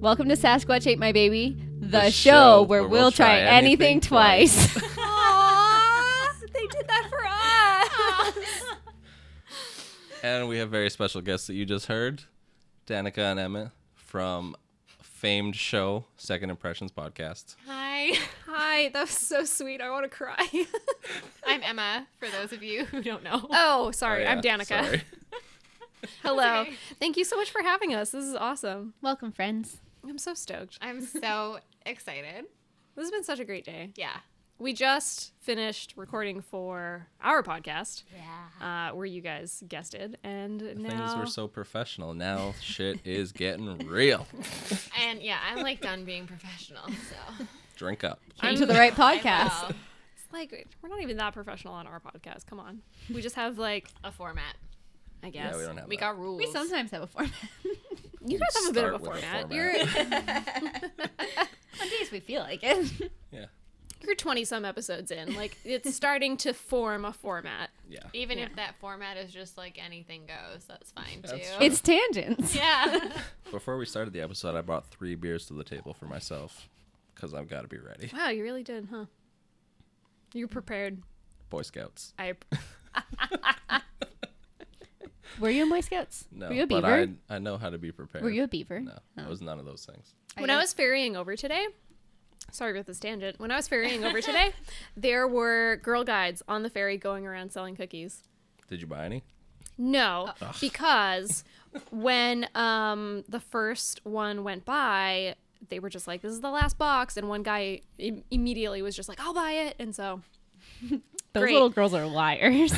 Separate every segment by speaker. Speaker 1: Welcome to Sasquatch Ate My Baby, the, show,
Speaker 2: The show
Speaker 1: where, we'll, try, anything, twice.
Speaker 3: they did that for us.
Speaker 2: And we have very special guests that you just heard Danica and Emmett from famed show Second Impressions podcast.
Speaker 3: Hi,
Speaker 4: Hi, that was so sweet. I want to cry.
Speaker 3: I'm Emma. For those of you who don't know,
Speaker 4: oh, sorry.
Speaker 2: Oh,
Speaker 4: I'm
Speaker 2: yeah,
Speaker 4: Danica.
Speaker 2: sorry.
Speaker 4: Hello.
Speaker 3: okay.
Speaker 4: Thank you so much for having us. This is awesome.
Speaker 1: Welcome, friends.
Speaker 4: I'm so stoked.
Speaker 3: I'm so excited.
Speaker 4: This has been such a great day.
Speaker 3: Yeah.
Speaker 4: We just finished recording for our podcast, uh,
Speaker 3: Yeah.
Speaker 4: where you guys guested, and
Speaker 2: Things
Speaker 4: now
Speaker 2: were so professional. Now shit is getting real.
Speaker 3: And yeah, I'm like done being professional. So
Speaker 2: Drink up.
Speaker 1: Came to the right
Speaker 3: I
Speaker 1: podcast.
Speaker 3: will.
Speaker 4: it's like we're not even that professional on our podcast. Come on, we just have like
Speaker 3: A format.
Speaker 4: I guess
Speaker 2: Yeah, we don't have
Speaker 3: We
Speaker 2: that.
Speaker 3: got rules.
Speaker 1: We sometimes have a format.
Speaker 4: you guys have a bit of a
Speaker 2: Start with a
Speaker 4: format.
Speaker 2: format.
Speaker 4: You're
Speaker 1: On days we feel like it.
Speaker 2: Yeah.
Speaker 4: you're twenty some episodes in. Like it's starting to form a format.
Speaker 2: Yeah.
Speaker 3: Even
Speaker 4: Yeah.
Speaker 3: if that format is just like anything goes, that's fine too.
Speaker 2: That's
Speaker 1: It's tangents.
Speaker 3: yeah.
Speaker 2: Before we started the episode, I brought three beers to the table for myself because I've got to be ready.
Speaker 4: Wow, you really did, huh? You're prepared.
Speaker 2: Boy Scouts.
Speaker 4: I
Speaker 1: Were you in Boy Scouts?
Speaker 2: No,
Speaker 1: Were you a
Speaker 2: but
Speaker 1: beaver?
Speaker 2: I, I know how to be prepared.
Speaker 1: Were you a beaver?
Speaker 2: No,
Speaker 4: Oh.
Speaker 2: it was none of those things.
Speaker 4: when I was ferrying over today, sorry about this tangent. When I was ferrying over today, there were girl guides on the ferry going around selling cookies.
Speaker 2: Did you buy any?
Speaker 4: No, because when um, the first one went by, they were just like, "This is the last box," and one guy Im- immediately was just like, "I'll buy it," and so
Speaker 1: Those
Speaker 4: Great.
Speaker 1: little girls are liars.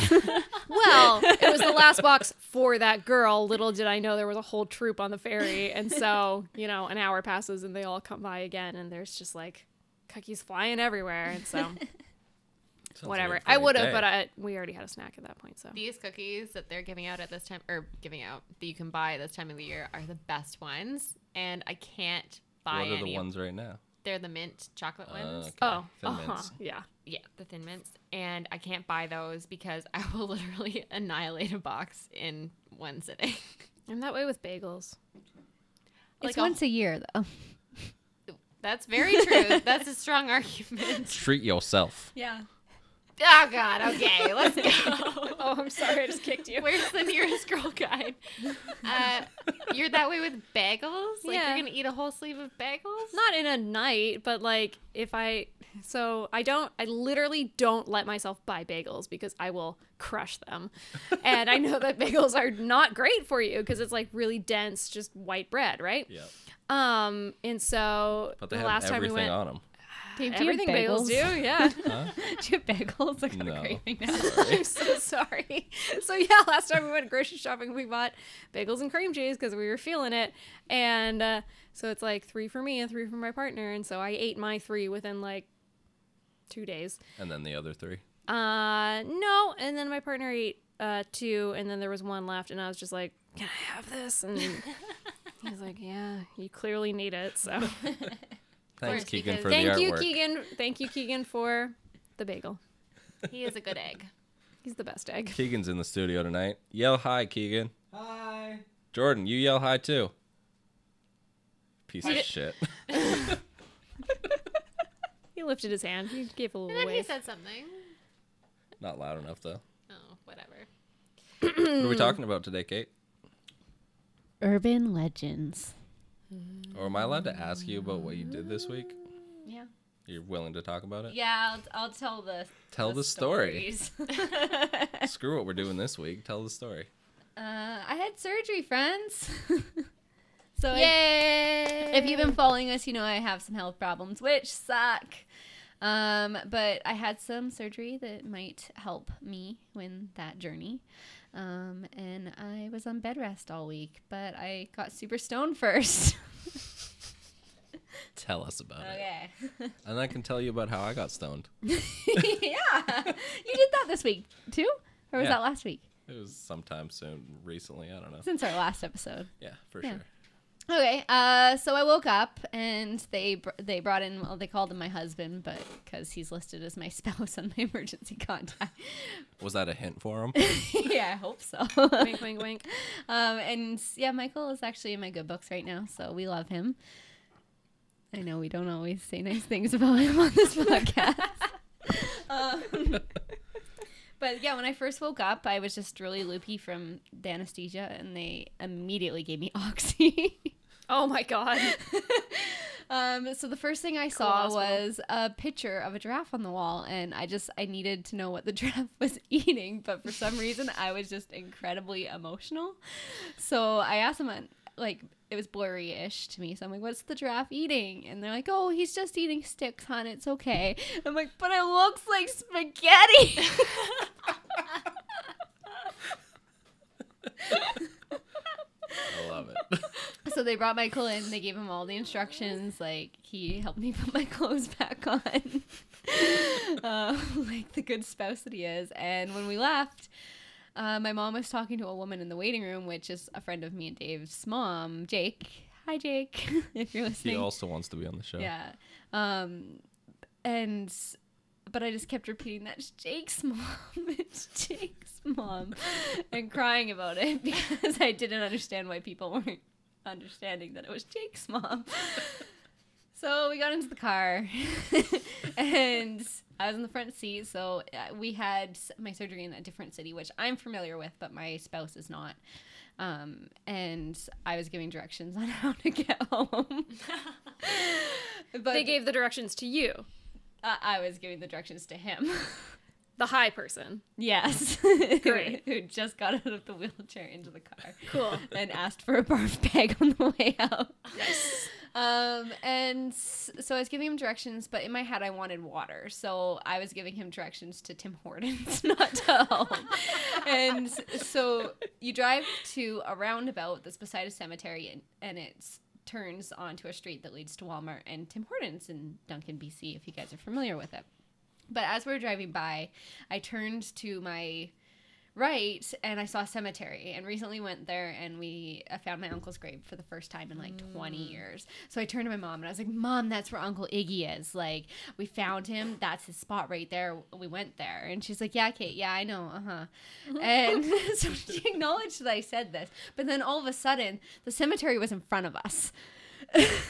Speaker 4: well, it was the last box for that girl. Little did I know there was a whole troop on the ferry. And so, you know, an hour passes and they all come by again and there's just like cookies flying everywhere. And so,
Speaker 2: Sounds like
Speaker 4: whatever.
Speaker 2: a
Speaker 4: I
Speaker 2: great
Speaker 4: would have,
Speaker 2: day.
Speaker 4: but I, we already had a snack at that point. So,
Speaker 3: These cookies that they're giving out at this time, or giving out that you can buy this time of the year, are the best ones, and I can't buy
Speaker 2: What are
Speaker 3: any.
Speaker 2: the ones right now?
Speaker 3: They're the mint chocolate ones.
Speaker 2: okay.
Speaker 4: oh,
Speaker 2: Thin
Speaker 4: uh-huh,
Speaker 2: mints.
Speaker 4: yeah.
Speaker 3: Yeah, the thin mints, and I can't buy those because I will literally annihilate a box in one sitting.
Speaker 4: I'm that way with bagels.
Speaker 1: it's
Speaker 3: Like a-
Speaker 1: once a year, though.
Speaker 3: That's very true. That's a strong argument.
Speaker 2: Treat yourself.
Speaker 1: Yeah.
Speaker 3: Oh God. Okay, let's go.
Speaker 4: Oh, I'm sorry. I just kicked you.
Speaker 3: Where's the nearest girl guide? Uh, you're that way with bagels? Like
Speaker 4: Yeah.
Speaker 3: you're gonna eat a whole sleeve of bagels?
Speaker 4: Not in a night, but like if I, so I don't, I literally don't let myself buy bagels because I will crush them. and I know that bagels are not great for you because it's like really dense, just white bread, right?
Speaker 2: Yeah.
Speaker 4: Um, and so
Speaker 2: But they
Speaker 4: the
Speaker 2: have
Speaker 4: last time we
Speaker 2: everything
Speaker 4: went,
Speaker 2: on them.
Speaker 1: Dave, do you have
Speaker 4: everything bagels? do, yeah.
Speaker 1: do you have bagels? I got
Speaker 2: No.
Speaker 1: a craving now.
Speaker 4: I'm so sorry. So yeah, last time we went grocery shopping, we bought bagels and cream cheese because we were feeling it, and uh, so it's like three for me and three for my partner, and so I ate my three within like two days.
Speaker 2: And then the other three.
Speaker 4: Uh, no, and then my partner ate uh, two, and then there was one left, and I was just like, "Can I have this?" And he's like, "Yeah, you clearly need it." So
Speaker 2: Thanks,
Speaker 3: course,
Speaker 2: Keegan,
Speaker 3: because-
Speaker 2: for
Speaker 4: thank
Speaker 2: the
Speaker 4: you,
Speaker 2: artwork.
Speaker 4: Keegan. Thank you, Keegan, for the bagel.
Speaker 3: He is a good egg.
Speaker 4: He's the best egg.
Speaker 2: Keegan's in the studio tonight. Yell hi, Keegan. Hi. Jordan, you yell hi too. Piece of shit.
Speaker 4: He lifted his hand. He gave a
Speaker 3: And
Speaker 4: little
Speaker 3: then he
Speaker 4: wave.
Speaker 3: said something.
Speaker 2: Not loud enough though.
Speaker 3: Oh, whatever.
Speaker 2: What are we talking about today, Kate?
Speaker 1: Urban legends.
Speaker 2: Or am I allowed to ask you about what you did this week?
Speaker 1: Yeah.
Speaker 2: You're willing to talk about it?
Speaker 1: Yeah, I'll, I'll tell the
Speaker 2: Tell the story.
Speaker 1: stories.
Speaker 2: Screw what we're doing this week. Tell the story.
Speaker 1: Uh, I had surgery, friends. so I-
Speaker 3: Yay!
Speaker 1: if you've been following us, you know I have some health problems, which suck. Um, but I had some surgery that might help me win that journey. Um, and I was on bed rest all week, but I got super stoned first.
Speaker 2: Tell us about it.
Speaker 1: okay.
Speaker 2: And I can tell you about how I got stoned.
Speaker 1: yeah. You did that this week too? Or was
Speaker 2: Yeah.
Speaker 1: that last week?
Speaker 2: It was sometime soon, recently. I don't know.
Speaker 1: Since our last episode.
Speaker 2: Yeah, for
Speaker 1: Yeah.
Speaker 2: sure.
Speaker 1: Okay, uh, so I woke up and they br- they brought in well they called him my husband, but because he's listed as my spouse on my emergency contact.
Speaker 2: Was that a hint for him?
Speaker 1: yeah, I hope so.
Speaker 4: wink, wink, wink.
Speaker 1: um, and yeah, Michael is actually in my good books right now, so we love him. I know we don't always say nice things about him on this podcast. um, but yeah, when I first woke up, I was just really loopy from the anesthesia, and they immediately gave me oxy.
Speaker 4: Oh my god.
Speaker 1: um, so the first thing I saw
Speaker 4: hospital.
Speaker 1: was a picture of a giraffe on the wall, and I just I needed to know what the giraffe was eating, but for some reason I was just incredibly emotional. So I asked them, uh, like it was blurry-ish to me, so I'm like, "What's the giraffe eating?" And they're like, "Oh, he's just eating sticks, hon. It's okay." I'm like, "But it looks like spaghetti."
Speaker 2: I love it.
Speaker 1: So they brought Michael in. They gave him all the instructions. Like he helped me put my clothes back on, uh, like the good spouse that he is. And when we left, uh, my mom was talking to a woman in the waiting room, which is a friend of me and Dave's mom, Jake. Hi, Jake. if you're
Speaker 2: he
Speaker 1: listening,
Speaker 2: also wants to be on the show.
Speaker 1: yeah. Um, and but I just kept repeating that's Jake's mom. it's Jake's mom, and crying about it because I didn't understand why people weren't understanding that it was Jake's mom. So we got into the car, and I was in the front seat. So uh, we had s- my surgery in a different city, which I'm familiar with, but my spouse is not. Um, and I was giving directions on how to get home. but
Speaker 4: They gave the directions to you,
Speaker 1: uh, I was giving the directions to him.
Speaker 4: the high person.
Speaker 1: yes,
Speaker 4: Great.
Speaker 1: who just got out of the wheelchair into the car
Speaker 4: Cool.
Speaker 1: and asked for a barf bag on the way out. Um, and s- so I was giving him directions, but in my head I wanted water, so I was giving him directions to Tim Hortons, not to home. and s- so you drive to a roundabout that's beside a cemetery, and, and it's turns onto a street that leads to Walmart and Tim Hortons in Duncan, BC, if you guys are familiar with it. But as we were driving by, I turned to my right and I saw a cemetery and recently went there and we I found my uncle's grave for the first time in like 20 years. So I turned to my mom and I was like, "Mom, that's where Uncle Iggy is. Like, we found him. That's his spot right there. We went there." And she's like, "Yeah, Kate. Yeah, I know. Uh-huh." And so she acknowledged that I said this. But then all of a sudden, the cemetery was in front of us.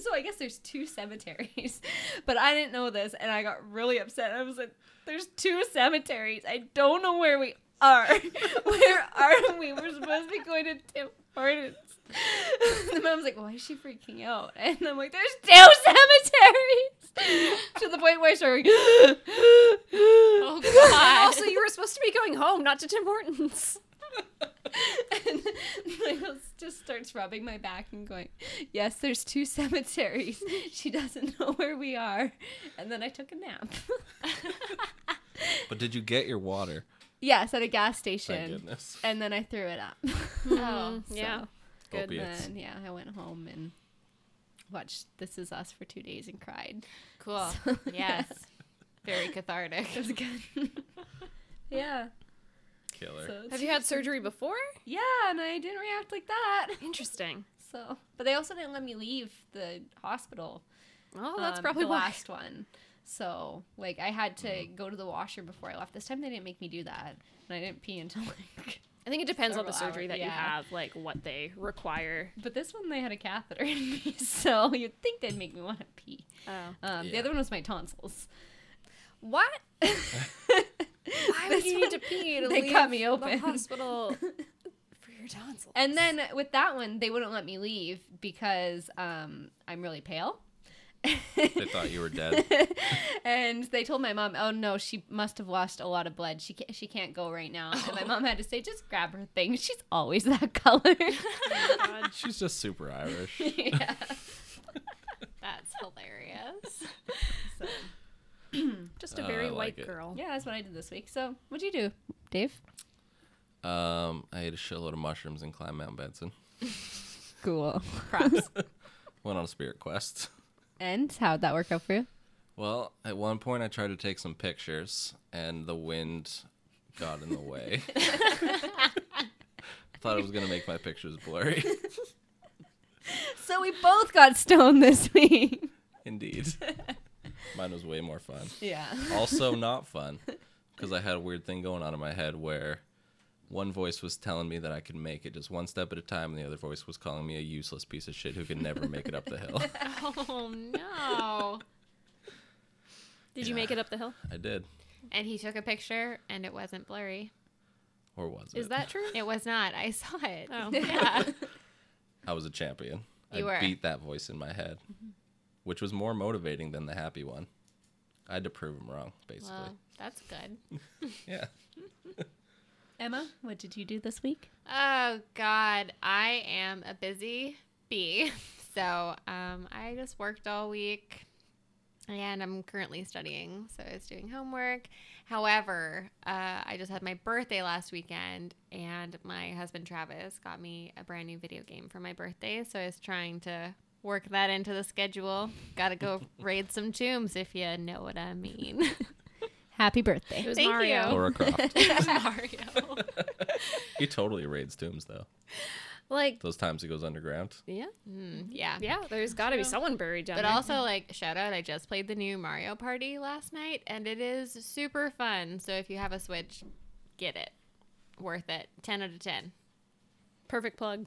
Speaker 1: so I guess there's two cemeteries, but I didn't know this, and I got really upset. I was like, "There's two cemeteries. I don't know where we are. where are we? We're supposed to be going to Tim Hortons." the mom's like, "Why is she freaking out?" And I'm like, "There's two cemeteries." to the point where I started.
Speaker 3: Oh
Speaker 1: oh
Speaker 3: god.
Speaker 4: also, you were supposed to be going home, not to Tim Hortons.
Speaker 1: and Michael just starts rubbing my back and going, Yes, there's two cemeteries. She doesn't know where we are. And then I took a nap.
Speaker 2: But did you get your water?
Speaker 1: yes, at a gas
Speaker 2: Thank
Speaker 1: station.
Speaker 2: goodness.
Speaker 1: And then I threw it up.
Speaker 3: Oh,
Speaker 4: Mm-hmm. yeah.
Speaker 1: And
Speaker 2: Opiates.
Speaker 1: then, yeah, I went home and watched This Is Us for two days and cried.
Speaker 3: cool.
Speaker 1: So,
Speaker 3: Yes. Very cathartic.
Speaker 1: It was good. yeah.
Speaker 2: Killer.
Speaker 1: So
Speaker 4: Have you had surgery before?
Speaker 1: Yeah, and I didn't react like that.
Speaker 4: Interesting.
Speaker 1: So, but they also didn't let me leave the hospital.
Speaker 4: Oh, that's
Speaker 1: um,
Speaker 4: probably
Speaker 1: the
Speaker 4: why.
Speaker 1: last one. So like I had to go to the washer before I left. This time they didn't make me do that, and I didn't pee until like.
Speaker 4: I think it depends on the
Speaker 1: Several
Speaker 4: surgery
Speaker 1: hours,
Speaker 4: that you
Speaker 1: yeah.
Speaker 4: have, like what they require.
Speaker 1: But this one they had a catheter in me, so you'd think they'd make me want to pee.
Speaker 4: Oh.
Speaker 1: Um, The
Speaker 2: Yeah.
Speaker 1: other one was my tonsils.
Speaker 4: What?
Speaker 1: Why
Speaker 4: would you need to pee to
Speaker 1: they
Speaker 4: leave
Speaker 1: cut me
Speaker 4: The
Speaker 1: open.
Speaker 4: hospital for your tonsils.
Speaker 1: And then with that one, they wouldn't let me leave because um, I'm really pale.
Speaker 2: They thought you were dead.
Speaker 1: and they told my mom, "Oh no, she must have lost a lot of blood. She can't, she can't go right now." And my mom had to say, "Just grab her thing. She's always that color."
Speaker 2: She's just super Irish.
Speaker 1: yeah.
Speaker 3: That's hilarious.
Speaker 1: So,
Speaker 4: Just a
Speaker 2: Uh,
Speaker 4: very
Speaker 2: I like
Speaker 4: white
Speaker 2: it.
Speaker 4: girl.
Speaker 1: yeah, that's what I did this week. So, what'd you do, Dave?
Speaker 2: Um, I ate a shitload of mushrooms and climbed Mount Benson.
Speaker 1: Cool. Props.
Speaker 2: Went on a spirit quest.
Speaker 1: and how'd that work out for you?
Speaker 2: Well, at one point I tried to take some pictures and the wind got in the way. Thought it was gonna make my pictures blurry.
Speaker 1: So we both got stoned this week.
Speaker 2: Indeed. Mine was way more fun.
Speaker 1: Yeah.
Speaker 2: Also not fun because I had a weird thing going on in my head where One voice was telling me that I could make it just one step at a time, and the other voice was calling me a useless piece of shit who could never make it up the hill.
Speaker 3: Oh no.
Speaker 4: Did you make
Speaker 2: Yeah.
Speaker 4: it up the hill?
Speaker 2: I did,
Speaker 3: and he took a picture and it wasn't blurry.
Speaker 2: or was it?
Speaker 4: Is that true?
Speaker 3: It was not. I saw it.
Speaker 4: Oh.
Speaker 3: Yeah.
Speaker 2: I was a champion. I
Speaker 3: You were.
Speaker 2: beat that voice in my head,
Speaker 4: Mm-hmm.
Speaker 2: which was more motivating than the happy one. I had to prove him wrong, basically.
Speaker 3: Well, that's good.
Speaker 2: Yeah.
Speaker 1: Emma, what did you do this week?
Speaker 3: Oh God, I am a busy bee. So um, I just worked all week, and I'm currently studying. So I was doing homework. However, uh, I just had my birthday last weekend, and my husband Travis got me a brand new video game for my birthday. So I was trying to work that into the schedule. Got to go raid some tombs if you know what I mean.
Speaker 1: Happy
Speaker 4: It
Speaker 1: birthday.
Speaker 4: was
Speaker 3: Thank
Speaker 4: Mario.
Speaker 3: you.
Speaker 2: Laura Croft.
Speaker 3: Mario.
Speaker 2: he totally raids tombs though.
Speaker 4: Like,
Speaker 2: Those times he goes underground.
Speaker 4: yeah,
Speaker 3: Mm, yeah.
Speaker 4: yeah. There's got to be
Speaker 3: True.
Speaker 4: someone buried down
Speaker 3: But
Speaker 4: there.
Speaker 3: also, like, shout out, I just played the new Mario Party last night and it is super fun. So if you have a Switch, get it. Worth it. 10 out of 10.
Speaker 4: perfect plug.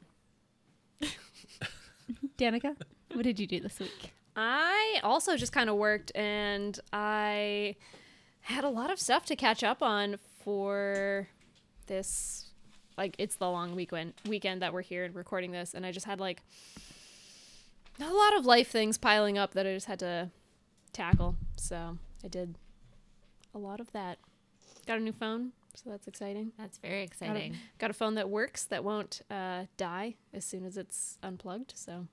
Speaker 1: Danica, what did you do this week?
Speaker 4: I also just kind of worked and I had a lot of stuff to catch up on for this like it's the long weekend weekend that we're here and recording this and I just had like a lot of life things piling up that I just had to tackle. So, I did a lot of that. Got a new phone, so that's exciting.
Speaker 3: That's very
Speaker 4: Got a-
Speaker 3: exciting.
Speaker 4: Got a phone that works that won't uh, die as soon as it's unplugged, so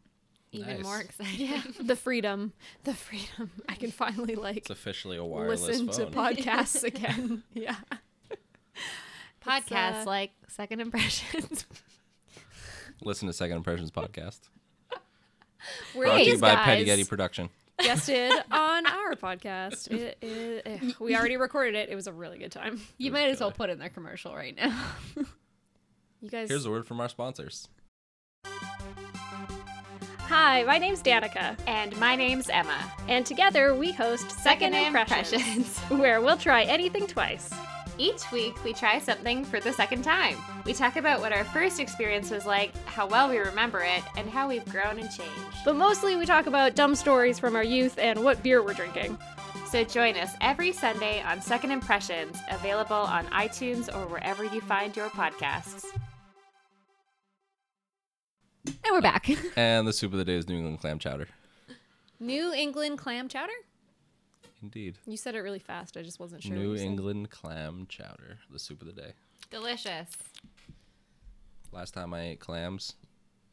Speaker 3: Even
Speaker 2: Nice.
Speaker 3: more exciting.
Speaker 4: yeah, the freedom, the freedom. I can finally like
Speaker 2: It's officially a wireless
Speaker 4: listen to
Speaker 2: phone.
Speaker 4: podcasts again. Yeah.
Speaker 3: Podcasts
Speaker 4: uh,
Speaker 3: like Second Impressions.
Speaker 2: listen to Second Impressions podcast.
Speaker 4: We're
Speaker 2: Brought to you
Speaker 4: these
Speaker 2: by
Speaker 4: guys
Speaker 2: Petty Getty Production.
Speaker 4: Guested on our podcast. It, it, eh, we already recorded it. It was a really good time.
Speaker 1: You
Speaker 2: It was
Speaker 1: might as well
Speaker 2: good.
Speaker 1: put in their commercial right now.
Speaker 4: You guys.
Speaker 2: Here's a word from our sponsors.
Speaker 4: Hi, my name's Danica,
Speaker 3: and my name's Emma.
Speaker 4: and together we host Second, Impressions, where we'll try anything twice.
Speaker 3: Each week, we try something for the second time. We talk about what our first experience was like, how well we remember it, and how we've grown and changed.
Speaker 4: But mostly we talk about dumb stories from our youth and what beer we're drinking.
Speaker 3: So join us every Sunday on Second Impressions, available on iTunes or wherever you find your podcasts.
Speaker 1: And we're back.
Speaker 2: And the soup of the day is New England clam chowder.
Speaker 4: New England clam chowder?
Speaker 2: Indeed.
Speaker 4: You said it really fast. I just wasn't sure. what
Speaker 2: New
Speaker 4: you said.
Speaker 2: England clam chowder, the soup of the day.
Speaker 3: Delicious.
Speaker 2: Last time I ate clams,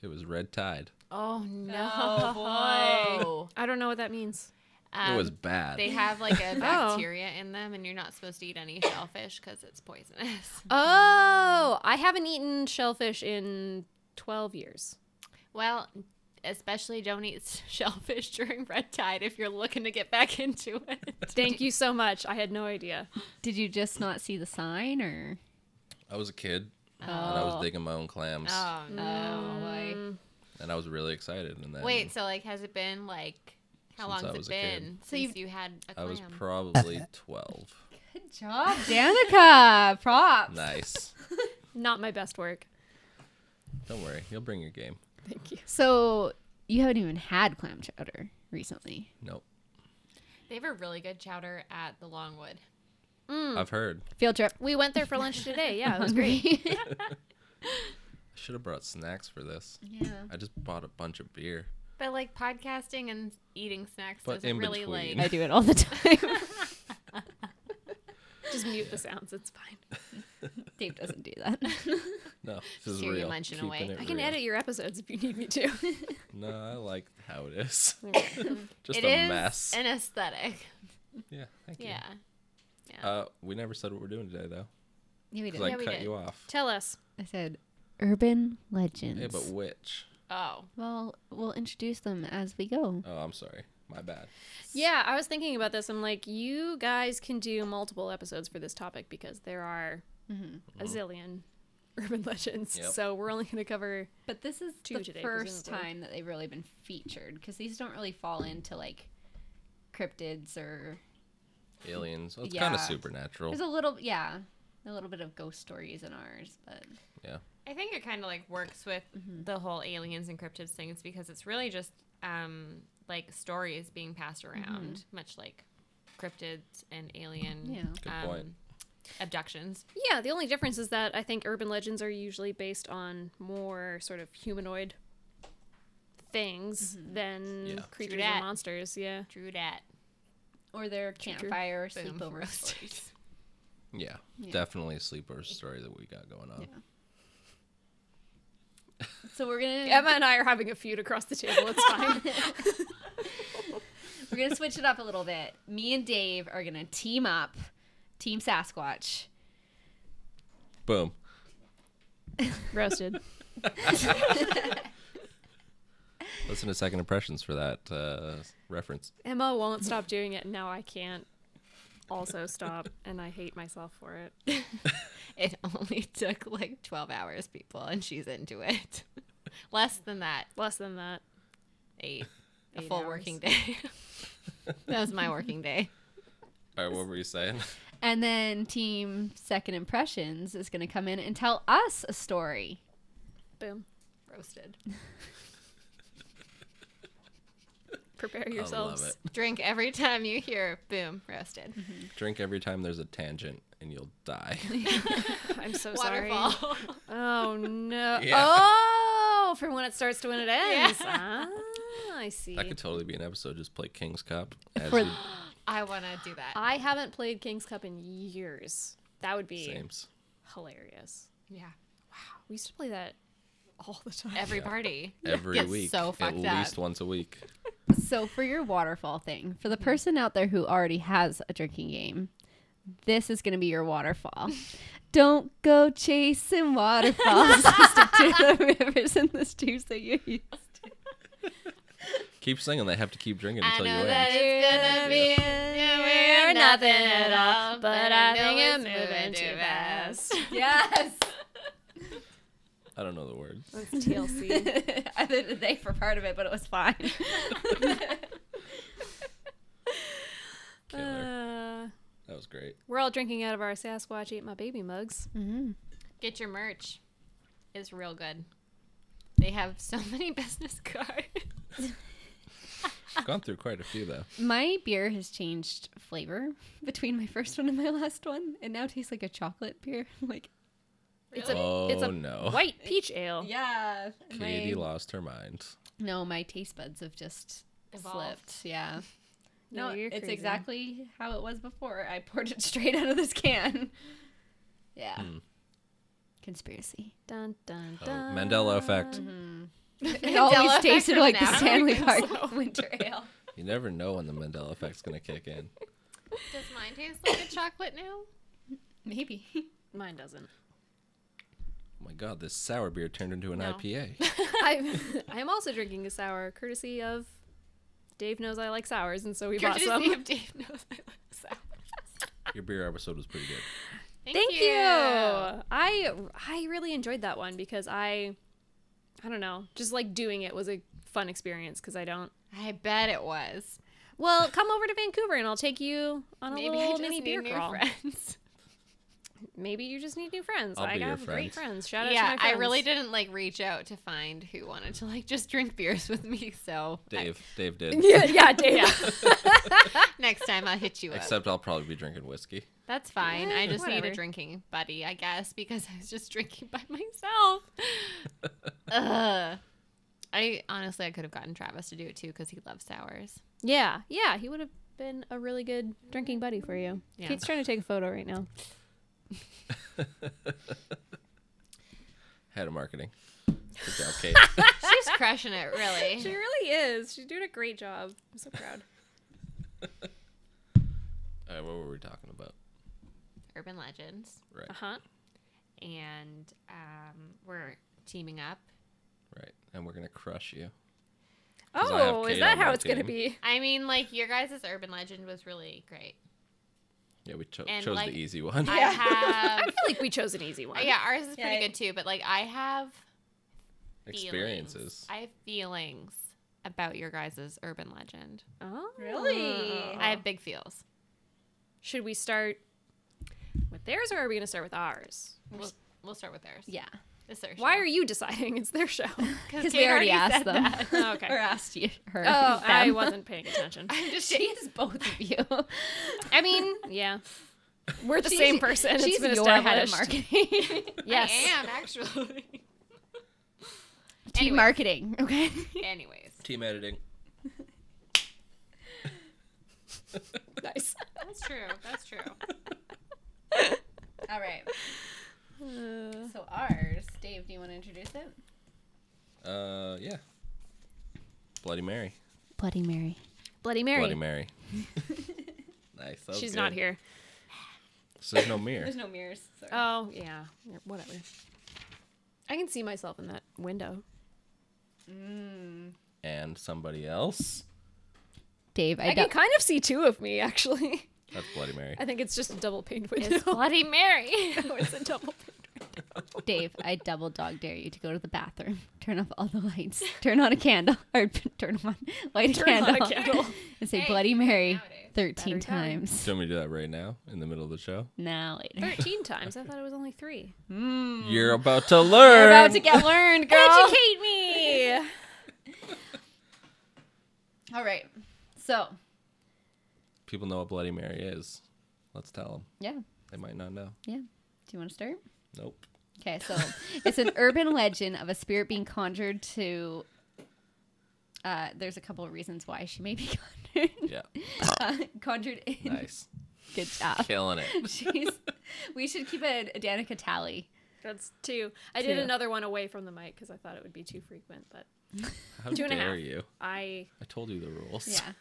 Speaker 2: it was red tide.
Speaker 3: Oh no.
Speaker 4: I don't know what that means.
Speaker 2: it was bad.
Speaker 3: Oh, Um, They have like a bacteria
Speaker 4: bacteria
Speaker 3: in them, and you're not supposed to eat any shellfish because it's poisonous.
Speaker 4: Oh, I haven't eaten shellfish in 12 years.
Speaker 3: Well, especially don't eat shellfish during red tide if you're looking to get back into it.
Speaker 4: Thank you so much. I had no idea.
Speaker 1: Did you just not see the sign or?
Speaker 2: I was a kid and I
Speaker 1: Oh.
Speaker 2: was digging my own clams
Speaker 3: Oh
Speaker 1: Oh, boy.
Speaker 2: and I was really excited. And then
Speaker 3: Wait, so like, has it been like? How
Speaker 2: Since I
Speaker 3: long's it
Speaker 2: was a kid.
Speaker 3: been since you had a
Speaker 2: I
Speaker 3: clam?
Speaker 2: was probably 12.
Speaker 1: Good job, Danica. Props.
Speaker 2: Nice.
Speaker 4: Not my best work.
Speaker 2: Don't worry, you'll bring your game.
Speaker 4: Thank you.
Speaker 1: So you haven't even had clam chowder recently.
Speaker 2: Nope.
Speaker 3: They have a really good chowder at the Longwood. Hmm.
Speaker 2: I've heard.
Speaker 1: Field trip.
Speaker 4: We went there for lunch today. Yeah, it was great.
Speaker 1: Hungry.
Speaker 2: I should have brought snacks for this.
Speaker 1: yeah.
Speaker 2: I just bought a bunch of beer.
Speaker 3: But like podcasting and eating snacks
Speaker 2: But
Speaker 3: doesn't
Speaker 2: in
Speaker 3: really
Speaker 2: between.
Speaker 1: I
Speaker 3: like.
Speaker 1: do it all the time.
Speaker 4: Just mute the sounds. It's fine.
Speaker 1: Dave doesn't do that.
Speaker 2: No, this is
Speaker 3: Chew your
Speaker 2: real.
Speaker 3: luncheon
Speaker 2: Keeping
Speaker 3: away.
Speaker 2: it
Speaker 4: I can
Speaker 2: real.
Speaker 4: edit your episodes if you need me to.
Speaker 2: No, I like how it is. just
Speaker 3: It
Speaker 2: a
Speaker 3: is
Speaker 2: mess.
Speaker 3: an aesthetic.
Speaker 2: Yeah, thank you.
Speaker 3: Yeah.
Speaker 2: Uh, we never said what we're doing today though,
Speaker 1: Yeah, we
Speaker 2: because
Speaker 1: did.
Speaker 2: I
Speaker 3: Yeah, we
Speaker 2: cut
Speaker 3: did.
Speaker 2: you off.
Speaker 4: Tell us.
Speaker 1: I said urban legends.
Speaker 2: Yeah, but which?
Speaker 3: Oh.
Speaker 1: well, we'll introduce them as we go.
Speaker 2: Oh, I'm sorry. My bad.
Speaker 4: Yeah, I was thinking about this. I'm like, you guys can do multiple episodes for this topic because there are a zillion urban legends.
Speaker 2: Yep.
Speaker 4: So we're only going to cover.
Speaker 1: But this is
Speaker 4: Two
Speaker 1: the
Speaker 4: today,
Speaker 1: first
Speaker 4: presumably.
Speaker 1: time that they've really been featured because these don't really fall into like cryptids or
Speaker 2: Aliens. Well, it's
Speaker 1: Yeah.
Speaker 2: kind of supernatural.
Speaker 1: there's a little yeah. a little bit of ghost stories in ours, but
Speaker 3: I think it kind of like works with the whole aliens and cryptids things because it's really just um, like stories being passed around, much like cryptids and alien um,
Speaker 1: Yeah.
Speaker 2: Good point.
Speaker 3: abductions.
Speaker 4: Yeah, the only difference is that I think urban legends are usually based on more sort of humanoid things than
Speaker 2: Yeah.
Speaker 4: Mm-hmm. creatures
Speaker 3: True
Speaker 4: and
Speaker 3: dat.
Speaker 4: monsters. Yeah.
Speaker 3: Drew dat.
Speaker 1: or their campfire or
Speaker 3: Boom.
Speaker 1: sleepover stories.
Speaker 2: Yeah,
Speaker 1: Yeah.
Speaker 2: definitely a sleeper story that we got going on.
Speaker 1: Yeah. So we're gonna
Speaker 4: Emma and I are having a feud across the table. It's fine.
Speaker 1: we're gonna switch it up a little bit. Me and Dave are gonna team up, Team Sasquatch.
Speaker 2: Boom.
Speaker 4: Roasted.
Speaker 2: Listen to Second Impressions for that uh, reference.
Speaker 4: Emma won't stop doing it. and Now I can't also stop, and I hate myself for it.
Speaker 3: It only took like 12 hours, people, and she's into it. Less than that,
Speaker 4: Less than that.
Speaker 3: eight. a
Speaker 4: Eight
Speaker 3: full
Speaker 4: hours.
Speaker 3: working day. that was my working day.
Speaker 2: All right, what were you saying?
Speaker 1: And then Team Second Impressions is gonna come in and tell us a story.
Speaker 4: Boom.
Speaker 3: Roasted.
Speaker 4: Prepare yourselves.
Speaker 2: I love
Speaker 3: Drink every time you hear boom, roasted.
Speaker 2: it. Drink every time there's a tangent and you'll die.
Speaker 4: I'm so sorry.
Speaker 3: Waterfall.
Speaker 4: Oh no.
Speaker 2: Yeah.
Speaker 4: Oh, from when it starts to when it ends. Ah, I see.
Speaker 2: that could totally be an episode. Just play King's Cup. As
Speaker 1: For-
Speaker 2: you,
Speaker 3: I want to do that.
Speaker 4: I haven't played King's Cup in years. That would be
Speaker 2: Sames.
Speaker 4: hilarious.
Speaker 3: Yeah.
Speaker 4: We used to play that all the time.
Speaker 3: Every
Speaker 2: Yeah.
Speaker 3: party.
Speaker 2: Every
Speaker 3: It's
Speaker 2: week.
Speaker 3: So
Speaker 2: at
Speaker 3: fucked up.
Speaker 2: least once a week.
Speaker 1: So for your waterfall thing, for the person out there who already has a drinking game, this is gonna be your waterfall. Don't go chasing waterfalls. Stick to the rivers and the streams that you used to.
Speaker 2: Keep singing. They have to keep drinking
Speaker 3: I
Speaker 2: until you
Speaker 3: know
Speaker 2: win.
Speaker 3: that it's gonna be nowhere, nothing at all, but I think I'm moving too fast.
Speaker 1: Yes.
Speaker 2: I don't know the words.
Speaker 4: That's TLC.
Speaker 1: I did they for part of it, but it was fine.
Speaker 2: Killer.
Speaker 4: uh,
Speaker 2: that was great.
Speaker 4: we're all drinking out of our Sasquatch Ate My Baby mugs.
Speaker 3: Get your merch. It's real good. They have so many business cards. ah.
Speaker 2: Gone through quite a few though.
Speaker 1: My beer has changed flavor between my first one and my last one. It now tastes like a chocolate beer. like
Speaker 4: It's a,
Speaker 2: Oh
Speaker 4: it's a
Speaker 2: no.
Speaker 4: white peach ale.
Speaker 1: yeah,
Speaker 2: Katie
Speaker 1: my,
Speaker 2: lost her mind.
Speaker 1: no, my taste buds have just
Speaker 3: Evolved.
Speaker 1: slipped. Yeah,
Speaker 4: No,
Speaker 1: no,
Speaker 4: you're
Speaker 1: it's
Speaker 4: crazy.
Speaker 1: exactly how it was before. I poured it straight out of this can. Yeah, conspiracy.
Speaker 4: Dun, dun,
Speaker 2: Oh,
Speaker 4: dun.
Speaker 2: Mandela effect.
Speaker 3: Mm-hmm.
Speaker 1: It always
Speaker 3: effect
Speaker 1: tasted
Speaker 3: from
Speaker 1: like the
Speaker 3: now.
Speaker 1: Stanley Park Winter Ale.
Speaker 2: You never know when the Mandela effect's gonna kick in.
Speaker 3: Does mine taste like a chocolate now?
Speaker 1: Maybe.
Speaker 4: Mine doesn't.
Speaker 2: Oh my god, this sour beer turned into an
Speaker 3: No.
Speaker 2: IPA.
Speaker 4: I'm, I'm also drinking a sour, courtesy of Dave knows I like sours, and so we
Speaker 3: Courtesy
Speaker 4: bought some.
Speaker 3: of Dave knows I like sour.
Speaker 2: Your beer episode was pretty good.
Speaker 3: Thank,
Speaker 4: Thank you.
Speaker 3: you.
Speaker 4: I I really enjoyed that one because I I don't know, just like doing it was a fun experience because I don't.
Speaker 3: I bet it was.
Speaker 4: Well, come over to Vancouver and I'll take you on a
Speaker 3: Maybe
Speaker 4: little
Speaker 3: I just
Speaker 4: Oh, mini
Speaker 3: need
Speaker 4: beer
Speaker 3: new
Speaker 4: crawl.
Speaker 3: friends.
Speaker 4: Maybe you just need new friends.
Speaker 2: I'll
Speaker 4: I
Speaker 2: be your
Speaker 4: have great
Speaker 2: friend.
Speaker 4: friends. Shout out
Speaker 3: yeah,
Speaker 4: to my friends.
Speaker 3: I really didn't like reach out to find who wanted to like just drink beers with me. So I-
Speaker 2: Dave, Dave did.
Speaker 4: Yeah, yeah, Dave.
Speaker 3: next time I'll hit you up.
Speaker 2: Except I'll probably be drinking whiskey.
Speaker 3: That's fine. I just need
Speaker 4: Whatever.
Speaker 3: a drinking buddy, I guess, because I was just drinking by myself. Ugh. I honestly I could have gotten Travis to do it too because he loves sours.
Speaker 4: Yeah, yeah, he would have been a really good drinking buddy for you.
Speaker 3: Yeah.
Speaker 4: Kate's trying to take a photo right now.
Speaker 2: Head of marketing. Good job, Kate.
Speaker 3: She's crushing it, really.
Speaker 4: She really is. She's doing a great job. I'm so proud.
Speaker 2: All right, what were we talking about?
Speaker 3: Urban legends,
Speaker 2: Right,
Speaker 4: Uh huh.
Speaker 3: and um, we're teaming up.
Speaker 2: right. And we're gonna crush you. 'Cause I have
Speaker 4: Oh,
Speaker 2: Kate
Speaker 4: is that
Speaker 2: on
Speaker 4: how
Speaker 2: my
Speaker 4: it's gonna
Speaker 2: team.
Speaker 4: be?
Speaker 3: I mean, like your guys' urban legend was really great.
Speaker 2: Yeah, we cho-
Speaker 3: And
Speaker 2: chose
Speaker 3: like-
Speaker 2: the easy one.
Speaker 3: I
Speaker 4: Yeah. I
Speaker 3: have
Speaker 4: feel like we chose an easy one.
Speaker 3: yeah, ours is pretty
Speaker 1: Yeah.
Speaker 3: good too, but like I have feelings.
Speaker 2: Experiences.
Speaker 3: I have feelings about your guys' urban legend.
Speaker 4: Oh.
Speaker 1: Really?
Speaker 3: Oh. I have big feels.
Speaker 4: Should we start with theirs, or are we going to start with ours?
Speaker 3: We'll, we'll start with theirs.
Speaker 1: Yeah.
Speaker 3: It's their
Speaker 4: Why
Speaker 3: show.
Speaker 4: are you deciding? It's their show. Oh,
Speaker 1: Because we
Speaker 3: Kate
Speaker 1: already, asked
Speaker 3: said
Speaker 1: them.
Speaker 3: that.
Speaker 4: Okay.
Speaker 1: or asked you, her.
Speaker 4: Oh, I
Speaker 1: them.
Speaker 4: wasn't paying attention.
Speaker 3: I'm just
Speaker 1: She is both of you.
Speaker 4: I mean, yeah, we're the
Speaker 1: She-
Speaker 4: same person.
Speaker 1: She's
Speaker 4: it's been
Speaker 1: your head of
Speaker 4: established.
Speaker 1: marketing.
Speaker 4: Yes.
Speaker 3: I am actually.
Speaker 1: Team
Speaker 3: Anyways.
Speaker 1: marketing. Okay.
Speaker 3: Anyways,
Speaker 2: Team editing.
Speaker 1: nice.
Speaker 3: that's true. That's true.
Speaker 1: All right. So ours, Dave. Do you want to introduce it?
Speaker 2: Uh, yeah. Bloody Mary.
Speaker 1: Bloody Mary.
Speaker 4: Bloody Mary.
Speaker 2: Bloody Mary. nice. that was
Speaker 4: She's not
Speaker 2: good.
Speaker 4: here.
Speaker 2: So there's no mirror.
Speaker 1: There's no mirrors. Sorry.
Speaker 4: Oh yeah, Yeah, whatever. I can see myself in that window.
Speaker 2: and somebody else.
Speaker 1: Dave,
Speaker 4: I,
Speaker 1: I,
Speaker 4: can
Speaker 1: don't.
Speaker 4: kind of see two of me actually.
Speaker 2: That's Bloody Mary.
Speaker 4: I think it's just a double pane window.
Speaker 3: It's Bloody Mary.
Speaker 4: Oh, it's a double pane.
Speaker 1: Dave, I double dog dare you to go to the bathroom, turn off all the lights, turn on a candle, or turn on light a
Speaker 4: Turn on
Speaker 1: candle,
Speaker 4: a candle.
Speaker 1: and say
Speaker 3: Hey,
Speaker 1: Bloody Mary
Speaker 3: nowadays.
Speaker 1: thirteen
Speaker 4: Better time.
Speaker 1: times.
Speaker 2: Do you want me to do that right now in the middle of the show?
Speaker 1: Now later.
Speaker 4: Thirteen times. I thought it was only three.
Speaker 2: You're about to learn.
Speaker 1: Hmm. You're about to get learned, girl.
Speaker 4: Educate me.
Speaker 1: All right. So
Speaker 2: People know what Bloody Mary is. Let's tell them.
Speaker 1: yeah,
Speaker 2: They might not know.
Speaker 1: yeah. Do you want to start?
Speaker 2: Nope.
Speaker 1: Okay, so it's an urban legend of a spirit being conjured to. Uh, there's a couple of reasons why she may be conjured.
Speaker 2: Yeah.
Speaker 1: Uh, conjured in.
Speaker 2: Nice.
Speaker 1: Good job.
Speaker 2: Killing it.
Speaker 1: She's, we should keep a, a Danica tally.
Speaker 4: That's two. I did
Speaker 1: Two.
Speaker 4: another one away from the mic because I thought it would be too frequent, but
Speaker 2: How
Speaker 4: Two and a
Speaker 2: dare
Speaker 4: half.
Speaker 2: you?
Speaker 4: I
Speaker 2: I told you the rules.
Speaker 1: Yeah.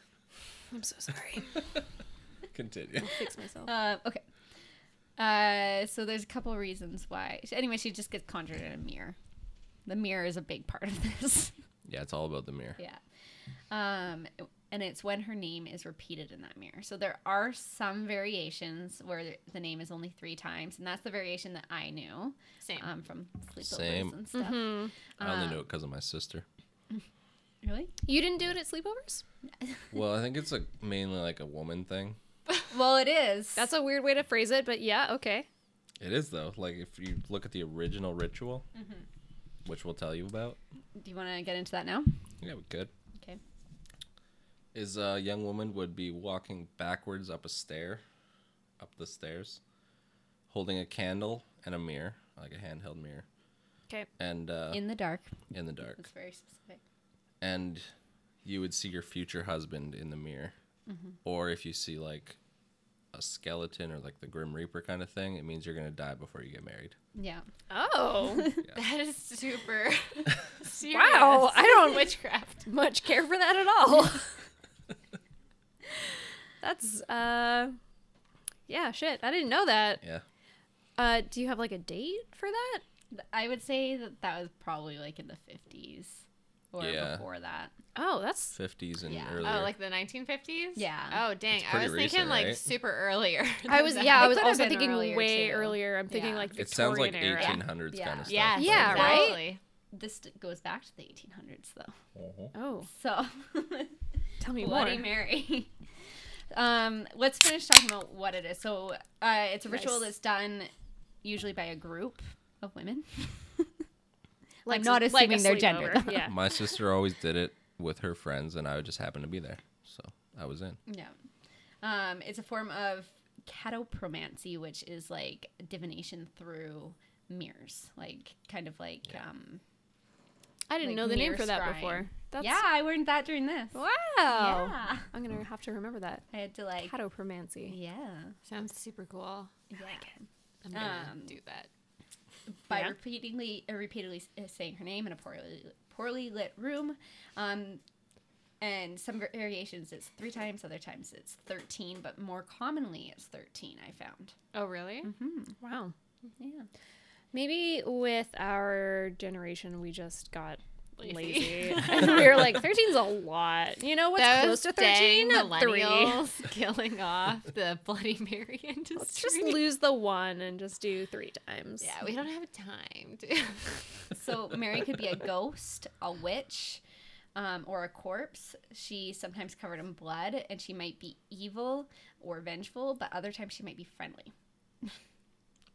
Speaker 4: I'm so sorry.
Speaker 2: Continue.
Speaker 4: Fix myself.
Speaker 1: Uh, okay. Uh, so there's a couple of reasons why. Anyway, she just gets conjured in a mirror. The mirror is a big part of this.
Speaker 2: Yeah, it's all about the mirror.
Speaker 1: Yeah. Um, and it's when her name is repeated in that mirror. So there are some variations where the name is only three times, and that's the variation that I knew
Speaker 3: Same.
Speaker 1: um, from sleepovers
Speaker 2: Same.
Speaker 1: and stuff.
Speaker 2: I
Speaker 1: Uh,
Speaker 2: only knew it because of my sister.
Speaker 1: Really?
Speaker 4: You didn't do it at sleepovers?
Speaker 2: Well, I think it's a, mainly like a woman thing.
Speaker 1: Well, it is.
Speaker 4: That's a weird way to phrase it, but yeah, okay.
Speaker 2: It is though. Like if you look at the original ritual, which we'll tell you about.
Speaker 1: Do you want to get into that now?
Speaker 2: Yeah, we could.
Speaker 1: Okay.
Speaker 2: Is a young woman would be walking backwards up a stair, up the stairs, holding a candle and a mirror, like a handheld mirror,
Speaker 4: Okay.
Speaker 2: and uh, in,
Speaker 1: In the dark.
Speaker 2: the dark,
Speaker 1: That's very specific.
Speaker 2: and you would see your future husband in the mirror, or if you see like a skeleton or like the grim reaper kind of thing, it means you're gonna die before you get married.
Speaker 1: Yeah.
Speaker 4: Oh.
Speaker 3: That is super. serious.
Speaker 4: wow. I don't
Speaker 3: Witchcraft.
Speaker 4: much care for that at all. That's uh yeah, shit. I didn't know that.
Speaker 2: Yeah.
Speaker 4: Uh do you have like a date for that?
Speaker 1: Th- I would say that that was probably like in the 50s or
Speaker 2: Yeah.
Speaker 1: before that.
Speaker 4: Oh, that's
Speaker 2: Fifties and
Speaker 1: Yeah. Oh,
Speaker 2: earlier.
Speaker 3: Oh, like the 1950s?
Speaker 1: Yeah.
Speaker 3: Oh, dang. I
Speaker 2: pretty
Speaker 3: was
Speaker 2: recent,
Speaker 3: thinking like
Speaker 2: right?
Speaker 3: super earlier.
Speaker 4: I
Speaker 3: than
Speaker 4: was
Speaker 3: that.
Speaker 4: yeah, I
Speaker 1: It
Speaker 4: was
Speaker 1: could have
Speaker 4: also
Speaker 1: been
Speaker 4: thinking
Speaker 1: earlier,
Speaker 4: way
Speaker 1: too.
Speaker 4: earlier. I'm thinking
Speaker 1: Yeah.
Speaker 4: like
Speaker 2: it
Speaker 4: Victorian
Speaker 2: sounds like
Speaker 4: era.
Speaker 2: 1800s
Speaker 1: Yeah.
Speaker 2: kind of
Speaker 3: Yes,
Speaker 2: stuff.
Speaker 4: Yeah, right?
Speaker 3: exactly.
Speaker 1: This d- goes back to the 1800s, though.
Speaker 4: Oh,
Speaker 1: So
Speaker 4: tell me
Speaker 1: Bloody
Speaker 4: more.
Speaker 1: Mary. um, let's finish talking about what it is. So, uh, it's a ritual
Speaker 4: Nice.
Speaker 1: that's done usually by a group of women.
Speaker 4: Like
Speaker 1: I'm not
Speaker 4: s-
Speaker 1: assuming their gender,
Speaker 4: sleepover.
Speaker 1: though.
Speaker 4: Yeah.
Speaker 2: My sister always did it with her friends, and I would just happen to be there, so I was in.
Speaker 1: Yeah. Um, it's a form of catopromancy, which is like divination through mirrors, like kind of like
Speaker 2: Yeah.
Speaker 1: um,
Speaker 4: I didn't
Speaker 1: Like
Speaker 4: know the name
Speaker 1: mirror
Speaker 4: for that
Speaker 1: scrying.
Speaker 4: before. That's
Speaker 1: yeah. I learned that during this.
Speaker 4: Wow.
Speaker 1: Yeah.
Speaker 4: I'm going to have to remember that.
Speaker 1: I had to like.
Speaker 4: Catopromancy.
Speaker 1: Yeah.
Speaker 3: Sounds super cool.
Speaker 1: Yeah.
Speaker 3: I'm gonna
Speaker 1: Um,
Speaker 3: do that.
Speaker 1: by
Speaker 4: Yeah.
Speaker 1: repeatedly uh, repeatedly s- uh, saying her name in a poorly poorly lit room. Um, and some variations it's three times, other times it's thirteen, but more commonly it's thirteen. I found.
Speaker 3: Oh, really?
Speaker 4: Wow.
Speaker 1: Yeah.
Speaker 4: Maybe with our generation, we just got lazy.
Speaker 3: Lazy.
Speaker 4: and we were like, 13's a lot. You know what's close to 13? Three.
Speaker 3: millennials killing off the Bloody Mary industry.
Speaker 4: Let's just lose the one and just do three times.
Speaker 3: yeah, we don't have time. To...
Speaker 1: So Mary could be a ghost, a witch, um, or a corpse. She's sometimes covered in blood, and she might be evil or vengeful, but other times she might be friendly.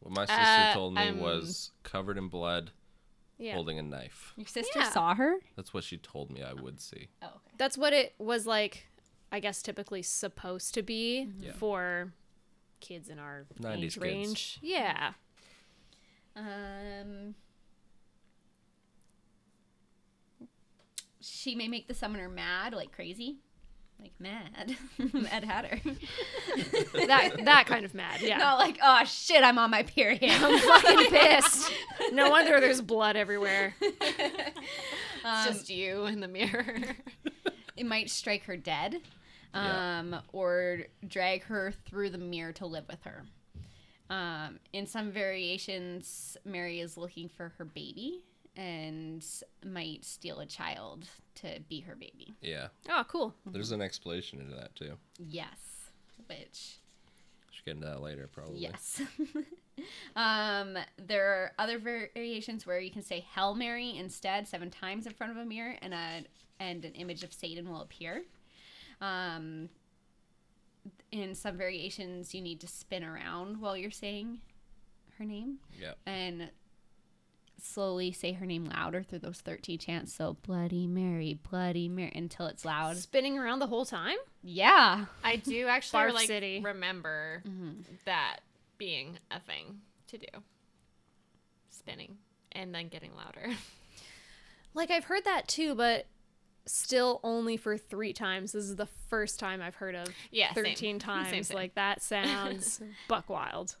Speaker 2: What my sister
Speaker 3: Uh,
Speaker 2: told me
Speaker 3: um,
Speaker 2: was covered in blood,
Speaker 4: Yeah.
Speaker 2: holding a knife.
Speaker 1: Your sister
Speaker 4: Yeah.
Speaker 1: saw her?
Speaker 2: That's what she told me I would see.
Speaker 1: Oh, okay.
Speaker 4: That's what it was like, I guess, typically supposed to be
Speaker 2: Yeah.
Speaker 4: for kids in our
Speaker 2: 90s
Speaker 4: age
Speaker 2: kids.
Speaker 4: range. Yeah.
Speaker 1: Um, she may make the summoner mad, like crazy, like mad, Mad Hatter.
Speaker 4: That that kind of mad. Yeah.
Speaker 1: Not like, oh shit, I'm on my period.
Speaker 4: I'm fucking pissed. No wonder there's blood everywhere.
Speaker 1: Um,
Speaker 3: just you in the mirror.
Speaker 1: it might strike her dead,
Speaker 2: Yeah.
Speaker 1: um, or drag her through the mirror to live with her. Um, in some variations, Mary is looking for her baby and might steal a child to be her baby.
Speaker 2: Yeah.
Speaker 4: Oh, cool.
Speaker 2: There's an explanation into that too.
Speaker 1: Yes, which
Speaker 2: Should get into that later probably.
Speaker 1: yes. um, there are other variations where you can say "Hail Mary" instead seven times in front of a mirror, and a and an image of Satan will appear. Um, in some variations, you need to spin around while you're saying her name
Speaker 2: Yeah.
Speaker 1: and slowly say her name louder through those 13 chants. So, Bloody Mary, Bloody Mary, until it's loud.
Speaker 4: Spinning around the whole time?
Speaker 1: Yeah.
Speaker 3: I do actually
Speaker 4: Barf
Speaker 3: like
Speaker 4: City. Mm-hmm.
Speaker 3: remember that being a thing to do. Spinning and then getting louder.
Speaker 4: Like I've heard that too, but still only for three times. This is the first time I've heard of
Speaker 3: Yeah, same.
Speaker 4: thirteen times.
Speaker 3: same.
Speaker 4: Like that sounds buck wild.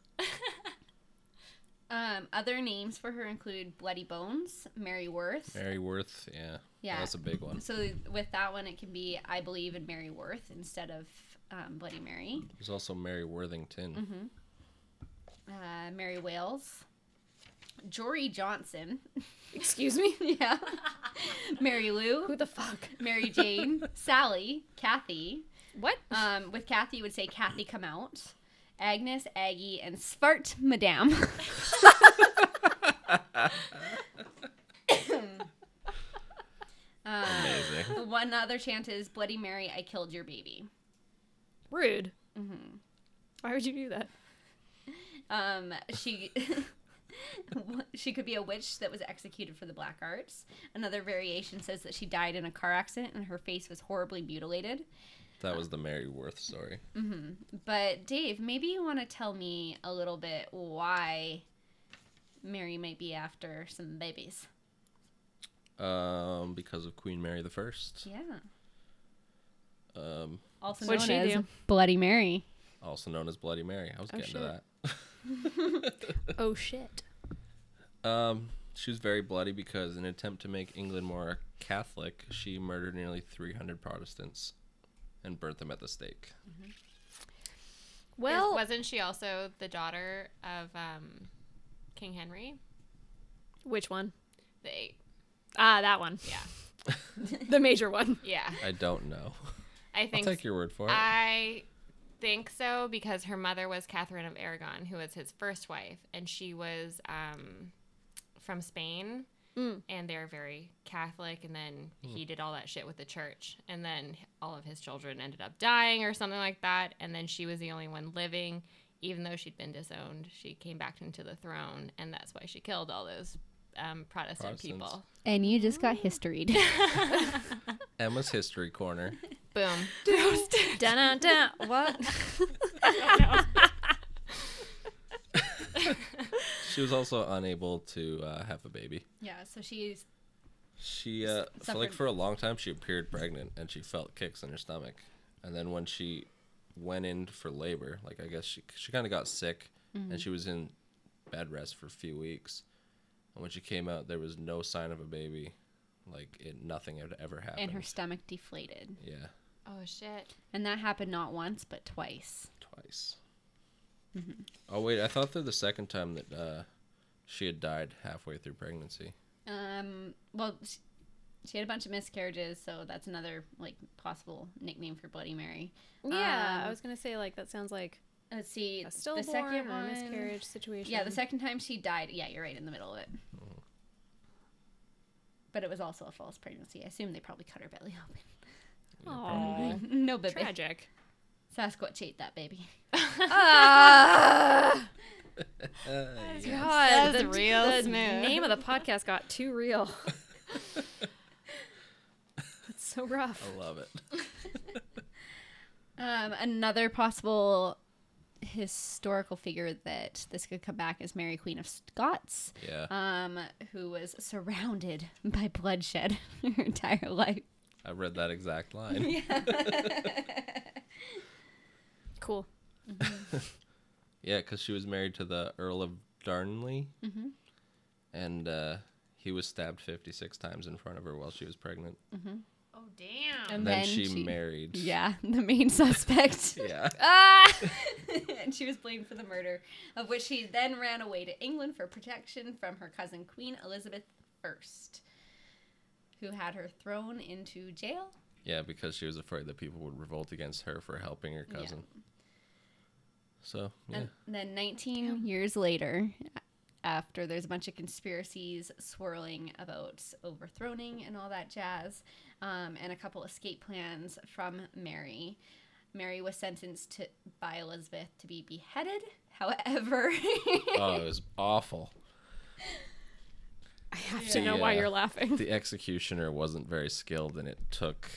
Speaker 1: Um, other names for her include Bloody Bones, Mary Worth.
Speaker 2: Mary Worth, yeah.
Speaker 1: Yeah.
Speaker 2: That's a big one.
Speaker 1: So with that one, it can be I believe in Mary Worth instead of um, Bloody Mary.
Speaker 2: There's also Mary Worthington.
Speaker 1: Uh, Mary Wales, Jory Johnson.
Speaker 4: Excuse me?
Speaker 1: yeah. Mary Lou,
Speaker 4: Who the fuck?
Speaker 1: Mary Jane, Sally, Kathy.
Speaker 4: What?
Speaker 1: Um, with Kathy, you would say Kathy come out. Agnes, Aggie, and Svart Madame. um,
Speaker 2: Amazing.
Speaker 1: one other chant is Bloody Mary, I killed your baby.
Speaker 4: Rude. Mm-hmm. Why would you do that?
Speaker 1: Um, she she could be a witch that was executed for the black arts. Another variation says that she died in a car accident and her face was horribly mutilated.
Speaker 2: That was the Mary Worth story.
Speaker 1: But Dave, maybe you want to tell me a little bit why Mary might be after some babies.
Speaker 2: Um, because of Queen Mary the First.
Speaker 1: Yeah.
Speaker 2: Um,
Speaker 1: Also known
Speaker 4: What'd she
Speaker 1: as
Speaker 4: do?
Speaker 1: Bloody Mary.
Speaker 2: also known as Bloody Mary. I was
Speaker 4: Oh,
Speaker 2: getting to
Speaker 4: shit.
Speaker 2: that.
Speaker 4: Oh shit.
Speaker 2: Um, she was very bloody because, in an attempt to make England more Catholic, she murdered nearly 300 Protestants and burnt them at the stake.
Speaker 4: Well,
Speaker 3: wasn't she also the daughter of um, King Henry
Speaker 4: which one?
Speaker 3: the Eighth?
Speaker 4: Ah, that one.
Speaker 3: Yeah,
Speaker 4: The major one.
Speaker 3: yeah.
Speaker 2: I don't know.
Speaker 3: I
Speaker 2: I'll
Speaker 3: think
Speaker 2: take your word for it.
Speaker 3: I think so because her mother was Catherine of Aragon, who was his first wife, and she was um, from Spain,
Speaker 4: Mm.
Speaker 3: and they're very Catholic. And then he did all that shit with the church, and then all of his children ended up dying or something like that. And then she was the only one living, even though she'd been disowned. She came back into the throne, and that's why she killed all those um, Protestant
Speaker 2: Protestants.
Speaker 3: people.
Speaker 1: And you just got historied.
Speaker 2: Emma's History Corner.
Speaker 3: Boom.
Speaker 4: Dun dun. What?
Speaker 2: She was also unable to uh, have a baby.
Speaker 1: yeah, so she's
Speaker 2: She, uh, for, like,
Speaker 1: suffered-
Speaker 2: for a long time, she appeared pregnant and she felt kicks in her stomach. And then when she went in for labor, like, I guess she, she kind of got sick and she was in bed rest for a few weeks. And when she came out, there was no sign of a baby. Like, it, nothing had ever happened.
Speaker 1: and her stomach deflated.
Speaker 2: Yeah,
Speaker 3: Oh shit.
Speaker 1: And that happened not once but twice.
Speaker 2: twice. Oh wait, I thought that the second time that uh, she had died halfway through pregnancy.
Speaker 1: Um well she, she had a bunch of miscarriages, so that's another like possible nickname for Bloody Mary.
Speaker 4: Yeah,
Speaker 1: Um,
Speaker 4: I was gonna say like that sounds like
Speaker 1: Let's see.
Speaker 4: a stillborn
Speaker 1: the second
Speaker 4: or
Speaker 1: one.
Speaker 4: miscarriage situation.
Speaker 1: Yeah, the second time she died. Yeah, you're right in the middle of it. But it was also a false pregnancy. I assume they probably cut her belly
Speaker 2: Yeah, probably.
Speaker 4: Aw.
Speaker 1: open. no baby.
Speaker 4: tragic.
Speaker 1: Sasquatch ate that baby.
Speaker 2: yeah.
Speaker 4: God,
Speaker 3: That was
Speaker 4: Ah, the,
Speaker 3: real
Speaker 4: the
Speaker 3: smooth.
Speaker 4: name of the podcast got too real. That's so rough.
Speaker 2: I love it.
Speaker 1: Um, another possible historical figure that this could come back is Mary Queen of Scots,
Speaker 2: Yeah.
Speaker 1: um, who was surrounded by bloodshed her entire life.
Speaker 2: I read that exact line.
Speaker 4: Cool.
Speaker 2: Yeah, because she was married to the Earl of Darnley.
Speaker 1: Mm-hmm.
Speaker 2: And uh, he was stabbed 56 times in front of her while she was pregnant.
Speaker 3: Oh damn.
Speaker 1: And
Speaker 2: then,
Speaker 1: then
Speaker 2: she,
Speaker 1: she-
Speaker 2: married.
Speaker 1: Yeah, the main suspect.
Speaker 2: Yeah.
Speaker 1: Ah! and she was blamed for the murder, of which she then ran away to England for protection from her cousin Queen Elizabeth I, who had her thrown into jail.
Speaker 2: Yeah, because she was afraid that people would revolt against her for helping her
Speaker 1: Yeah.
Speaker 2: cousin. So, yeah.
Speaker 1: And then 19 years later, after there's a bunch of conspiracies swirling about overthrowing and all that jazz, um, and a couple escape plans from Mary, Mary was sentenced to, by Elizabeth to be beheaded. However,
Speaker 2: oh, it was awful.
Speaker 4: I have to know why
Speaker 2: Yeah.
Speaker 4: you're laughing.
Speaker 2: The executioner wasn't very skilled, and it took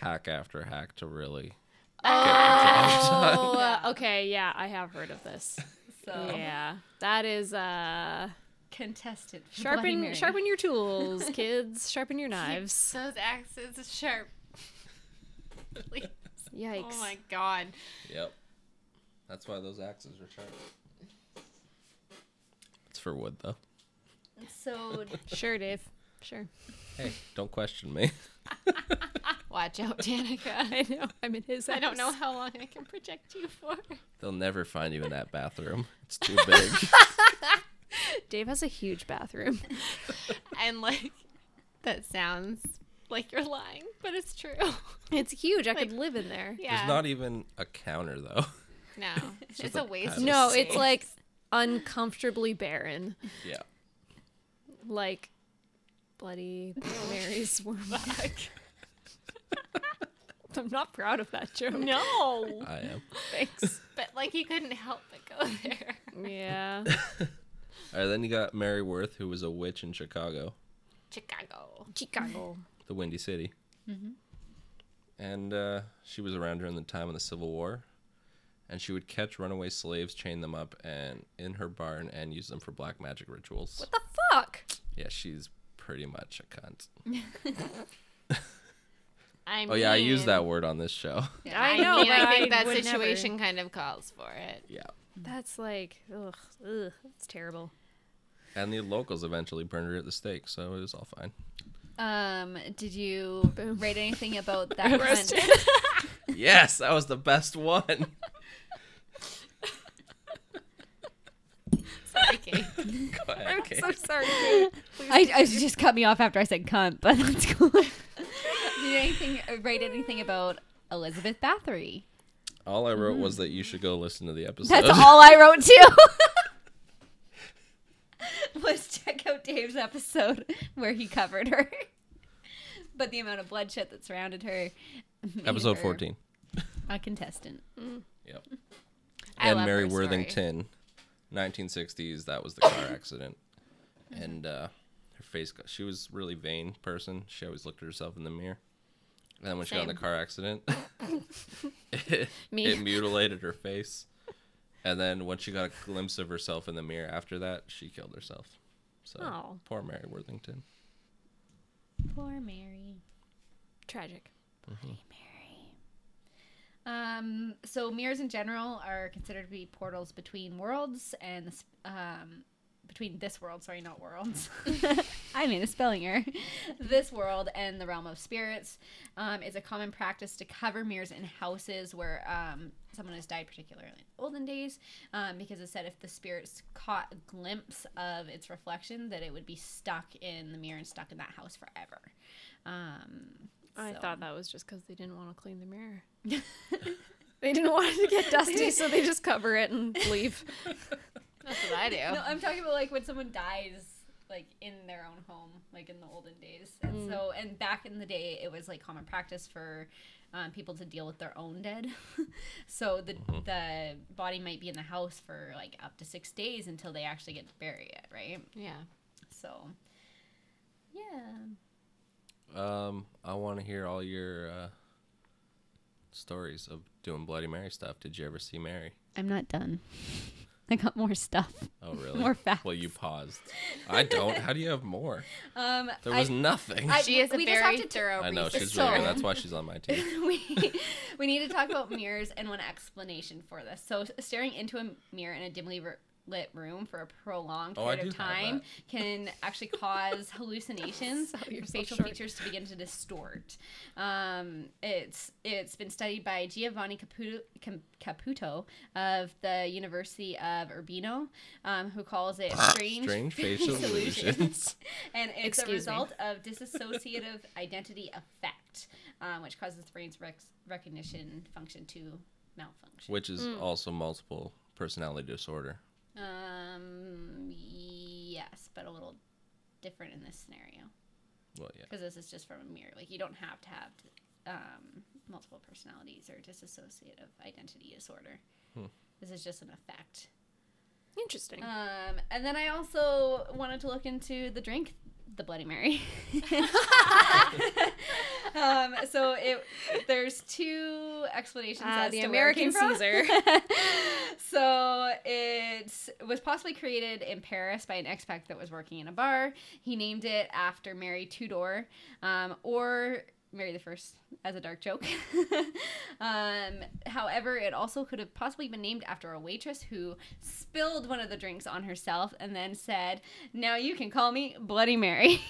Speaker 2: hack after hack to really.
Speaker 4: Oh, okay. Yeah, I have heard of this.
Speaker 1: so
Speaker 4: Yeah, that is uh,
Speaker 1: contested. for Bloody
Speaker 4: sharpen
Speaker 1: Mary.
Speaker 4: sharpen your tools, kids. Sharpen your knives.
Speaker 3: Those axes sharp. Please.
Speaker 4: Yikes.
Speaker 3: Oh my god.
Speaker 2: Yep. That's why those axes are sharp. It's for wood, though.
Speaker 1: So
Speaker 4: Sure, Dave. Sure.
Speaker 2: Hey, don't question me.
Speaker 3: Watch out, Danica.
Speaker 4: I know. I'm in his.
Speaker 3: I don't know
Speaker 4: house.
Speaker 3: how long I can project you for.
Speaker 2: They'll never find you in that bathroom. It's too big.
Speaker 4: Dave has a huge bathroom.
Speaker 3: And like that sounds like you're lying, but it's true.
Speaker 4: It's huge. I could live in there.
Speaker 3: Yeah.
Speaker 2: There's not even a counter, though.
Speaker 3: no. It's,
Speaker 2: just
Speaker 3: a
Speaker 2: a
Speaker 3: waste.
Speaker 2: pad.
Speaker 4: No, it's like uncomfortably barren,
Speaker 2: Yeah.
Speaker 4: like bloody Mary's were back. I'm not proud of that joke.
Speaker 3: no.
Speaker 2: I am.
Speaker 4: Thanks.
Speaker 3: But like you couldn't help but go there.
Speaker 4: Yeah.
Speaker 2: All right, then you got Mary Worth, who was a witch in Chicago.
Speaker 3: Chicago.
Speaker 4: Chicago.
Speaker 2: the Windy City.
Speaker 4: Mm-hmm.
Speaker 2: And uh, she was around during the time of the Civil War. And she would catch runaway slaves, chain them up, and in her barn, and use them for black magic rituals.
Speaker 4: The fuck?
Speaker 2: Yeah, she's pretty much a cunt.
Speaker 3: I mean,
Speaker 2: Oh yeah, I use that word on this show.
Speaker 4: I
Speaker 3: I
Speaker 4: know,
Speaker 3: mean,
Speaker 4: but
Speaker 3: I think
Speaker 4: I
Speaker 3: that
Speaker 4: would
Speaker 3: situation kind of calls for it.
Speaker 2: Yeah.
Speaker 4: That's like, ugh, ugh, that's terrible.
Speaker 2: And the locals eventually burned her at the stake, so it was all fine.
Speaker 1: Um, did you
Speaker 4: Boom.
Speaker 1: rate anything about that
Speaker 4: Roasted.
Speaker 1: one?
Speaker 2: yes, that was the best one.
Speaker 3: Sorry, Kate.
Speaker 2: Go ahead, Kate.
Speaker 4: So sorry.
Speaker 1: I, I she just cut me off after I said cunt, but that's cool. did you anything rate anything about Elizabeth Bathory?
Speaker 2: all I wrote was that you should go listen to the episode.
Speaker 1: That's all I wrote too. Let's check out Dave's episode where he covered her. But the amount of bloodshed that surrounded her. made
Speaker 2: Episode
Speaker 1: her
Speaker 2: 14.
Speaker 1: A contestant.
Speaker 2: Yep.
Speaker 3: I
Speaker 2: and
Speaker 3: love
Speaker 2: Mary
Speaker 3: her story.
Speaker 2: Worthington, 1960s. That was the car accident, and uh, her face. Got, she was really vain person. She always looked at herself in the mirror. And then when she got in
Speaker 3: Same.
Speaker 2: the car accident, it,
Speaker 4: Me.
Speaker 2: it mutilated her face. And then when she got a glimpse of herself in the mirror after that, she killed herself. So
Speaker 4: Aw.
Speaker 2: poor Mary Worthington.
Speaker 1: Poor Mary.
Speaker 4: Tragic.
Speaker 1: Um, so mirrors in general are considered to be portals between worlds and the sp- um, between this world, sorry, not worlds. I made a spelling error. This world and the realm of spirits um, is a common practice to cover mirrors in houses where um, someone has died, particularly in olden days, um, because it said if the spirits caught a glimpse of its reflection, that it would be stuck in the mirror and stuck in that house forever. Um,
Speaker 4: I
Speaker 1: so-
Speaker 4: thought that was just because they didn't want to clean the mirror. they didn't want it to get dusty, so they just cover it and leave.
Speaker 3: That's what I do.
Speaker 1: No, I'm talking about like when someone dies like in their own home, like in the olden days. And so, and back in the day, it was like common practice for um, people to deal with their own dead. so the
Speaker 2: Mm-hmm.
Speaker 1: the body might be in the house for like up to six days until they actually get to bury it, right?
Speaker 3: Yeah.
Speaker 1: So, yeah.
Speaker 2: Um, I want to hear all your uh, stories of doing Bloody Mary stuff. Did you ever see Mary?
Speaker 1: I'm not done. I got more stuff.
Speaker 2: Oh, really?
Speaker 1: More facts.
Speaker 2: Well, you paused. I don't. How do you have more?
Speaker 1: Um,
Speaker 2: There was
Speaker 1: I,
Speaker 2: nothing.
Speaker 1: I-
Speaker 2: I,
Speaker 3: She is a
Speaker 1: We just have
Speaker 3: very
Speaker 1: to t-
Speaker 3: thorough
Speaker 2: know she's
Speaker 1: so-
Speaker 2: really good. That's why she's on my team.
Speaker 1: we we need to talk about mirrors and one explanation for this. So staring into a mirror in a dimly re- lit room for a prolonged
Speaker 2: Oh, I
Speaker 1: period of
Speaker 2: do have
Speaker 1: time
Speaker 2: that.
Speaker 1: can actually cause hallucinations.
Speaker 4: So you're
Speaker 1: and
Speaker 4: so
Speaker 1: facial
Speaker 4: short.
Speaker 1: features to begin to distort. Um, it's it's been studied by Giovanni Caputo, Cam- Caputo of the University of Urbino, um, who calls it strange,
Speaker 2: Strange facial illusions.
Speaker 1: and it's
Speaker 4: Excuse
Speaker 1: a
Speaker 4: me.
Speaker 1: result of dissociative identity effect, um, which causes the brain's rec- recognition function to malfunction.
Speaker 2: Which is also multiple personality disorder.
Speaker 1: Um, yes, but a little different in this scenario
Speaker 2: Well, yeah.
Speaker 1: because this is just from a mirror. Like you don't have to have um, multiple personalities or dissociative identity disorder. This is just an effect.
Speaker 4: Interesting.
Speaker 1: Um, and then I also wanted to look into the drink, the Bloody Mary. um, so it there's two explanations
Speaker 4: Ah,
Speaker 1: as
Speaker 4: the
Speaker 1: to
Speaker 4: American
Speaker 1: where it came
Speaker 4: Caesar.
Speaker 1: from. so it was possibly created in Paris by an expat that was working in a bar. He named it after Mary Tudor, um, or Mary the First as a dark joke. um, however, it also could have possibly been named after a waitress who spilled one of the drinks on herself and then said, "Now you can call me Bloody Mary."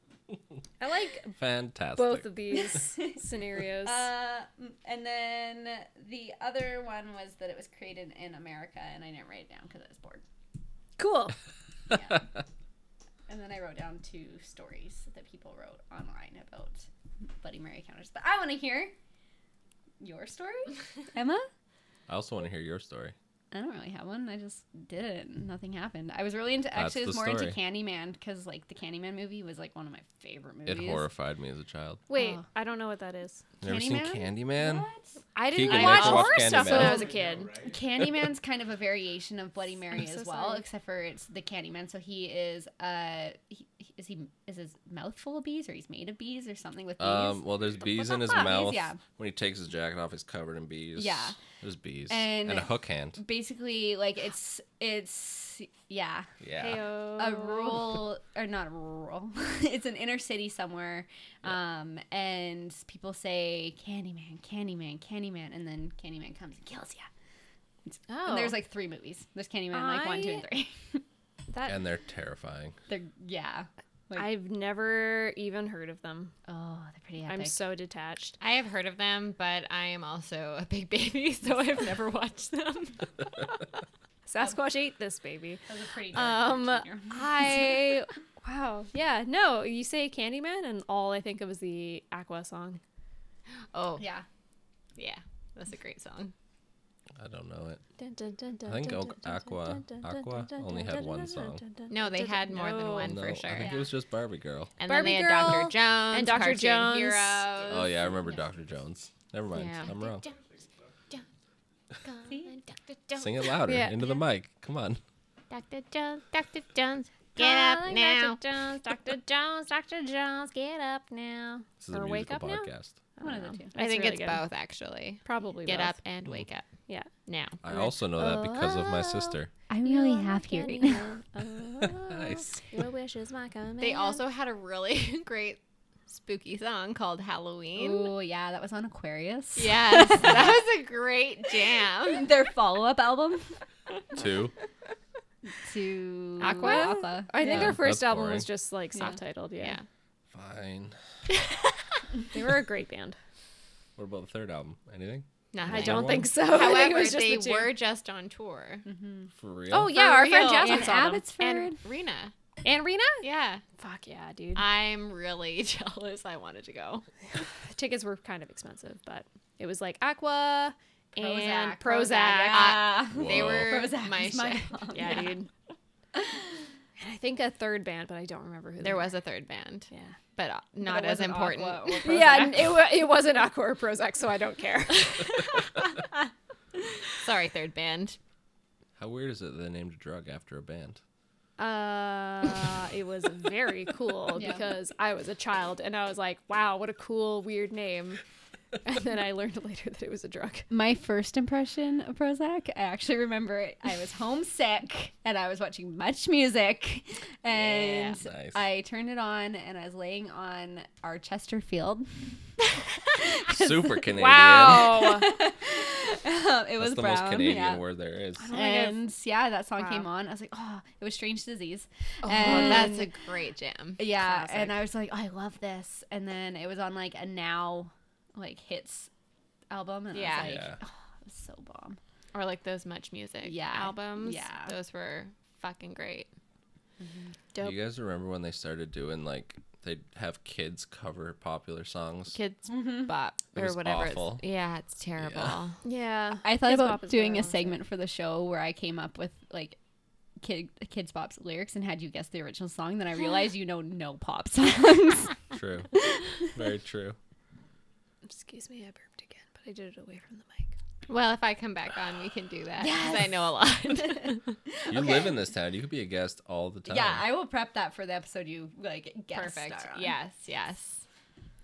Speaker 4: I like
Speaker 2: Fantastic.
Speaker 4: both of these scenarios.
Speaker 1: Uh, m- and then the other one was that it was created in America, and I didn't write it down because I was bored.
Speaker 4: cool.
Speaker 1: And then I wrote down two stories that people wrote online about Bloody Mary counters. But I want to hear your story, Emma.
Speaker 2: I also want to hear your story.
Speaker 1: I don't really have one. I just did it. and Nothing happened. I was really into. Actually, I
Speaker 2: the
Speaker 1: was more into
Speaker 2: story.
Speaker 1: Candyman because like the Candyman movie was like one of my favorite movies.
Speaker 2: It horrified me as a child.
Speaker 4: Wait,
Speaker 1: Oh.
Speaker 4: I don't know what that is.
Speaker 2: You ever seen Candyman?
Speaker 1: What?
Speaker 4: I didn't
Speaker 2: Keegan
Speaker 4: watch
Speaker 2: Michael
Speaker 4: horror
Speaker 2: Candyman.
Speaker 4: stuff when I was a
Speaker 2: Oh,
Speaker 4: kid.
Speaker 1: Candyman's kind of a variation of Bloody Mary
Speaker 4: so
Speaker 1: as well,
Speaker 4: sorry.
Speaker 1: except for it's the Candyman. So he is uh, he, he- is he is his mouth full of bees or he's made of bees or something with bees?
Speaker 2: Um, well, there's bees in his
Speaker 1: fuck? Bees,
Speaker 2: mouth.
Speaker 1: yeah.
Speaker 2: When he takes his jacket off, he's covered in bees.
Speaker 1: Yeah.
Speaker 2: There's bees.
Speaker 1: And-
Speaker 2: And, a hook hand.
Speaker 1: Basically, like it's it's yeah,
Speaker 2: Yeah.
Speaker 1: a
Speaker 4: Oh.
Speaker 1: rural or not a rural. it's an inner city somewhere, um, and people say Candyman, Candyman, Candyman, and then Candyman comes and kills you.
Speaker 4: Oh,
Speaker 1: And there's like three movies. There's Candyman, like one, two, and
Speaker 4: I-
Speaker 1: three.
Speaker 4: that.
Speaker 2: And they're terrifying.
Speaker 1: They're yeah. Like,
Speaker 4: I've never even heard of them.
Speaker 1: oh, they're pretty epic.
Speaker 4: I'm so detached.
Speaker 3: I have heard of them, but I am also a big baby, so I've never watched them.
Speaker 4: Um, Sasquatch ate this baby.
Speaker 1: That was a pretty
Speaker 4: Um,
Speaker 1: dark cartoon.
Speaker 4: I wow, yeah, no. You say Candyman, and all I think of is the Aqua song.
Speaker 3: Oh, yeah.
Speaker 1: yeah.
Speaker 3: That's a great song.
Speaker 2: I don't know it.
Speaker 4: Dun, dun, dun, dun,
Speaker 2: I think
Speaker 4: dun,
Speaker 2: Aqua- Aqua-
Speaker 4: dun, dun, dun, dun, dun,
Speaker 2: Aqua
Speaker 4: dun,
Speaker 2: only
Speaker 4: dun,
Speaker 2: had
Speaker 4: dun,
Speaker 2: one
Speaker 4: dun,
Speaker 2: song.
Speaker 4: dun, dun,
Speaker 3: No, they
Speaker 4: dun,
Speaker 3: had
Speaker 4: dun.
Speaker 3: more than
Speaker 4: No.
Speaker 3: one
Speaker 2: No,
Speaker 3: for
Speaker 2: I
Speaker 3: sure.
Speaker 2: think it was just Barbie Girl.
Speaker 3: And
Speaker 4: Barbie
Speaker 3: then they had
Speaker 4: Girl
Speaker 3: Dr. Jones
Speaker 4: and Dr.
Speaker 3: Cartoon
Speaker 4: Jones.
Speaker 3: Heroes.
Speaker 2: Oh yeah, I remember Dr. Jones. Never mind.
Speaker 3: Yeah.
Speaker 2: I'm wrong.
Speaker 1: See?
Speaker 3: Dr. Jones.
Speaker 2: Sing it louder
Speaker 4: Yeah.
Speaker 2: into the mic. Come on.
Speaker 3: Dr. Jones. Dr. Jones. Get up
Speaker 4: Calling
Speaker 3: now.
Speaker 4: Dr. Jones, Dr. Jones, Dr. Jones, get up now.
Speaker 2: This is a musical podcast.
Speaker 4: I
Speaker 1: One of
Speaker 4: don't
Speaker 1: the
Speaker 4: know.
Speaker 1: two.
Speaker 3: I think
Speaker 4: really
Speaker 3: it's
Speaker 4: good.
Speaker 3: both actually.
Speaker 4: Probably
Speaker 3: Get
Speaker 4: both.
Speaker 3: up and wake up
Speaker 4: Yeah.
Speaker 3: now.
Speaker 2: I also know that because of my
Speaker 4: Oh.
Speaker 2: sister.
Speaker 1: I'm
Speaker 4: You
Speaker 1: really
Speaker 4: are
Speaker 1: half
Speaker 4: my
Speaker 1: hearing.
Speaker 4: candy now. Oh,
Speaker 2: Nice.
Speaker 4: Your wish is my command.
Speaker 3: They also had a really great spooky song called Halloween.
Speaker 1: Oh yeah, that was on Aquarius.
Speaker 3: Yes, that was a great jam.
Speaker 1: Their follow-up album
Speaker 2: Two.
Speaker 1: to
Speaker 3: Aqua?
Speaker 1: Aqua.
Speaker 4: I think
Speaker 2: Yeah,
Speaker 4: their first
Speaker 2: that's
Speaker 4: album
Speaker 2: boring.
Speaker 4: was just like
Speaker 1: Yeah.
Speaker 4: soft titled. Yeah.
Speaker 3: Yeah.
Speaker 2: Fine.
Speaker 4: they were a great band.
Speaker 2: What about the third album? Anything?
Speaker 3: Nothing.
Speaker 4: I
Speaker 2: Another
Speaker 4: don't
Speaker 2: one?
Speaker 4: think so. I think it
Speaker 3: However,
Speaker 4: was just
Speaker 3: they
Speaker 4: the two.
Speaker 3: were just on tour.
Speaker 2: For real?
Speaker 4: Oh yeah, our friend
Speaker 3: real.
Speaker 4: Jasmine
Speaker 1: in
Speaker 4: saw them.
Speaker 1: Abbotsford.
Speaker 3: And Rena.
Speaker 4: and Rena.
Speaker 3: Yeah. Uh,
Speaker 4: Fuck yeah, dude.
Speaker 3: I'm really jealous. I wanted to go.
Speaker 4: tickets were kind of expensive, but it was like Aqua and Prozac. Uh,
Speaker 1: Prozac.
Speaker 3: They
Speaker 2: Whoa.
Speaker 3: were
Speaker 1: Prozac
Speaker 3: my
Speaker 1: is my
Speaker 3: shit.
Speaker 1: mom.
Speaker 4: Yeah, dude. And I think a third band, but I don't remember who. they
Speaker 3: There was a third band,
Speaker 4: were. Yeah.
Speaker 3: but uh, not as important.
Speaker 4: Yeah, and it, wa- it wasn't Aqua or Prozac, so I don't care.
Speaker 3: Sorry, third band.
Speaker 2: How weird is it they named a drug after a band?
Speaker 4: Uh, it was very cool
Speaker 1: Yeah.
Speaker 4: because I was a child and I was like, wow, what a cool, weird name. And then I learned later that it was a drug.
Speaker 1: My first impression of Prozac, I actually remember it. I was homesick and I was watching much music. And
Speaker 2: Yeah. Nice.
Speaker 1: I turned it on and I was laying on our Chesterfield.
Speaker 2: Super Canadian.
Speaker 4: Wow.
Speaker 1: Um, it
Speaker 2: That's
Speaker 1: was
Speaker 2: the
Speaker 1: brown.
Speaker 2: most Canadian
Speaker 1: yeah.
Speaker 2: word there is.
Speaker 4: Oh my God.
Speaker 1: And yeah, that song came
Speaker 4: Wow.
Speaker 1: on. I was like, oh, it was Strange Disease.
Speaker 3: Oh,
Speaker 1: And-
Speaker 3: that's a great jam.
Speaker 1: Yeah,
Speaker 4: Classic.
Speaker 1: and I was like, I love this. And then it was on like a now like hits album, and
Speaker 3: Yeah.
Speaker 1: I was like,
Speaker 2: Yeah.
Speaker 1: oh, it was so bomb.
Speaker 3: Or like those Much Music
Speaker 1: Yeah,
Speaker 3: albums.
Speaker 1: yeah.
Speaker 3: Those were fucking great.
Speaker 4: Dope.
Speaker 2: Do you guys remember when they started doing like they'd have kids cover popular songs?
Speaker 3: Kids Bop
Speaker 2: It
Speaker 3: or
Speaker 2: was
Speaker 3: whatever.
Speaker 2: awful.
Speaker 3: It's, yeah, it's terrible.
Speaker 4: Yeah.
Speaker 1: I thought
Speaker 4: Kids Bop
Speaker 1: about
Speaker 4: is
Speaker 1: doing a
Speaker 4: their own shit.
Speaker 1: segment for the show where I came up with like kid kids pop's lyrics and had you guess the original song. Then I realized you know no pop songs.
Speaker 2: True. Very true.
Speaker 4: Excuse me, I burped again, but I did it away from the mic.
Speaker 3: Well, if I come back on, we can do that. 'cause I know a lot.
Speaker 2: You live in this town. You could be a guest all the time.
Speaker 1: yeah, I will prep that for the episode you like guessed.
Speaker 3: Perfect. Yes, yes.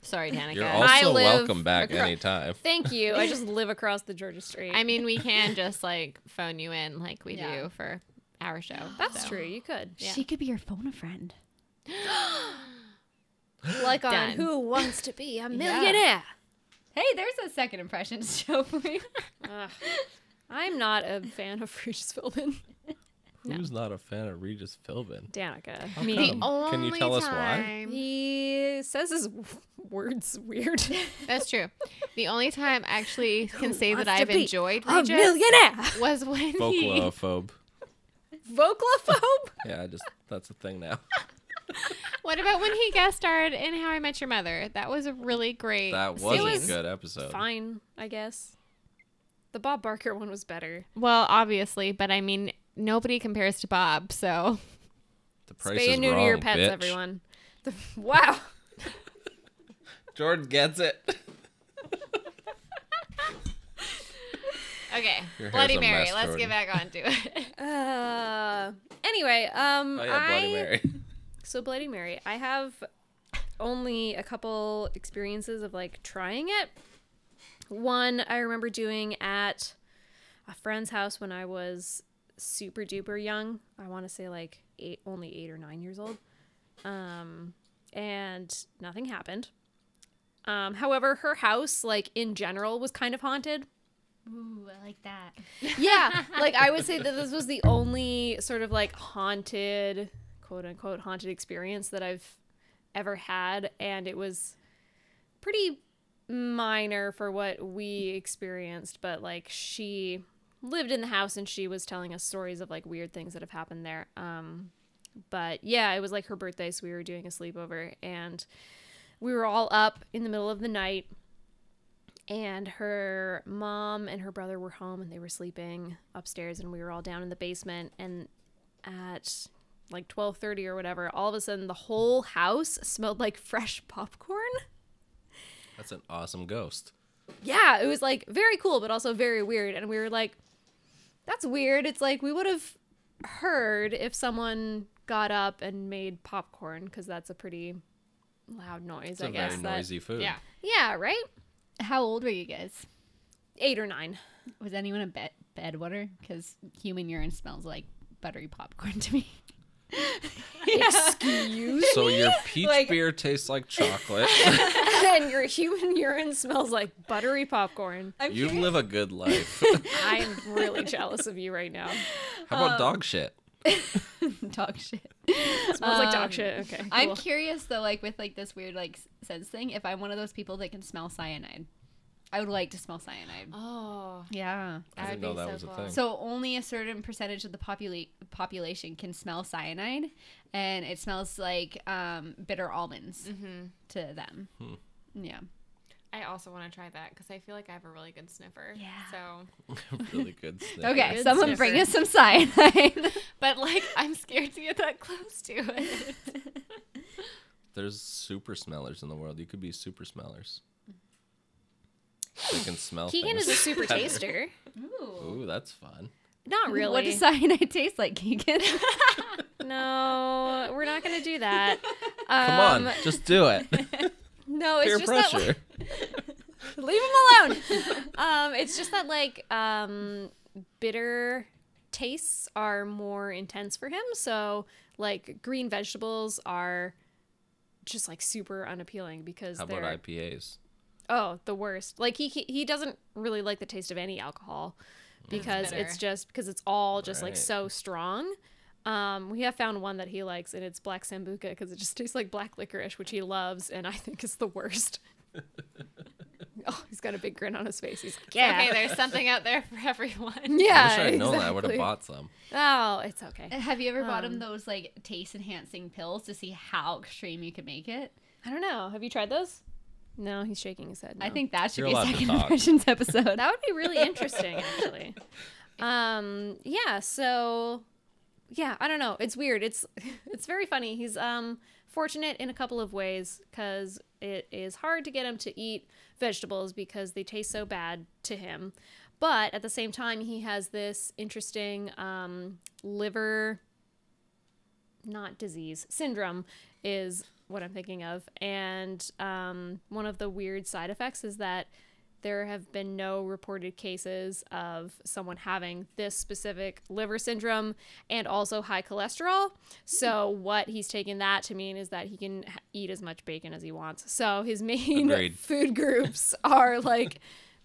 Speaker 3: Sorry, Danica.
Speaker 2: You're
Speaker 4: I
Speaker 2: also
Speaker 4: live
Speaker 2: welcome back
Speaker 4: across-
Speaker 2: anytime.
Speaker 4: Thank you. I just live across the Georgia Street.
Speaker 3: I mean, we can just like phone you in like we
Speaker 1: Yeah.
Speaker 3: do for our show.
Speaker 4: that's
Speaker 3: so.
Speaker 4: true. You could.
Speaker 1: She could be your phone a friend.
Speaker 4: Like on
Speaker 3: Done.
Speaker 4: Who Wants to Be a
Speaker 1: Millionaire. Hey, there's a second impression show for you.
Speaker 4: Ugh. I'm not a fan of Regis Philbin.
Speaker 2: Who's not a fan of Regis Philbin?
Speaker 4: Danica.
Speaker 2: How
Speaker 4: Me.
Speaker 2: come?
Speaker 3: The only
Speaker 2: Can you tell us why?
Speaker 3: time-
Speaker 4: He says his words weird.
Speaker 3: That's true. The only time I actually can say that
Speaker 4: wants to
Speaker 3: I've
Speaker 4: be
Speaker 3: enjoyed
Speaker 4: a
Speaker 3: Regis
Speaker 4: millionaire.
Speaker 3: was when he
Speaker 2: Folklophobe.
Speaker 4: Vocalophobe.
Speaker 2: Yeah, I just that's a thing now.
Speaker 3: What about when he guest starred in How I Met Your Mother? That was a really great.
Speaker 2: That
Speaker 3: scene.
Speaker 2: was,
Speaker 4: was
Speaker 2: a good episode.
Speaker 4: Fine, I guess. The Bob Barker one was better.
Speaker 3: Well, obviously, but I mean, nobody compares to Bob. So
Speaker 2: The price
Speaker 4: Spay
Speaker 2: is
Speaker 4: and neuter
Speaker 2: wrong,
Speaker 4: your pets,
Speaker 2: bitch.
Speaker 4: everyone. The, wow.
Speaker 2: Jordan gets it.
Speaker 3: okay,
Speaker 2: Your hair's
Speaker 3: Bloody
Speaker 2: a
Speaker 3: Mary.
Speaker 2: mess,
Speaker 3: let's
Speaker 2: Jordan.
Speaker 3: get back on to it.
Speaker 4: Uh, anyway, um,
Speaker 2: Oh yeah, Bloody
Speaker 4: I
Speaker 2: Mary.
Speaker 4: so Bloody Mary. I have only a couple experiences of like trying it. One I remember doing at a friend's house when I was super duper young. I want to say like eight, only eight or nine years old. Um, and nothing happened. Um, however, her house, like in general, was kind of haunted
Speaker 1: Ooh, I like that.
Speaker 4: yeah like i would say that this was the only sort of like haunted quote unquote haunted experience that i've ever had and it was pretty minor for what we experienced but like she lived in the house and she was telling us stories of like weird things that have happened there um but yeah it was like her birthday so we were doing a sleepover and we were all up in the middle of the night and her mom and her brother were home and they were sleeping upstairs and we were all down in the basement and at like 12:30 or whatever all of a sudden the whole house smelled like fresh popcorn
Speaker 2: That's an awesome ghost.
Speaker 4: yeah it was like very cool but also very weird and we were like that's weird it's like we would have heard if someone got up and made popcorn cuz that's a pretty loud noise
Speaker 2: It's
Speaker 4: i
Speaker 2: a
Speaker 4: guess
Speaker 2: very
Speaker 4: that-
Speaker 2: noisy food.
Speaker 3: yeah.
Speaker 4: yeah right
Speaker 1: How old were you guys?
Speaker 4: 8 or 9
Speaker 1: Was anyone a bed bedwetter? Because human urine smells like buttery popcorn to me.
Speaker 4: excuse
Speaker 2: So your peach
Speaker 1: Like-
Speaker 2: beer tastes like chocolate.
Speaker 4: and your human urine smells like buttery popcorn.
Speaker 1: I'm
Speaker 2: you live a good life.
Speaker 4: I'm really jealous of you right now.
Speaker 2: How about dog shit?
Speaker 1: dog shit.
Speaker 4: It smells like dog shit. Okay.
Speaker 1: I'm
Speaker 4: cool.
Speaker 1: curious though, like with like this weird like s- sense thing. If I'm one of those people that can smell cyanide, I would like to smell cyanide.
Speaker 3: Oh,
Speaker 1: Yeah.
Speaker 2: I
Speaker 3: That'd
Speaker 2: didn't know
Speaker 3: be
Speaker 2: that
Speaker 3: so
Speaker 2: was a
Speaker 3: cool.
Speaker 2: thing.
Speaker 1: So only a certain percentage of the popula- population can smell cyanide, and Mm-hmm. Hmm. it smells like um, bitter almonds to them. Yeah.
Speaker 3: I also want to try that because I feel like I have a really good sniffer.
Speaker 1: Yeah.
Speaker 3: So,
Speaker 2: really good. Snippet.
Speaker 1: Okay,
Speaker 4: Good
Speaker 1: someone
Speaker 4: sniffer.
Speaker 1: bring us some cyanide.
Speaker 3: but like, I'm scared to get that close to it.
Speaker 2: There's super smellers in the world. You could be super smellers. They can smell
Speaker 4: Keegan
Speaker 2: things.
Speaker 4: is a super taster.
Speaker 1: Ooh.
Speaker 2: Ooh, that's fun.
Speaker 4: Not really.
Speaker 1: What does cyanide taste like, Keegan?
Speaker 4: No, we're not gonna do that.
Speaker 2: Come
Speaker 4: Um,
Speaker 2: on, just do it.
Speaker 4: No, it's
Speaker 2: Peer
Speaker 4: just that.
Speaker 2: pressure.
Speaker 4: leave him alone. um, it's just that like um, bitter tastes are more intense for him. So like green vegetables are just like super unappealing because
Speaker 2: How
Speaker 4: they're
Speaker 2: about IPAs?
Speaker 4: oh the worst. Like he he he doesn't really like the taste of any alcohol because
Speaker 3: bitter.
Speaker 4: it's just because it's all just like
Speaker 2: Right.
Speaker 4: so strong. Um, we have found one that he likes, and it's black sambuca because it just tastes like black licorice, which he loves, and I think is the worst. oh, he's got a big grin on his face. He's like, yeah,
Speaker 3: Okay, there's something out there for everyone.
Speaker 2: I wish
Speaker 4: yeah.
Speaker 2: I had known that. I would have
Speaker 4: exactly.
Speaker 2: bought some.
Speaker 4: Oh, it's okay.
Speaker 1: Have you ever bought him
Speaker 4: Um,
Speaker 1: those like taste enhancing pills to see how extreme you could make it?
Speaker 4: I don't know. Have you tried those? No, he's shaking his head.
Speaker 1: I
Speaker 4: no.
Speaker 1: think that should
Speaker 2: You're
Speaker 1: be a
Speaker 2: allowed to
Speaker 1: second
Speaker 2: talk.
Speaker 1: impressions episode.
Speaker 4: that would be really interesting, actually. Um, yeah. So, yeah, I don't know. It's weird. It's it's very funny. He's um fortunate in a couple of ways because it is hard to get him to eat vegetables because they taste so bad to him. But at the same time, he has this interesting um, liver not disease syndrome is what i'm thinking of and um, one of the weird side effects is that there have been no reported cases of someone having this specific liver syndrome and also high cholesterol so what he's taken that to mean is that he can h- eat as much bacon as he wants so his main
Speaker 2: Agreed.
Speaker 4: food groups are like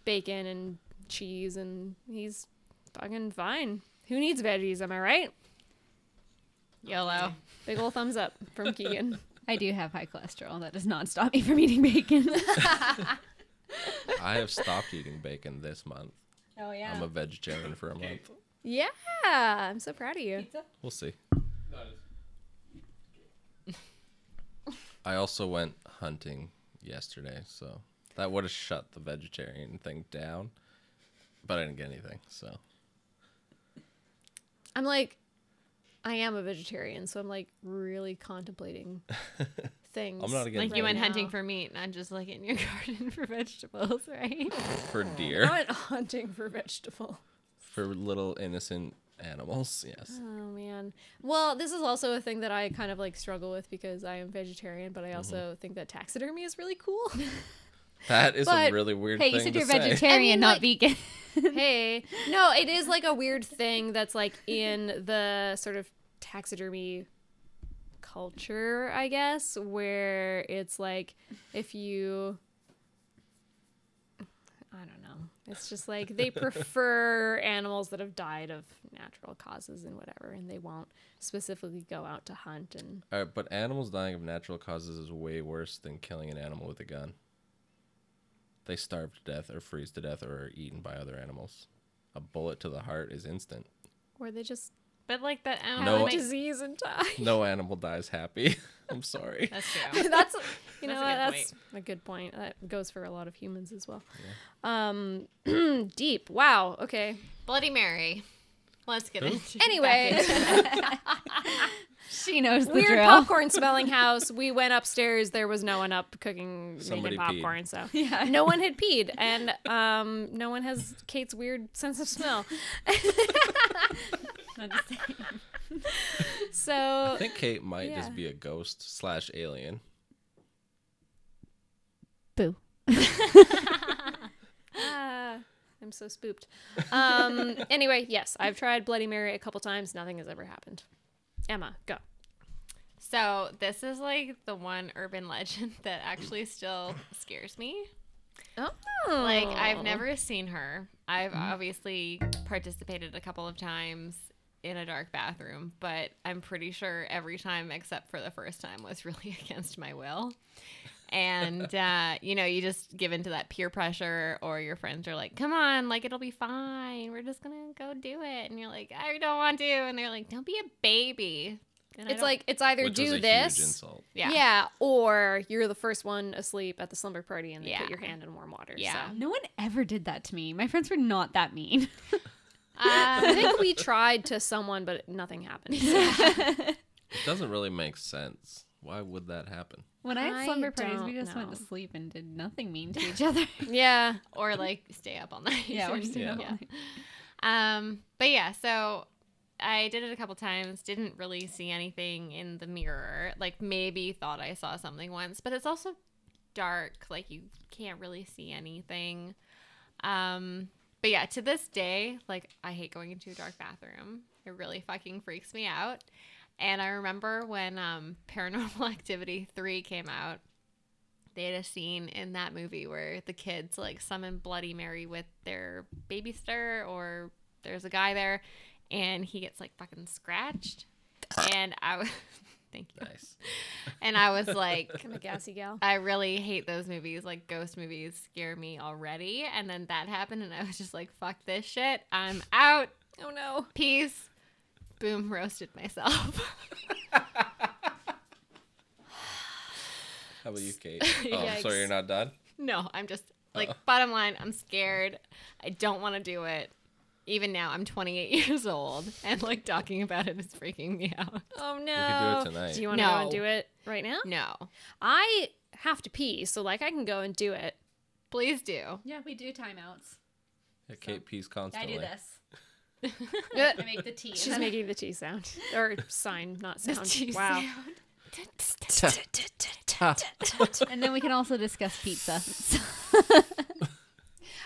Speaker 4: bacon and cheese and he's fucking fine who needs veggies am i right
Speaker 3: YOLO.
Speaker 4: Big ol' thumbs up from Keegan.
Speaker 1: I do have high cholesterol. That does not stop me from eating bacon.
Speaker 2: I have stopped eating bacon this month.
Speaker 1: oh yeah.
Speaker 2: I'm a vegetarian for a month.
Speaker 4: Yeah, I'm so proud of you.
Speaker 2: We'll see. I also went hunting yesterday, so that would have shut the vegetarian thing down. But I didn't get anything, so
Speaker 4: I'm like, I am a vegetarian, so I'm like really contemplating things.
Speaker 2: I'm not against
Speaker 3: Like you went
Speaker 4: Right
Speaker 3: hunting
Speaker 4: now.
Speaker 3: for meat, not just like in your garden for vegetables, right?
Speaker 2: for
Speaker 4: I
Speaker 2: deer,
Speaker 4: went hunting for vegetable.
Speaker 2: for little innocent animals, yes.
Speaker 4: Oh man. Well, this is also a thing that I kind of like struggle with because I am vegetarian,
Speaker 2: Mm-hmm.
Speaker 4: but I also think that taxidermy is really cool.
Speaker 2: That is
Speaker 4: But,
Speaker 2: a really weird
Speaker 1: Hey,
Speaker 2: thing
Speaker 1: you said
Speaker 2: to
Speaker 1: you're
Speaker 2: say.
Speaker 1: vegetarian,
Speaker 4: And,
Speaker 1: not vegan.
Speaker 4: hey no it is like a weird thing that's like in the sort of taxidermy culture i guess where it's like if you i don't know it's just like they prefer animals that have died of natural causes and whatever and they won't specifically go out to hunt and
Speaker 2: All right, but animals dying of natural causes is way worse than killing an animal with a gun. They starve to death or freeze to death or are eaten by other animals. A bullet to the heart is instant.
Speaker 4: or they just
Speaker 3: But like that
Speaker 2: No.
Speaker 3: animal.
Speaker 4: have a
Speaker 3: like-
Speaker 4: disease and die
Speaker 2: No animal dies happy. I'm sorry.
Speaker 3: that's true.
Speaker 4: that's you know
Speaker 3: That's a
Speaker 4: that's
Speaker 3: good
Speaker 4: a good point. That goes for a lot of humans as well. Um, deep. Wow. Okay.
Speaker 3: Bloody Mary. Let's get
Speaker 2: Who?
Speaker 3: into
Speaker 4: Anyway,
Speaker 1: she knows the
Speaker 4: weird
Speaker 1: drill.
Speaker 4: popcorn smelling house. We went upstairs. There was no one up cooking
Speaker 2: Somebody
Speaker 4: making
Speaker 2: peed.
Speaker 4: popcorn. So
Speaker 1: Yeah.
Speaker 4: no one had peed, and um, no one has Kate's weird sense of smell.
Speaker 2: I
Speaker 4: So
Speaker 2: think Kate might
Speaker 4: yeah.
Speaker 2: just be a ghost slash alien.
Speaker 1: Boo.
Speaker 4: ah, I'm so spooked. Um, anyway, yes, I've tried Bloody Mary a couple times. Nothing has ever happened. Emma, go.
Speaker 3: So this is like the one urban legend that actually still scares me.
Speaker 4: Oh,
Speaker 3: Like I've never seen her. I've obviously participated a couple of times in a dark bathroom, but I'm pretty sure every time except for the first time was really against my will. And uh, you know, you just give into that peer pressure, or your friends are like, "Come on, like it'll be fine. We're just gonna go do it." And you're like, "I don't want to," and they're like, "Don't be a baby."
Speaker 4: And I
Speaker 1: It's
Speaker 4: don't-
Speaker 1: like-
Speaker 4: it's either
Speaker 2: which was a
Speaker 4: do
Speaker 2: huge
Speaker 4: this,
Speaker 2: insult.
Speaker 4: yeah.
Speaker 3: Yeah. yeah.
Speaker 4: or you're the first one asleep at the slumber party and they
Speaker 3: Yeah.
Speaker 4: put your hand in warm water.
Speaker 3: Yeah.
Speaker 4: so.
Speaker 1: No one ever did that to me. My friends were not that mean.
Speaker 4: I
Speaker 3: Um,
Speaker 4: think we tried to someone, but nothing happened.
Speaker 2: It doesn't really make sense. Why would that happen?
Speaker 1: When I
Speaker 4: I
Speaker 1: had slumber parties, we
Speaker 4: don't
Speaker 1: just went to
Speaker 4: know.
Speaker 1: sleep and did nothing mean to each other.
Speaker 4: yeah,
Speaker 3: or like stay up all night.
Speaker 1: yeah, we're
Speaker 3: or-
Speaker 1: just doing
Speaker 2: Yeah.
Speaker 1: the whole
Speaker 3: Yeah.
Speaker 1: thing.
Speaker 3: Um, but yeah, so I did it a couple times, didn't really see anything in the mirror. Like maybe thought I saw something once, but it's also dark, like you can't really see anything. Um, but yeah, to this day, like I hate going into a dark bathroom. It really fucking freaks me out. And I remember when um, Paranormal Activity 3 came out, they had a scene in that movie where the kids like summon Bloody Mary with their babysitter, or there's a guy there, and he gets like fucking scratched. And I was, thank you.
Speaker 2: Nice.
Speaker 3: And I was like,
Speaker 4: kind of gassy gal.
Speaker 3: I really hate those movies. Like ghost movies scare me already. And then that happened, and I was just like, fuck this shit. I'm out.
Speaker 4: Oh no.
Speaker 3: Peace. Boom, roasted myself.
Speaker 2: How about you, Kate? Oh,
Speaker 3: Yikes.
Speaker 2: sorry, you're not done.
Speaker 3: No, I'm just like bottom line, I'm scared. I don't want to do it. Even now, I'm 28 years old, and like talking about it is freaking me out.
Speaker 4: Oh
Speaker 2: do
Speaker 4: no.
Speaker 2: it tonight.
Speaker 4: you want to go and
Speaker 3: No.
Speaker 4: do it right now?
Speaker 3: No,
Speaker 4: I have to pee, so like I can go and do it.
Speaker 3: please do.
Speaker 1: Yeah, we do timeouts.
Speaker 2: Yeah, Kate pees
Speaker 1: I
Speaker 2: constantly.
Speaker 1: do this.
Speaker 4: Eh,
Speaker 1: I make the tea.
Speaker 4: She's making the T sound or sign, not sound. wow.
Speaker 1: and then we can also discuss pizza.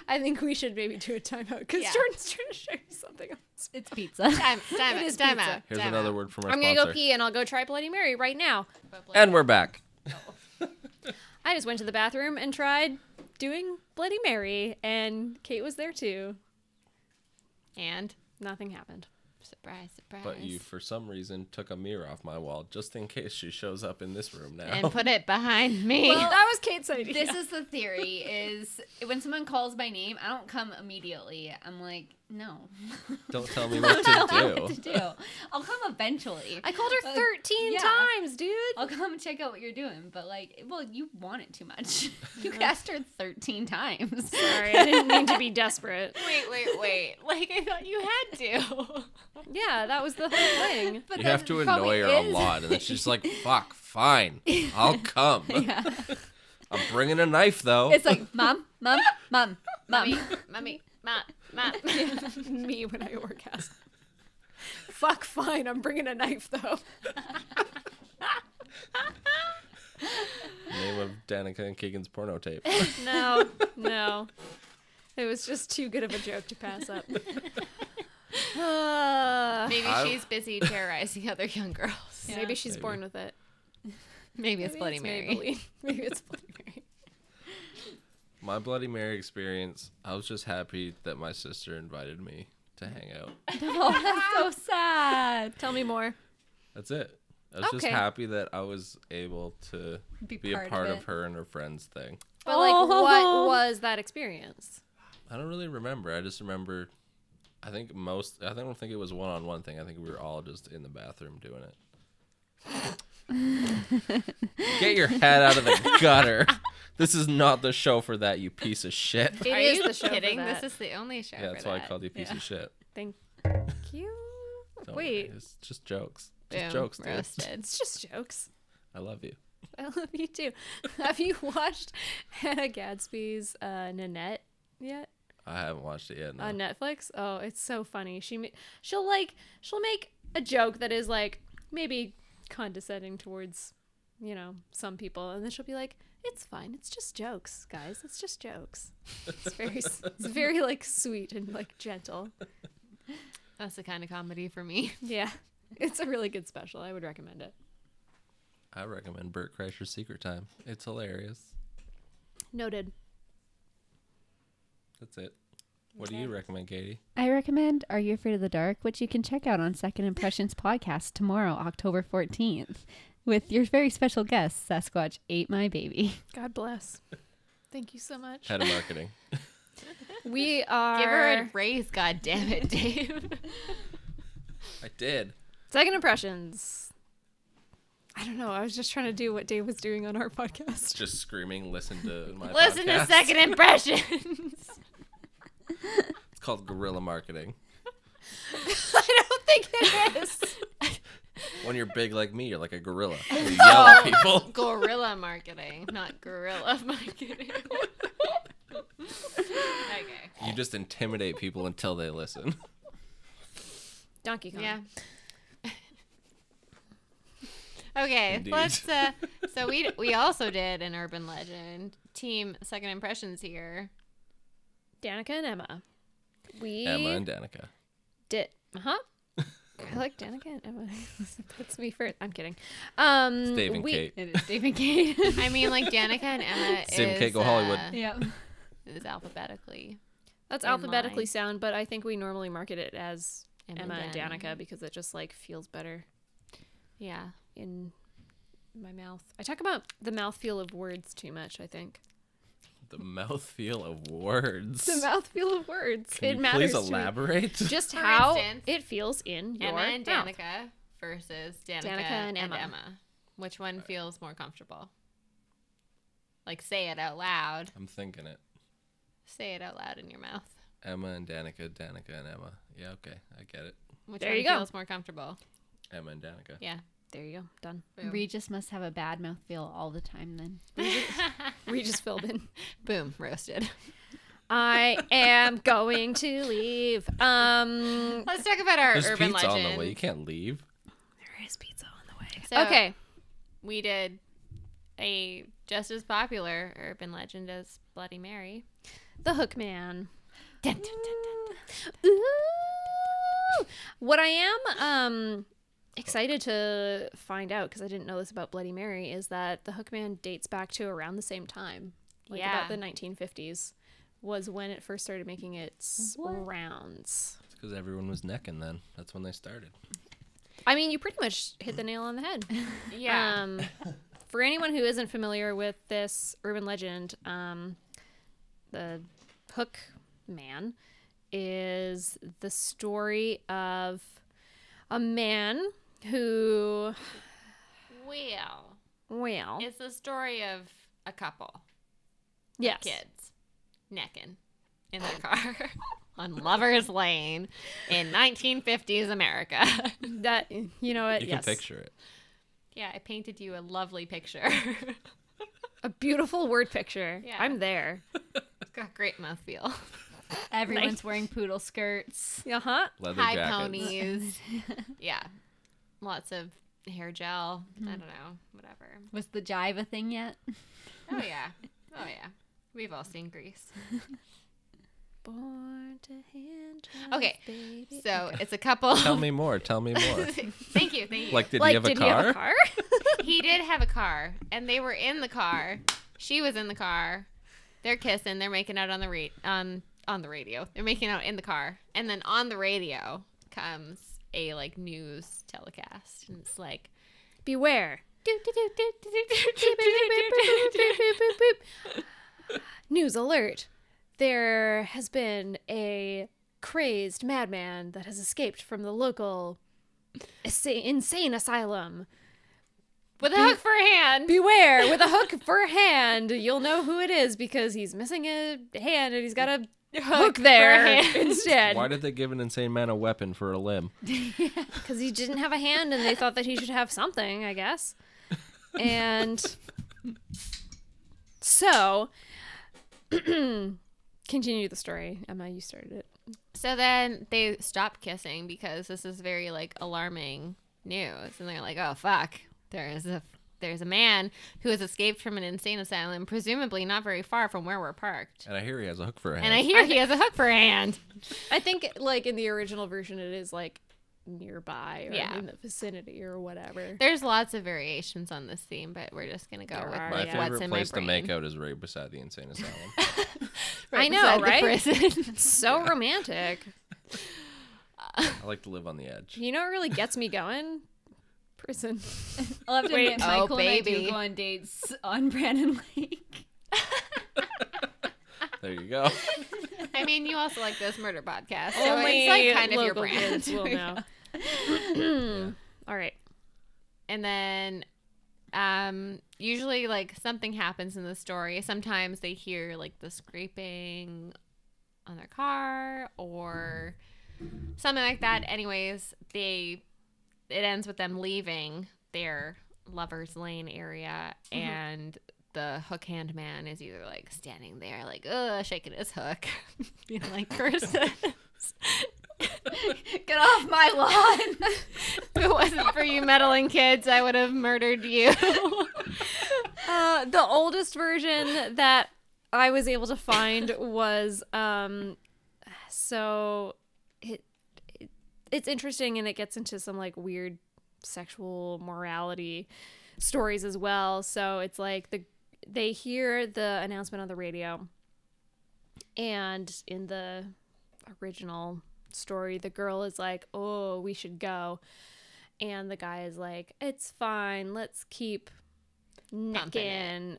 Speaker 4: I think we should maybe do a timeout because
Speaker 3: Yeah.
Speaker 4: Jordan's trying to show you something else.
Speaker 1: it's pizza.
Speaker 3: Time, time,
Speaker 4: It
Speaker 3: out,
Speaker 4: is
Speaker 3: time
Speaker 4: pizza.
Speaker 3: out.
Speaker 2: Here's
Speaker 3: time
Speaker 2: another
Speaker 3: out.
Speaker 2: word from our
Speaker 4: I'm gonna
Speaker 2: sponsor.
Speaker 4: go pee and I'll go try Bloody Mary right now.
Speaker 2: And we're back.
Speaker 4: I just went to the bathroom and tried doing Bloody Mary, and Kate was there too.
Speaker 3: And
Speaker 4: Nothing happened.
Speaker 3: surprise, surprise.
Speaker 2: But you, for some reason, took a mirror off my wall just in case she shows up in this room now.
Speaker 3: and put it behind me.
Speaker 4: that was Kate's idea.
Speaker 1: this is the theory is when someone calls my name i don't come immediately i'm like no
Speaker 2: Don't tell me what
Speaker 1: I don't know
Speaker 2: to
Speaker 1: what to
Speaker 2: do.
Speaker 1: do i'll come eventually
Speaker 4: I called her
Speaker 1: Uh,
Speaker 4: 13
Speaker 1: yeah.
Speaker 4: times, dude.
Speaker 1: i'll come check out what you're doing but like well you want it too much you asked her 13 times
Speaker 4: Sorry, I didn't mean to be desperate.
Speaker 3: wait, wait, wait. Like I thought you had to.
Speaker 4: Yeah, that was the whole thing.
Speaker 1: But
Speaker 2: You
Speaker 1: that
Speaker 2: have to
Speaker 1: probably
Speaker 2: annoy her
Speaker 1: is-
Speaker 2: a lot, and then she's like, "Fuck, fine, I'll come.
Speaker 1: yeah.
Speaker 2: I'm bringing a knife though."
Speaker 1: it's like mom mom mom mom
Speaker 3: Mommy, mommy, mom, mom.
Speaker 4: Me when I orgasm. Fuck, fine. I'm bringing a knife though.
Speaker 2: Name of Danica and Keegan's porno tape.
Speaker 4: No, no. It was just too good of a joke to pass up. Uh,
Speaker 3: Maybe
Speaker 2: I-
Speaker 3: she's busy terrorizing other young girls.
Speaker 4: Maybe she's
Speaker 2: Maybe.
Speaker 4: born with it.
Speaker 3: Maybe it's
Speaker 4: Maybe
Speaker 3: Bloody Mary.
Speaker 4: Maybelline. Maybe it's Bloody Mary.
Speaker 2: My Bloody Mary experience. I was just happy that my sister invited me to hang out.
Speaker 1: oh that's so sad
Speaker 4: Tell me more.
Speaker 2: That's it. I was just
Speaker 4: Okay.
Speaker 2: happy that I was able to
Speaker 1: Be
Speaker 2: be, a
Speaker 1: part of
Speaker 2: part
Speaker 1: it.
Speaker 2: of her and her friends thing.
Speaker 4: But like, what
Speaker 1: Oh.
Speaker 4: was that experience?
Speaker 2: I don't really remember. I just remember. I think most. I don't think it was one on one thing. I think we were all just in the bathroom doing it. Get your head out of the gutter. This is not the show for that, you piece of shit.
Speaker 4: It is
Speaker 3: Are you
Speaker 4: the show
Speaker 3: kidding?
Speaker 4: For that.
Speaker 3: This is the only show.
Speaker 2: Yeah,
Speaker 3: for
Speaker 2: that's why I
Speaker 3: that.
Speaker 2: called you piece of shit.
Speaker 4: Thank you.
Speaker 2: Don't worry,
Speaker 4: Wait,
Speaker 2: it's just jokes. Just
Speaker 3: Boom,
Speaker 2: jokes, dude.
Speaker 3: roasted.
Speaker 4: it's just jokes.
Speaker 2: I love you.
Speaker 4: I love you too. Have you watched Hannah Gadsby's uh, Nanette yet
Speaker 2: I haven't watched it yet. No.
Speaker 4: on Netflix? Oh, it's so funny. She ma- she'll like she'll make a joke that is like maybe condescending towards you know some people, and then she'll be like, "It's fine. It's just jokes, guys. It's just jokes." It's very s- it's very like sweet and like gentle.
Speaker 3: That's the kind of comedy for me.
Speaker 4: Yeah, it's a really good special. I would recommend it.
Speaker 2: I recommend Bert Kreischer's Secret Time. It's hilarious.
Speaker 4: Noted.
Speaker 2: That's it. What do you recommend, Katie?
Speaker 1: I recommend Are You Afraid of the Dark, which you can check out on Second Impressions Podcast tomorrow, October 14th, with your very special guest, Sasquatch Ate My Baby.
Speaker 4: God bless. Thank you so much.
Speaker 2: Head of marketing.
Speaker 4: We are
Speaker 3: Give her a raise, god damn it, Dave.
Speaker 2: I did.
Speaker 4: Second impressions. I don't know. I was just trying to do what Dave was doing on our podcast.
Speaker 2: Just screaming, listen to my
Speaker 3: Listen to
Speaker 2: podcast."
Speaker 3: second impressions.
Speaker 2: It's called guerrilla marketing.
Speaker 4: I don't think it is.
Speaker 2: When you're big like me, you're like a gorilla. You yell at people.
Speaker 3: gorilla marketing, not gorilla marketing. okay.
Speaker 2: You just intimidate people until they listen.
Speaker 4: Donkey Kong.
Speaker 3: Yeah. okay,
Speaker 2: Indeed.
Speaker 3: let's. Uh, so we we also did an urban legend team second impressions here.
Speaker 4: Danica and Emma. We
Speaker 2: Emma and Danica.
Speaker 4: did. Uh huh. I like Danica and Emma. That's me first. I'm kidding. Um,
Speaker 2: Dave and
Speaker 4: we-
Speaker 2: Kate.
Speaker 1: It is David Kate.
Speaker 3: I mean, like Danica and Emma
Speaker 2: Same
Speaker 3: is
Speaker 2: cake, go Hollywood.
Speaker 3: uh,
Speaker 1: yeah.
Speaker 3: is alphabetically.
Speaker 4: That's
Speaker 3: in
Speaker 4: alphabetically
Speaker 3: line.
Speaker 4: sound, but I think we normally market it as
Speaker 3: Emma
Speaker 4: Emma,
Speaker 3: and
Speaker 4: and
Speaker 3: Danica.
Speaker 4: Danica. because it just like feels better
Speaker 3: Yeah.
Speaker 4: in my mouth. I talk about the mouthfeel of words too much. I think
Speaker 2: The mouthfeel of words.
Speaker 4: the mouthfeel of words.
Speaker 2: Can
Speaker 4: it
Speaker 2: you
Speaker 4: matters.
Speaker 2: please
Speaker 4: to me.
Speaker 2: elaborate?
Speaker 4: Just
Speaker 3: For
Speaker 4: how
Speaker 3: instance,
Speaker 4: it feels in your
Speaker 3: Emma and
Speaker 4: mouth.
Speaker 3: Danica versus Danica,
Speaker 4: Danica and
Speaker 3: and, Emma.
Speaker 4: Emma.
Speaker 3: Which one feels more comfortable? Like say it out loud.
Speaker 2: I'm thinking it.
Speaker 3: Say it out loud in your mouth.
Speaker 2: Emma and Danica, Danica and Emma. Yeah, okay. I get it.
Speaker 3: Which
Speaker 4: There
Speaker 3: one
Speaker 4: you go.
Speaker 3: feels more comfortable?
Speaker 2: Emma and Danica.
Speaker 3: Yeah.
Speaker 4: There you go. Done.
Speaker 3: Boom.
Speaker 1: Regis must have a bad mouth feel all the time then.
Speaker 4: We just filled in.
Speaker 3: Boom, roasted.
Speaker 4: I am going to leave. Um,
Speaker 3: Let's talk about our
Speaker 2: There's
Speaker 3: urban
Speaker 2: pizza
Speaker 3: legend.
Speaker 2: on the way. You can't leave.
Speaker 4: there is pizza on the way.
Speaker 3: So-
Speaker 4: okay.
Speaker 3: We did a just as popular urban legend as Bloody Mary.
Speaker 4: The Hook Man.
Speaker 1: Dun, dun,
Speaker 4: Ooh. What I am um excited to find out because I didn't know this about Bloody Mary is that the Hook Man dates back to around the same time, like
Speaker 3: Yeah.
Speaker 4: about the 1950s, was when it first started making its rounds.
Speaker 2: It's because everyone was necking then. That's when they started.
Speaker 4: I mean, you pretty much hit the nail on the head. Um, for anyone who isn't familiar with this urban legend, um, the Hook Man is the story of a man who,
Speaker 3: Um, well,
Speaker 4: well,
Speaker 3: it's the story of a couple.
Speaker 4: yes,
Speaker 3: kids necking in their car on Lover's Lane in 1950s America.
Speaker 4: that you know what?
Speaker 2: You
Speaker 4: yes,
Speaker 2: can picture it.
Speaker 3: yeah, I painted you a lovely picture.
Speaker 4: a beautiful word picture.
Speaker 3: Yeah.
Speaker 4: I'm there.
Speaker 3: it's got great mouthfeel.
Speaker 1: Everyone's
Speaker 4: Nice.
Speaker 1: wearing poodle skirts.
Speaker 4: Uh huh.
Speaker 2: Leather
Speaker 3: High
Speaker 2: jackets.
Speaker 3: ponies. yeah. Lots of hair gel. I don't know. Whatever.
Speaker 1: Was the jive a thing yet?
Speaker 3: Oh, yeah. Oh, yeah. We've all seen Grease.
Speaker 4: Born to hand.
Speaker 3: Okay.
Speaker 4: baby.
Speaker 3: So it's a couple.
Speaker 2: Tell me more. Tell me more.
Speaker 3: thank you. Thank you.
Speaker 2: Like, did
Speaker 4: like,
Speaker 2: he have
Speaker 4: did
Speaker 2: a car?
Speaker 4: he have a car?
Speaker 3: he did have a car, and they were in the car. She was in the car. They're kissing. They're making out on the re- on on the radio. They're making out in the car, and then on the radio comes a like news telecast, and it's like.
Speaker 4: Beware. News alert. There has been a crazed madman that has escaped from the local asa- insane asylum.
Speaker 3: With a hook for a hand.
Speaker 4: Beware! With a hook for a hand, you'll know who it is because he's missing a hand and he's got a hook, there
Speaker 3: hand.
Speaker 4: instead.
Speaker 2: Why did they give an insane man a weapon for a limb?
Speaker 4: Because he didn't have a hand and they thought that he should have something, I guess. And so, continue the story. Emma, you started it.
Speaker 3: So then they stop kissing because this is very like alarming news, and they're like, "Oh fuck, there is a there's a man who has escaped from an insane asylum, presumably not very far from where we're parked."
Speaker 2: And I hear he has a hook for a hand.
Speaker 3: And I hear he has a hook for a hand.
Speaker 4: I think, like, in the original version, it is like nearby or
Speaker 3: Yeah.
Speaker 4: in the vicinity or whatever.
Speaker 3: There's lots of variations on this theme, but we're just gonna go
Speaker 4: There
Speaker 3: with
Speaker 4: are,
Speaker 2: my
Speaker 3: like
Speaker 4: yeah.
Speaker 3: what's
Speaker 2: favorite
Speaker 3: in
Speaker 2: place
Speaker 3: my
Speaker 2: to
Speaker 3: brain.
Speaker 2: make out is right beside the insane asylum.
Speaker 4: I know,
Speaker 3: beside the
Speaker 4: right?
Speaker 3: prison.
Speaker 4: So romantic.
Speaker 2: I like to live on the edge.
Speaker 4: You know what really gets me going? Prison.
Speaker 1: I'll have to
Speaker 3: Wait,
Speaker 1: admit, Michael
Speaker 3: oh,
Speaker 1: and I
Speaker 3: baby.
Speaker 1: do go on dates on Brandon Lake.
Speaker 2: There you go.
Speaker 3: I mean, you also like this murder podcast, so it's like kind of your
Speaker 4: local
Speaker 3: brand.
Speaker 4: kids will know. All right.
Speaker 3: And then um, usually like something happens in the story. Sometimes they hear like the scraping on their car or something like that. Anyways, they it ends with them leaving their lovers lane area and the hook hand man is either like standing there like uh shaking his hook being like Kristen
Speaker 1: Get off my lawn.
Speaker 3: if it wasn't for you meddling kids I would have murdered you
Speaker 4: Uh, the oldest version that I was able to find was um, so it, it it's interesting and it gets into some like weird sexual morality stories as well. So it's like the they hear the announcement on the radio, and in the original story, the girl is like, "Oh, we should go." And the guy is like, it's fine. Let's keep
Speaker 3: Bumping it.
Speaker 4: necking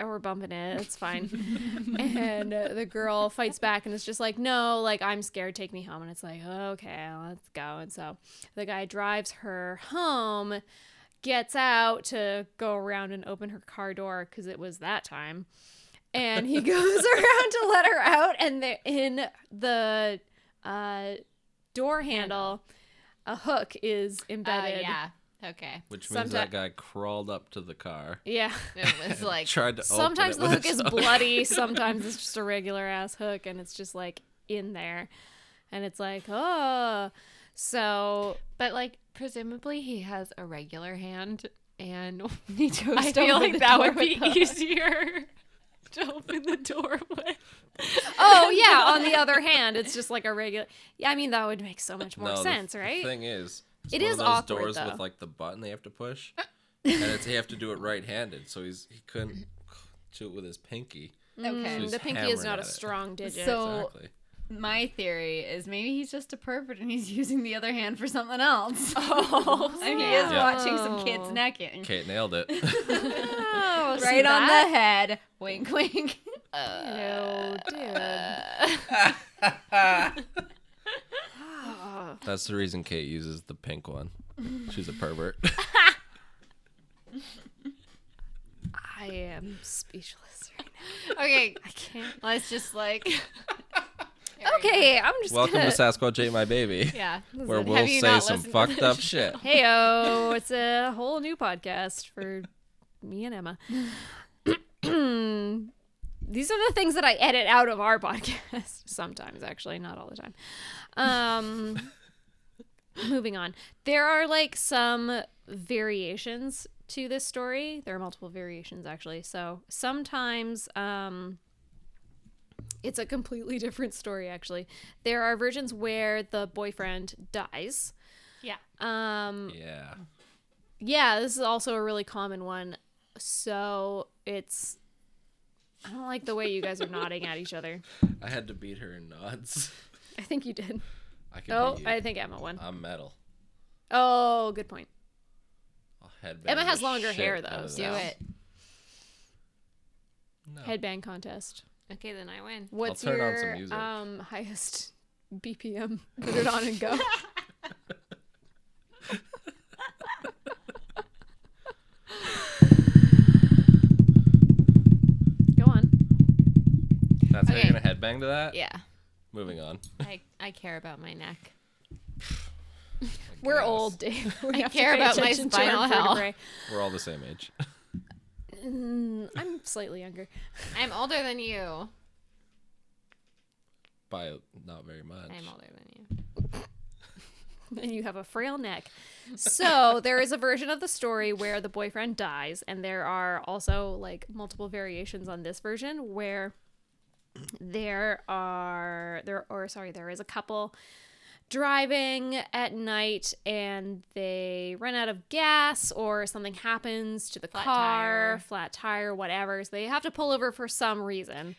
Speaker 4: or we're bumping it. It's fine. and uh, the girl fights back and it's just like, no, like I'm scared. Take me home. And it's like, okay, let's go. And so the guy drives her home, gets out to go around and open her car door because it was that time. And he goes around to let her out, and the- in the uh, door handle, a hook is
Speaker 3: Oh
Speaker 4: embedded.
Speaker 3: yeah okay
Speaker 2: Which means
Speaker 4: Someti-
Speaker 2: that guy crawled up to the car.
Speaker 4: Yeah.
Speaker 3: it was like
Speaker 2: tried to
Speaker 4: sometimes the
Speaker 2: open it with
Speaker 4: hook
Speaker 2: his
Speaker 4: is
Speaker 2: own-
Speaker 4: bloody sometimes it's just a regular ass hook and it's just like in there and it's like oh so
Speaker 3: But like, presumably he has a regular hand, and
Speaker 4: I
Speaker 3: I feel like that would be easier to open the door with.
Speaker 4: oh yeah on the other hand it's just like a regular yeah i mean that would make so much more
Speaker 2: No, the
Speaker 4: sense
Speaker 2: th-
Speaker 4: right
Speaker 2: The thing is, it's
Speaker 4: It
Speaker 2: one
Speaker 4: is
Speaker 2: of those
Speaker 4: awkward,
Speaker 2: doors
Speaker 4: though. Uh.
Speaker 2: with like the button they have to push, and it's, they have to do it right-handed, so he's he couldn't do it with his pinky.
Speaker 1: Okay.
Speaker 4: Mm,
Speaker 2: She's
Speaker 4: the pinky is
Speaker 2: hammering
Speaker 4: not a
Speaker 2: at it.
Speaker 4: strong digit
Speaker 1: So- Oh.
Speaker 2: Exactly.
Speaker 1: My theory is maybe he's just a pervert and he's using the other hand for something else.
Speaker 4: oh
Speaker 1: and he is
Speaker 2: Yeah.
Speaker 1: watching some kids necking.
Speaker 2: Kate nailed it.
Speaker 4: right
Speaker 1: right on the head. Wink, wink.
Speaker 4: no dude
Speaker 2: That's the reason Kate uses the pink one. She's a pervert.
Speaker 4: i am speechless right now
Speaker 3: Okay,
Speaker 4: i can't
Speaker 3: let's just like.
Speaker 4: okay i'm just
Speaker 2: Welcome to
Speaker 4: gonna
Speaker 2: Sasquatch Ate My Baby,
Speaker 3: Yeah.
Speaker 2: where
Speaker 3: Have
Speaker 2: we'll
Speaker 3: you
Speaker 2: say
Speaker 3: not
Speaker 2: some
Speaker 3: listened to
Speaker 2: fucked
Speaker 3: this
Speaker 2: up
Speaker 3: show?
Speaker 2: shit.
Speaker 4: Hey oh, it's a whole new podcast for me and Emma. These are the things that I edit out of our podcast. Sometimes, actually, not all the time. Um, moving on. There are like some variations to this story. There are multiple variations, actually. So sometimes um, it's a completely different story, actually. There are versions where the boyfriend dies.
Speaker 3: Yeah.
Speaker 4: Um,
Speaker 2: Yeah.
Speaker 4: yeah, this is also a really common one. So it's. I don't like the way you guys are nodding at each other.
Speaker 2: I had to beat her in nods.
Speaker 4: I think you did.
Speaker 2: I can
Speaker 4: Oh,
Speaker 2: beat you.
Speaker 4: I think Emma won.
Speaker 2: I'm metal.
Speaker 4: Oh, good point.
Speaker 2: I'll headbang
Speaker 4: Emma
Speaker 2: the
Speaker 4: has longer
Speaker 2: shit
Speaker 4: hair,
Speaker 2: out
Speaker 4: though,
Speaker 2: of
Speaker 4: so-
Speaker 2: that.
Speaker 3: Do it. Oh.
Speaker 2: No.
Speaker 4: Headband contest.
Speaker 3: Okay, then I win.
Speaker 4: What's
Speaker 2: turn on
Speaker 4: your
Speaker 2: some music.
Speaker 4: um highest BPM? Put it on and go. go on.
Speaker 2: That's how
Speaker 3: Okay.
Speaker 2: you're gonna headbang to that.
Speaker 3: Yeah.
Speaker 2: Moving on.
Speaker 3: I I care about my neck.
Speaker 4: We're
Speaker 2: Yes.
Speaker 4: old, Dave. We have to
Speaker 3: care
Speaker 4: pay
Speaker 3: about my
Speaker 4: attention to our
Speaker 3: spinal health.
Speaker 4: vertebrae.
Speaker 2: We're all the same age.
Speaker 4: Mm, I'm slightly younger.
Speaker 3: I'm older than you.
Speaker 2: By not very much.
Speaker 3: I'm older than you.
Speaker 4: And you have a frail neck. So there is a version of the story where the boyfriend dies, and there are also like multiple variations on this version where there are there or sorry, there is a couple driving at night and they run out of gas or something happens to the
Speaker 3: Flat
Speaker 4: car,
Speaker 3: tire.
Speaker 4: flat tire, whatever. So they have to pull over for some reason.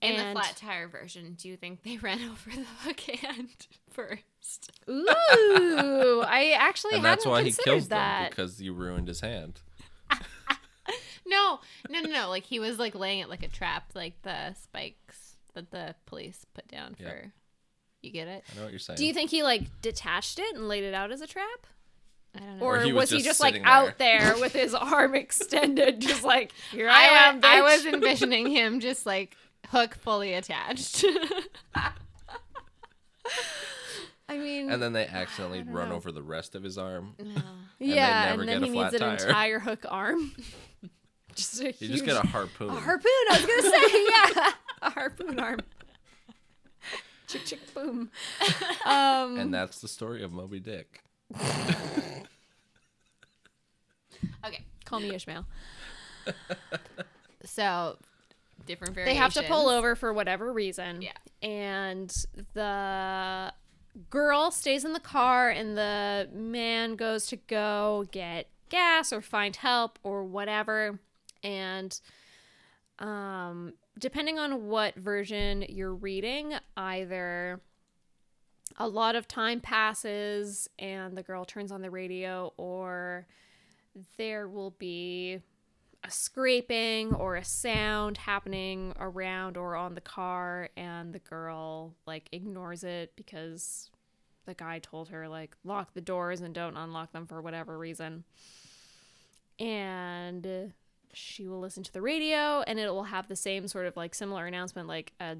Speaker 3: In
Speaker 4: And-
Speaker 3: the flat tire version, do you think they ran over the hook hand first?
Speaker 4: Ooh, I actually
Speaker 2: and
Speaker 4: hadn't
Speaker 2: that's why he
Speaker 4: considered
Speaker 2: kills
Speaker 4: that.
Speaker 2: them because you ruined his hand.
Speaker 3: No, no, no, no. Like he was like laying it like a trap, like the spikes that the police put down
Speaker 2: Yeah.
Speaker 3: for. You get it?
Speaker 2: I know what you're saying.
Speaker 4: Do you think he like detached it and laid it out as a trap?
Speaker 3: I don't know.
Speaker 4: Or
Speaker 2: Mm. he
Speaker 4: was,
Speaker 2: was
Speaker 4: he
Speaker 2: just
Speaker 4: just, like
Speaker 2: sitting
Speaker 4: out
Speaker 2: there.
Speaker 4: there with his arm extended, just like here I,
Speaker 3: I,
Speaker 4: am?
Speaker 3: wa- I
Speaker 4: bitch."
Speaker 3: was envisioning him just like hook fully attached.
Speaker 4: I mean,
Speaker 2: And then they accidentally run over the rest of his arm. they
Speaker 4: yeah,
Speaker 2: never
Speaker 4: and then
Speaker 2: get a
Speaker 4: he needs
Speaker 2: flat
Speaker 4: an
Speaker 2: tire.
Speaker 4: entire hook arm. just a
Speaker 2: You
Speaker 4: huge
Speaker 2: just get a harpoon.
Speaker 4: a harpoon. I was gonna say yeah, a harpoon arm. Chick chick boom. Um,
Speaker 2: and that's the story of Moby Dick.
Speaker 3: okay,
Speaker 4: call me Ishmael.
Speaker 3: so different
Speaker 4: They
Speaker 3: variations.
Speaker 4: have to pull over for whatever reason.
Speaker 3: Yeah.
Speaker 4: And the girl stays in the car, and the man goes to go get gas or find help or whatever. And um, depending on what version you're reading, either a lot of time passes and the girl turns on the radio, or there will be a scraping or a sound happening around or on the car and the girl like ignores it because the guy told her like lock the doors and don't unlock them for whatever reason and she will listen to the radio and it will have the same sort of like similar announcement like a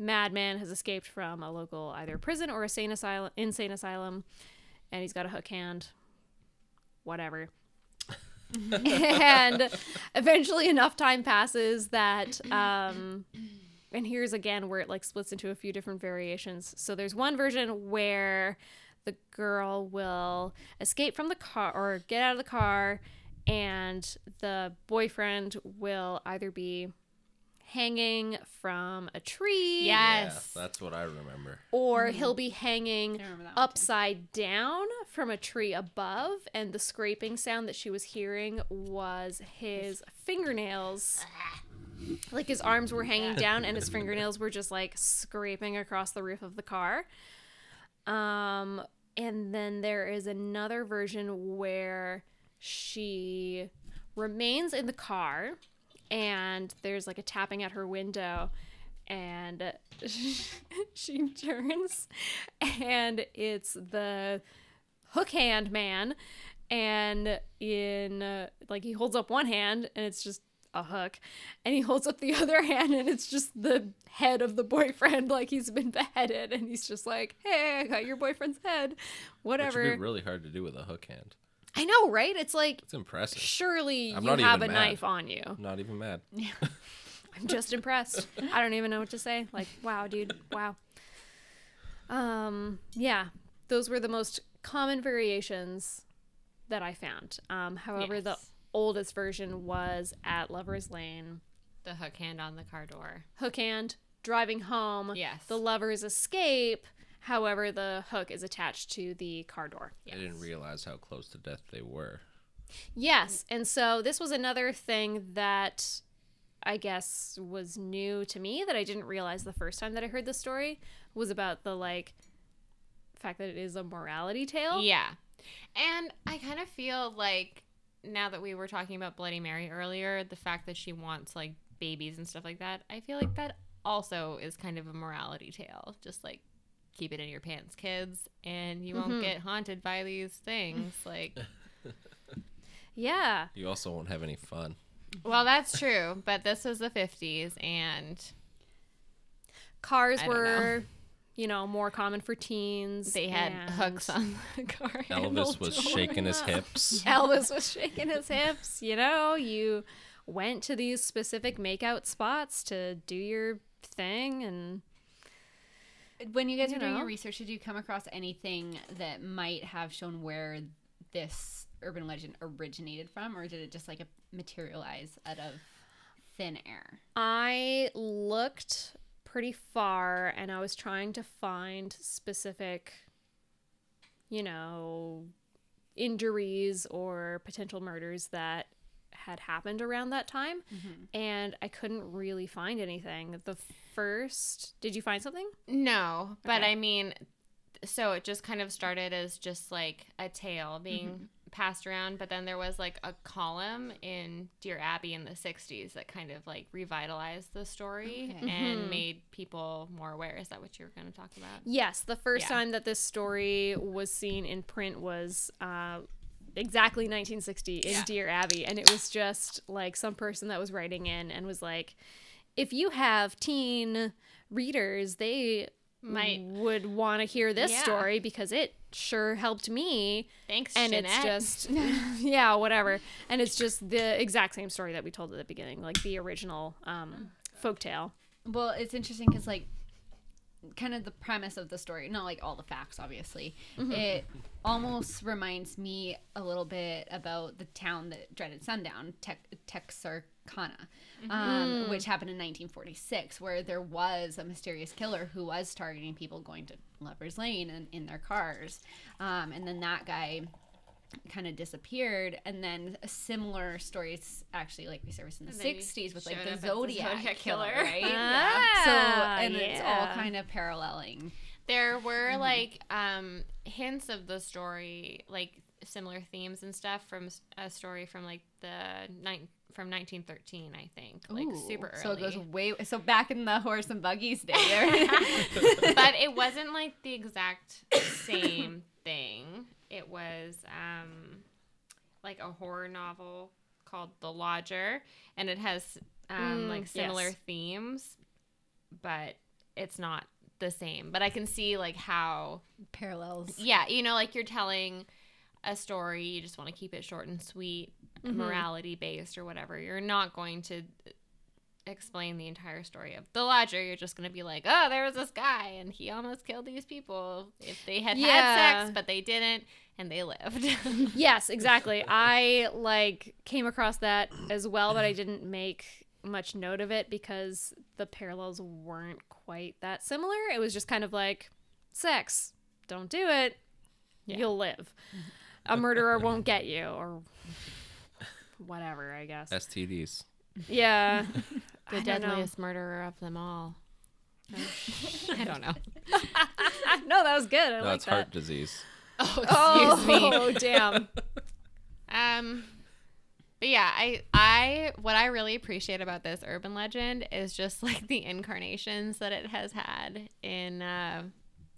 Speaker 4: madman has escaped from a local either prison or a sane asylum insane asylum and he's got a hook hand whatever and eventually enough time passes that um and here's again where it like splits into a few different variations so there's one version where the girl will escape from the car or get out of the car and the boyfriend will either be hanging from a tree
Speaker 3: Yes.
Speaker 2: Yeah, that's what I remember.
Speaker 4: or he'll be hanging
Speaker 1: Mm-hmm. I remember that one, too.
Speaker 4: upside down from a tree above and the scraping sound that she was hearing was his fingernails like his arms were hanging down and his fingernails were just like scraping across the roof of the car um and then there is another version where she remains in the car and there's like a tapping at her window and she turns and it's the hook hand man and in uh, like he holds up one hand and it's just a hook and he holds up the other hand and it's just the head of the boyfriend like he's been beheaded and he's just like hey i got your boyfriend's head
Speaker 2: Which would
Speaker 4: whatever
Speaker 2: be really hard to do with a hook hand.
Speaker 4: i know right it's like
Speaker 2: It's impressive.
Speaker 4: surely
Speaker 2: I'm
Speaker 4: you
Speaker 2: not
Speaker 4: have a
Speaker 2: even mad.
Speaker 4: knife on you
Speaker 2: I'm not even mad.
Speaker 4: I'm just impressed. I don't even know what to say. Like, wow, dude, wow. Um, yeah, those were the most common variations that I found. Um, however, the
Speaker 3: Yes.
Speaker 4: oldest version was at Lover's Lane,
Speaker 3: the hook hand on the car door.
Speaker 4: hook hand driving home.
Speaker 3: Yes.
Speaker 4: the lovers escape. However, the hook is attached to the car door.
Speaker 2: I didn't realize how close to death they were.
Speaker 4: Yes. And so this was another thing that I guess was new to me that I didn't realize the first time that I heard the story was about the like fact that it is a morality tale.
Speaker 3: Yeah. And I kind of feel like now that we were talking about Bloody Mary earlier, the fact that she wants like babies and stuff like that, I feel like that also is kind of a morality tale. Just like keep it in your pants, kids, and you won't get haunted by these things. Like,
Speaker 4: Yeah.
Speaker 2: You also won't have any fun.
Speaker 3: well, that's true, but this was the 50s and
Speaker 4: Cars
Speaker 3: I don't
Speaker 4: were you know more common for teens.
Speaker 3: they had
Speaker 4: and-
Speaker 3: hooks on the car. handle
Speaker 2: Elvis was
Speaker 3: door.
Speaker 2: shaking his hips.
Speaker 4: Elvis was shaking his hips. You know, you went to these specific makeout spots to do your thing and
Speaker 1: When you guys
Speaker 4: You
Speaker 1: were doing
Speaker 4: know.
Speaker 1: your research, did you come across anything that might have shown where this urban legend originated from, or did it just like materialize out of thin air?
Speaker 4: I looked pretty far and I was trying to find specific, you know, injuries or potential murders that had happened around that time. And I couldn't really find anything. The first, did you find something?
Speaker 3: No, but
Speaker 4: Okay.
Speaker 1: Mm-hmm.
Speaker 3: I mean, so it just kind of started as just like a tale being passed around, but then there was like a column in Dear Abby in the 60s that kind of like revitalized the story
Speaker 1: Okay. Mm-hmm.
Speaker 3: and made people more aware. Is that what you were going to talk about?
Speaker 4: Yes, the first
Speaker 3: Yeah.
Speaker 4: time that this story was seen in print was uh, exactly 1960 in
Speaker 3: Yeah.
Speaker 4: Dear Abby, and it was just like some person that was writing in and was like, "If you have teen readers, they
Speaker 3: Might.
Speaker 4: would want to hear this
Speaker 3: Yeah.
Speaker 4: story because it sure helped me."
Speaker 3: Thanks,
Speaker 4: and
Speaker 3: Jeanette.
Speaker 4: it's just yeah whatever and it's just the exact same story that we told at the beginning like the original um
Speaker 3: Mm.
Speaker 4: folktale
Speaker 1: Well, it's interesting because like kind of the premise of the story, not like all the facts, obviously.
Speaker 3: Mm-hmm.
Speaker 1: It almost reminds me a little bit about the town that dreaded sundown, Tex- Texarkana,
Speaker 3: Mm-hmm.
Speaker 1: um, which happened in 1946, where there was a mysterious killer who was targeting people going to Lover's Lane and in their cars, um, and then that guy kind of disappeared and then similar stories actually like we serviced in the
Speaker 3: And then he
Speaker 1: 60s with
Speaker 3: showed
Speaker 1: like
Speaker 3: up
Speaker 1: the
Speaker 3: as the
Speaker 1: zodiac,
Speaker 3: Zodiac
Speaker 1: killer,
Speaker 3: killer.
Speaker 1: right
Speaker 4: Ah,
Speaker 1: so and it's all
Speaker 4: yeah.
Speaker 1: kind of paralleling
Speaker 3: There were
Speaker 1: Mm-hmm.
Speaker 3: like um, hints of the story, like similar themes and stuff from s- a story from like the nine from 1913, I think, like
Speaker 1: Ooh,
Speaker 3: super early.
Speaker 1: so it goes way so back in the horse and buggies day there
Speaker 3: but it wasn't like the exact same thing. It was um, like a horror novel called The Lodger, and it has um,
Speaker 4: Mm,
Speaker 3: like similar
Speaker 4: yes.
Speaker 3: themes, but it's not the same. But I can see like how
Speaker 1: parallels
Speaker 3: yeah, you know, like you're telling a story, you just want to keep it short and sweet, morality based or whatever. You're not going to uh, explain the entire story of the lodger. You're just going to be like, oh, there was this guy and he almost killed these people if they had had
Speaker 4: Yeah.
Speaker 3: sex, but they didn't and they lived.
Speaker 4: yes exactly i like came across that as well but i didn't make much note of it because the parallels weren't quite that similar it was just kind of like sex don't do it
Speaker 3: Yeah.
Speaker 4: you'll live a murderer won't get you or whatever i guess
Speaker 2: STDs.
Speaker 4: yeah
Speaker 3: the
Speaker 4: I don't know.
Speaker 3: deadliest murderer of them all. I don't know.
Speaker 4: no that was good i
Speaker 2: No,
Speaker 4: like
Speaker 2: it's
Speaker 4: that
Speaker 2: heart disease.
Speaker 4: oh, damn
Speaker 3: Um but yeah, I I what I really appreciate about this urban legend is just like the incarnations that it has had in uh,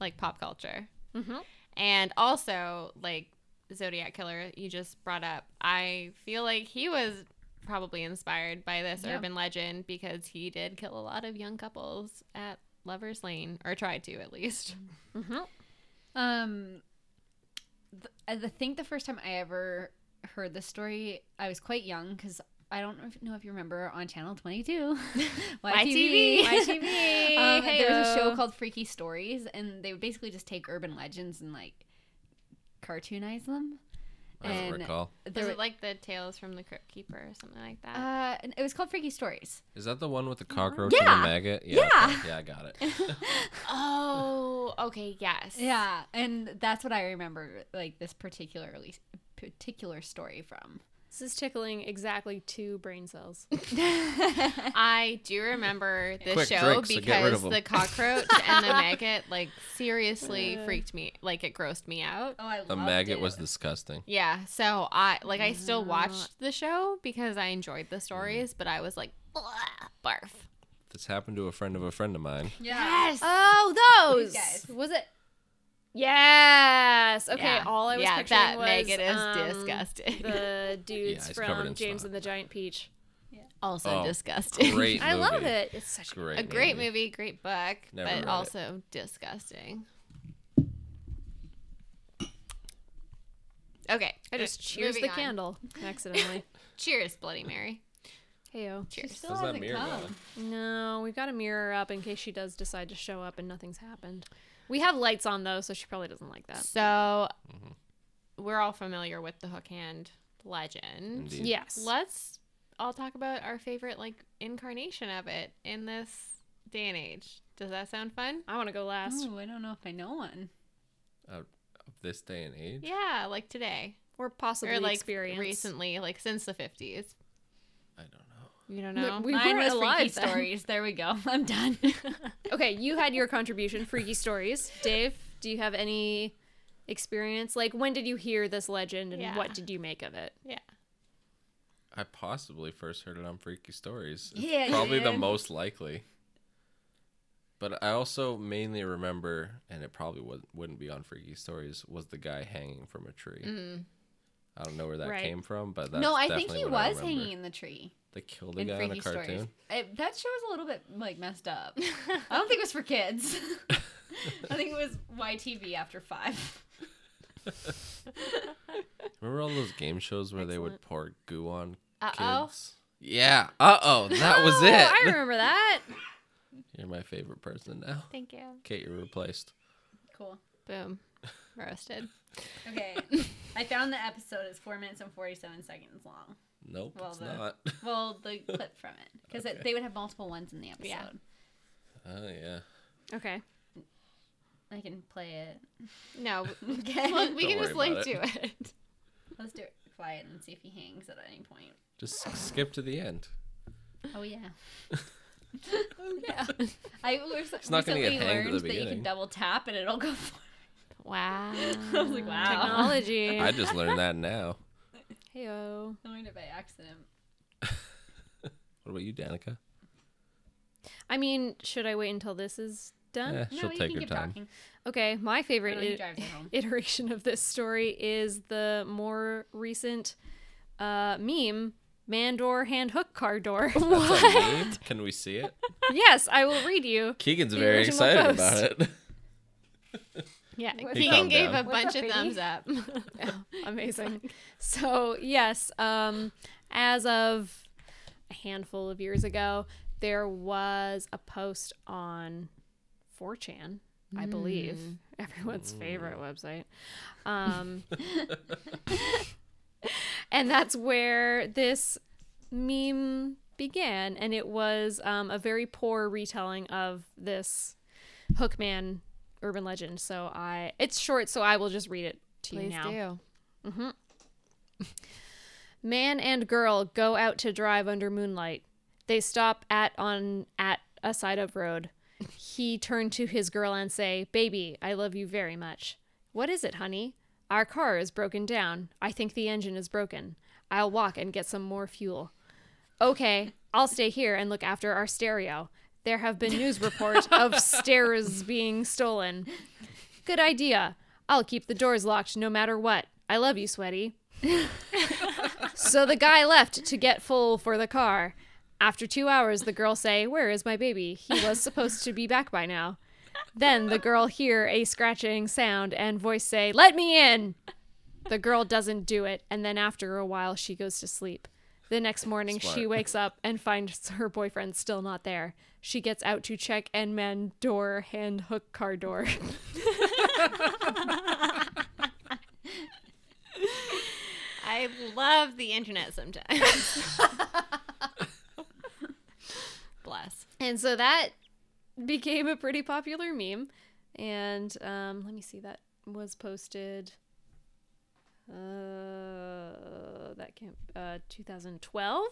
Speaker 3: like pop culture.
Speaker 1: Mm-hmm.
Speaker 4: Mhm.
Speaker 3: And also like Zodiac killer you just brought up. I feel like he was probably inspired by this
Speaker 1: Yeah.
Speaker 3: urban legend because he did kill a lot of young couples at Lover's Lane or tried to at least.
Speaker 4: Mm-hmm.
Speaker 1: um th- i th- think the first time i ever heard the story i was quite young because I don't know if, know if you remember on Channel 22, YTV.
Speaker 4: YTV.
Speaker 1: Um, there was a show
Speaker 4: Heyo.
Speaker 1: called Freaky Stories, and they would basically just take urban legends and like cartoonize them.
Speaker 2: I don't recall.
Speaker 1: there
Speaker 3: Was
Speaker 1: were-
Speaker 3: it like the Tales from the Crypt Keeper or something like that?
Speaker 1: Uh, and it was called Freaky Stories.
Speaker 2: Is that the one with the cockroach
Speaker 1: Yeah.
Speaker 2: and the maggot?
Speaker 1: Yeah.
Speaker 2: okay. Yeah, I got it.
Speaker 3: Oh, okay, yes.
Speaker 1: Yeah, and that's what I remember, like this particularly particular story from.
Speaker 4: this is tickling exactly two brain cells
Speaker 1: Oh,
Speaker 3: I do remember the
Speaker 2: Quick,
Speaker 3: show
Speaker 2: Drake, so get rid
Speaker 3: because
Speaker 2: of 'em.
Speaker 3: the cockroach and the maggot like seriously freaked me like it grossed me out.
Speaker 1: Oh, I love
Speaker 2: The maggot was disgusting.
Speaker 3: Yeah, so I like I still watched the show because I enjoyed
Speaker 2: Mm.
Speaker 3: the stories, but I was like "Blah, barf.
Speaker 2: This happened to a friend of a friend of mine.
Speaker 1: yeah.
Speaker 4: Oh,
Speaker 1: those guys.
Speaker 4: Was it? Yes. Okay.
Speaker 3: Yeah.
Speaker 4: All I was
Speaker 3: yeah,
Speaker 4: picturing
Speaker 3: that
Speaker 4: was
Speaker 3: maggot is
Speaker 4: um,
Speaker 3: disgusting.
Speaker 4: The dudes
Speaker 2: Yeah, it's covered
Speaker 4: from
Speaker 2: in
Speaker 4: James
Speaker 2: snot.
Speaker 4: and the Giant Peach.
Speaker 3: also
Speaker 2: Oh,
Speaker 3: disgusting.
Speaker 2: Great
Speaker 4: I
Speaker 2: movie.
Speaker 4: love it. It's such a
Speaker 2: Great
Speaker 3: A great movie, great book,
Speaker 2: Never read it.
Speaker 3: but also disgusting. Okay,
Speaker 4: I just cheers the
Speaker 3: moving on.
Speaker 4: candle accidentally.
Speaker 3: Cheers, Bloody Mary.
Speaker 4: Heyo.
Speaker 1: She
Speaker 3: Cheers.
Speaker 1: still
Speaker 2: How's that
Speaker 1: hasn't
Speaker 2: mirror
Speaker 1: come.
Speaker 2: going?
Speaker 4: No, we've got a mirror up in case she does decide to show up and nothing's happened. We have lights on though, so she probably doesn't like that.
Speaker 3: So we're all familiar with the hook hand legend.
Speaker 2: Indeed.
Speaker 4: Yes.
Speaker 3: Let's all talk about our favorite like incarnation of it in this day and age. Does that sound fun?
Speaker 4: I want to go last.
Speaker 1: Oh, I don't know if I know one.
Speaker 2: Uh, of this day and age.
Speaker 3: Yeah, like today
Speaker 4: Or possibly
Speaker 3: or like
Speaker 4: experience.
Speaker 3: recently, like since the fifties.
Speaker 2: I don't know.
Speaker 3: You don't
Speaker 4: Look,
Speaker 3: know.
Speaker 4: we
Speaker 1: Mine
Speaker 4: weren't
Speaker 1: was Freaky
Speaker 4: alive then.
Speaker 1: Stories. There we go. I'm done.
Speaker 4: Okay, you had your contribution, freaky stories. Dave, do you have any experience? Like, when did you hear this legend and
Speaker 3: Yeah.
Speaker 4: what did you make of it?
Speaker 3: Yeah.
Speaker 2: I possibly first heard it on Freaky Stories.
Speaker 1: Yeah, you
Speaker 2: probably the
Speaker 1: did.
Speaker 2: most likely. But I also mainly remember, and it probably would, wouldn't be on Freaky Stories, was the guy hanging from a tree. I don't know where that
Speaker 4: Right.
Speaker 2: came from, but that's
Speaker 1: Mm-hmm. no, I think
Speaker 2: definitely
Speaker 1: he
Speaker 2: what I
Speaker 1: was
Speaker 2: remember.
Speaker 1: hanging in the tree
Speaker 2: They killed a
Speaker 1: in
Speaker 2: guy in
Speaker 1: Freaky
Speaker 2: a
Speaker 1: Stories.
Speaker 2: cartoon.
Speaker 1: It, that show was a little bit like messed up. I don't think it was for kids. I think it was YTV after five.
Speaker 2: Remember all those game shows where they would
Speaker 4: Excellent.
Speaker 2: pour goo on
Speaker 3: Uh-oh.
Speaker 2: kids? Yeah. Uh oh. That was
Speaker 4: Oh, I
Speaker 2: it.
Speaker 4: remember that.
Speaker 2: You're my favorite person now.
Speaker 3: Thank you.
Speaker 2: Kate, you're replaced.
Speaker 1: Cool.
Speaker 3: Boom. Roasted.
Speaker 1: Okay. I found the episode is four minutes and forty-seven seconds long.
Speaker 2: Nope,
Speaker 1: Well,
Speaker 2: it's
Speaker 1: then.
Speaker 2: not.
Speaker 1: Well, the clip from it because
Speaker 2: Okay.
Speaker 1: they would have multiple ones in the episode.
Speaker 3: Yeah.
Speaker 2: Oh yeah.
Speaker 4: Okay.
Speaker 1: I can play it.
Speaker 3: No.
Speaker 1: Okay.
Speaker 3: Well, we
Speaker 2: Don't
Speaker 3: can just
Speaker 2: worry
Speaker 3: link
Speaker 2: about
Speaker 3: to it.
Speaker 1: Let's do it quiet and see if he hangs at any point.
Speaker 2: Just skip to the end.
Speaker 1: Oh yeah. Oh,
Speaker 4: Yeah.
Speaker 1: I was
Speaker 2: It's not gonna get
Speaker 1: recently
Speaker 2: hanged
Speaker 1: learned
Speaker 2: at the
Speaker 1: that you can
Speaker 2: beginning.
Speaker 1: double tap and it'll go. For
Speaker 3: Wow.
Speaker 1: I was like, wow.
Speaker 4: Technology.
Speaker 2: I just learned that now.
Speaker 4: Heyo.
Speaker 1: I learned it by accident.
Speaker 2: What about you, Danica?
Speaker 4: I mean, should I wait until this is done?
Speaker 2: Yeah, Eh, she'll take her time.
Speaker 1: talking.
Speaker 4: Okay, my favorite
Speaker 1: Why don't you
Speaker 4: i-
Speaker 1: drive her home?
Speaker 4: iteration of this story is the more recent uh, meme man door hand hook car door.
Speaker 2: That's a meme. Can we see it?
Speaker 4: yes, I will read you.
Speaker 2: Keegan's
Speaker 4: The
Speaker 2: very
Speaker 4: original
Speaker 2: excited
Speaker 4: post.
Speaker 2: about it.
Speaker 3: Yeah.
Speaker 1: What's
Speaker 2: up?
Speaker 3: Keegan gave
Speaker 2: Calm
Speaker 3: a
Speaker 4: down.
Speaker 3: bunch
Speaker 4: What's
Speaker 3: of
Speaker 4: up,
Speaker 3: thumbs up.
Speaker 4: Amazing. So, yes, um, as of a handful of years ago, there was a post on 4chan,
Speaker 3: Hmm.
Speaker 4: I believe, everyone's favorite website. Um, and that's where this meme began. And it was um, a very poor retelling of this Hookman urban legend. So I, it's short, so I will just read it to you
Speaker 3: Please
Speaker 4: now.
Speaker 3: do.
Speaker 4: Man and girl go out to drive under moonlight. They stop at on at a side of road. He turn to his girl and say, "Baby, I love you very much." "What is it, honey?" "Our car is broken down. I think the engine is broken. I'll walk and get some more fuel." "Okay, I'll stay here and look after our stereo. There have been news reports of stairs being stolen." "Good idea. I'll keep the doors locked no matter what. I love you, sweaty." So the guy left to get full for the car. After two hours, the girl say, "Where is my baby? He was supposed to be back by now." Then the girl hear a scratching sound and voice say, "Let me in." The girl doesn't do it, and then after a while, she goes to sleep. The next morning, she
Speaker 2: Smart.
Speaker 4: wakes up and finds her boyfriend still not there. She gets out to check and man door hand hook car door.
Speaker 3: I love the internet sometimes. Bless.
Speaker 4: And so that became a pretty popular meme. And um, let me see, that was posted. Uh, that can't. Uh, 2012.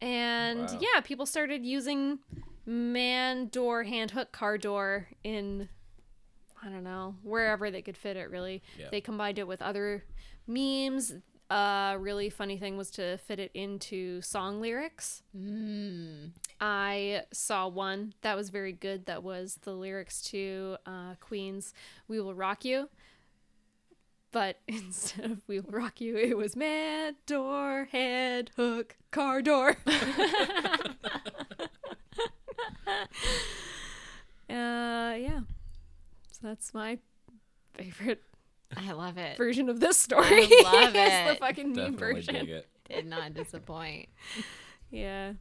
Speaker 4: And
Speaker 2: Wow.
Speaker 4: yeah, people started using man door, hand hook, car door in, I don't know, wherever they could fit it, really.
Speaker 2: Yeah.
Speaker 4: They combined it with other memes. uh, really funny thing was to fit it into song lyrics.
Speaker 1: Mm.
Speaker 4: I saw one that was very good. That was the lyrics to uh, Queen's "We Will Rock You," but instead of "We Will Rock You," it was "Mad Door Head Hook Car Door." uh, yeah, so that's my favorite
Speaker 3: I love it.
Speaker 4: version of this story.
Speaker 3: I love
Speaker 4: It's
Speaker 3: it.
Speaker 4: the fucking meme
Speaker 2: Definitely
Speaker 4: version.
Speaker 2: dig it.
Speaker 3: Did not disappoint.
Speaker 4: Yeah.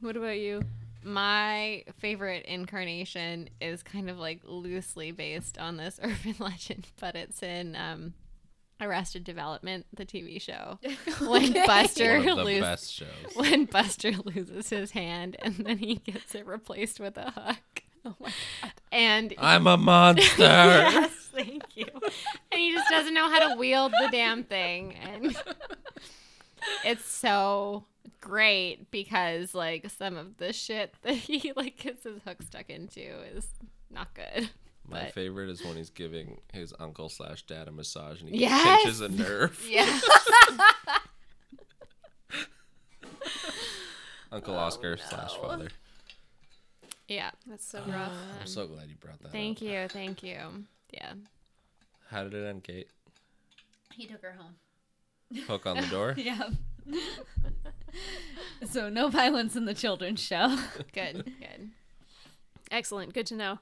Speaker 4: What about you?
Speaker 3: My favorite incarnation is kind of like loosely based on this urban legend, but it's in um, Arrested Development, the TV show. When Buster
Speaker 2: One of the
Speaker 3: loses
Speaker 2: best shows.
Speaker 3: when Buster loses his hand and then he gets it replaced with a hook. Oh my god. And
Speaker 2: I'm a monster.
Speaker 3: yes, thank you. And he just doesn't know how to wield the damn thing. And it's so great because like some of the shit that he like gets his hook stuck into is not good.
Speaker 2: My
Speaker 1: But-
Speaker 2: favorite is when he's giving his uncle slash dad a massage and he
Speaker 3: Yes!
Speaker 2: pinches a nerve.
Speaker 3: Yeah.
Speaker 2: Uncle
Speaker 4: Oh,
Speaker 2: Oscar slash father.
Speaker 3: yeah.
Speaker 4: That's so rough.
Speaker 3: Rough.
Speaker 2: I'm so glad you brought that
Speaker 3: Thank
Speaker 2: up.
Speaker 3: you. Thank you. Yeah.
Speaker 2: How did it end, Kate?
Speaker 1: He took her home.
Speaker 2: Hook on the door?
Speaker 1: Yeah. so no violence in the children's show.
Speaker 3: Good. Good.
Speaker 4: Excellent. Good to know.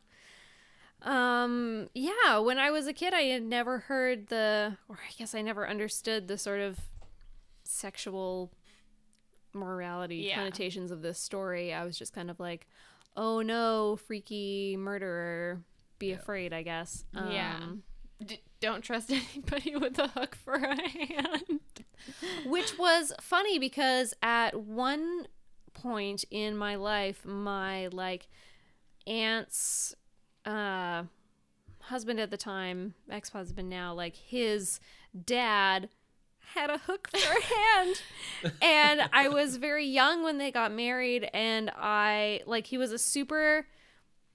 Speaker 4: Um, yeah, when I was a kid, I had never heard the, or I guess I never understood the sort of sexual morality
Speaker 3: Yeah.
Speaker 4: connotations of this story. I was just kind of like, oh no, freaky murderer, be afraid, I guess.
Speaker 3: Yeah.
Speaker 4: Um,
Speaker 3: D- don't trust anybody with a hook for a hand.
Speaker 4: which was funny because at one point in my life my like aunt's uh husband at the time ex-husband now like his dad had a hook for a hand and i was very young when they got married and i like he was a super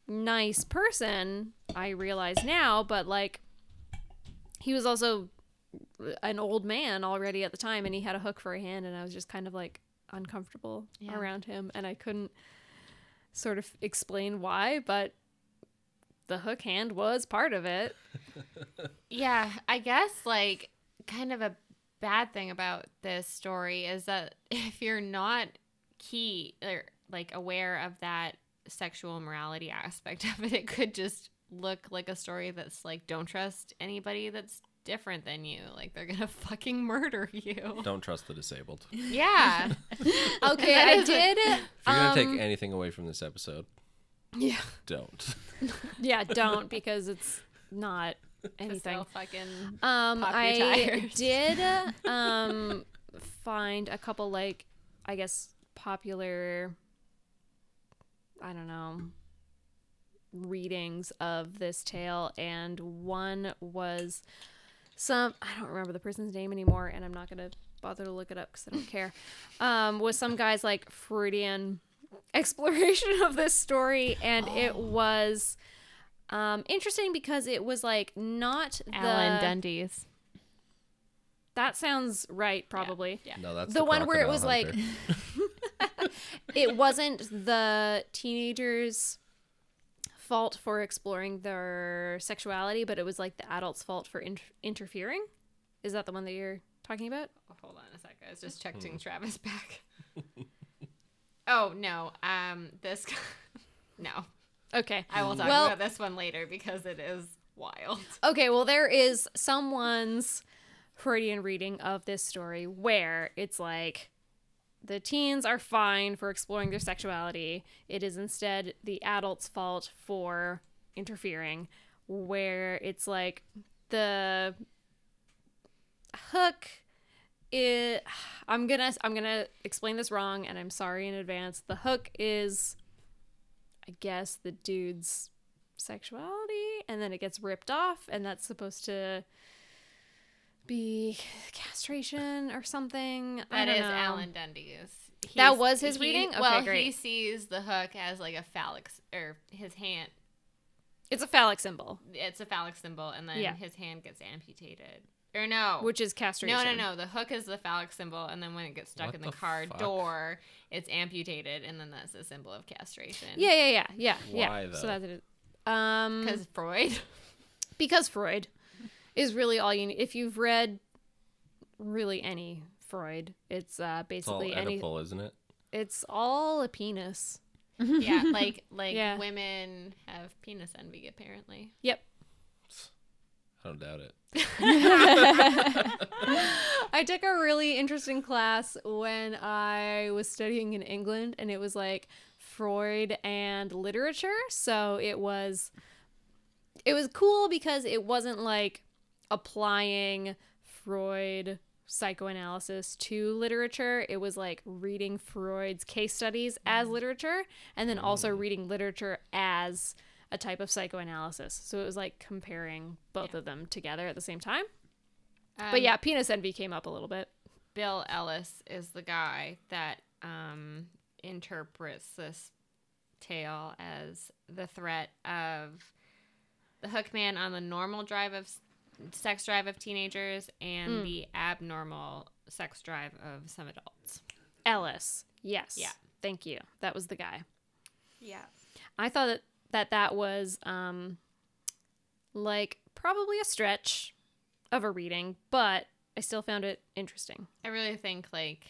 Speaker 4: nice person i realize now but like he was also an old man already at the time and he had a hook for a hand and I was just kind of like uncomfortable
Speaker 3: Yeah.
Speaker 4: around him and I couldn't sort of explain why but the hook hand was part of it.
Speaker 3: Yeah, I guess like kind of a bad thing about this story is that if you're not key or like aware of that sexual morality aspect of it, it could just look like a story that's like don't trust anybody that's different than you. Like they're gonna fucking murder you.
Speaker 2: Don't trust the disabled. If
Speaker 3: Yeah.
Speaker 4: Okay,
Speaker 3: That
Speaker 4: I
Speaker 3: is
Speaker 4: did.
Speaker 2: you're going to
Speaker 4: um,
Speaker 2: take anything away from this episode,
Speaker 4: yeah.
Speaker 2: don't.
Speaker 4: Yeah, don't because it's not anything.
Speaker 3: so fucking
Speaker 4: Um,
Speaker 3: Pop your
Speaker 4: I
Speaker 3: tires.
Speaker 4: did um find a couple like I guess popular I don't know readings of this tale and one was some I don't remember the person's name anymore and I'm not going to bother to look it up cuz I don't care. Um was some guy's like Freudian exploration of this story and it was um interesting because it was like not
Speaker 3: Alan
Speaker 4: the
Speaker 3: Dundee's.
Speaker 4: that sounds right, probably.
Speaker 3: Yeah.
Speaker 2: No, that's
Speaker 4: The one where it
Speaker 2: Crocodile
Speaker 4: was like-
Speaker 2: Hunter.
Speaker 4: It wasn't the teenagers' fault for exploring their sexuality, but it was like the adults' fault for in- interfering. Is that the one that you're talking about?
Speaker 3: Oh, Hold on a sec. I was just checking Travis back. oh no. Um. This. guy- no.
Speaker 4: Okay.
Speaker 3: I will talk
Speaker 4: Well-
Speaker 3: about this one later because it is wild.
Speaker 4: Okay, well, there is someone's Freudian reading of this story where it's like the teens are fine for exploring their sexuality. It is instead the adult's fault for interfering, where it's like the hook i I'm gonna I'm gonna explain this wrong and I'm sorry in advance. The hook is I guess the dude's sexuality and then it gets ripped off and that's supposed to be castration or something. I
Speaker 3: That
Speaker 4: don't
Speaker 3: is
Speaker 4: know.
Speaker 3: Alan Dundee's.
Speaker 4: That
Speaker 3: He's-
Speaker 4: was his
Speaker 3: he-
Speaker 4: reading? Okay,
Speaker 3: well, he
Speaker 4: great.
Speaker 3: sees the hook as like a phallic, s- or his hand.
Speaker 4: It's a phallic symbol,
Speaker 3: It's a phallic symbol, and then
Speaker 4: Yeah.
Speaker 3: his hand gets amputated. Or no,
Speaker 2: Oh.
Speaker 4: which is castration.
Speaker 3: no, no, no. The hook is the phallic symbol, and then when it gets stuck
Speaker 2: What
Speaker 3: in the,
Speaker 2: the
Speaker 3: car
Speaker 2: fuck?
Speaker 3: door, it's amputated, and then that's a symbol of castration.
Speaker 4: Yeah, yeah, yeah, yeah, yeah.
Speaker 2: Why, though?
Speaker 4: So that's it. Um,
Speaker 3: because Freud.
Speaker 4: because Freud is really all you need. If you've read really any Freud, it's uh,
Speaker 2: It's all
Speaker 4: basically any.
Speaker 2: Oedipal, isn't it?
Speaker 4: It's all a penis.
Speaker 3: yeah, like like
Speaker 4: Yeah.
Speaker 3: women have penis envy apparently.
Speaker 4: Yep,
Speaker 2: I don't doubt it.
Speaker 4: I took a really interesting class when I was studying in England, and it was like Freud and literature. So it was, it was cool because it wasn't like applying Freud psychoanalysis to literature. It was like reading Freud's case studies as literature, and then also reading literature as a type of psychoanalysis. So it was like comparing both of them together at the same time. But
Speaker 3: Um,
Speaker 4: yeah, penis envy came up a little bit.
Speaker 3: Bill Ellis is the guy that um, interprets this tale as the threat of the Hookman on the normal drive of s- sex drive of teenagers and
Speaker 4: Mm.
Speaker 3: the abnormal sex drive of some adults.
Speaker 4: Ellis. Yes.
Speaker 3: Yeah.
Speaker 4: Thank you. That was the guy.
Speaker 3: Yeah.
Speaker 4: I thought that that, that was um, like probably a stretch of a reading, but I still found it interesting.
Speaker 3: I really think like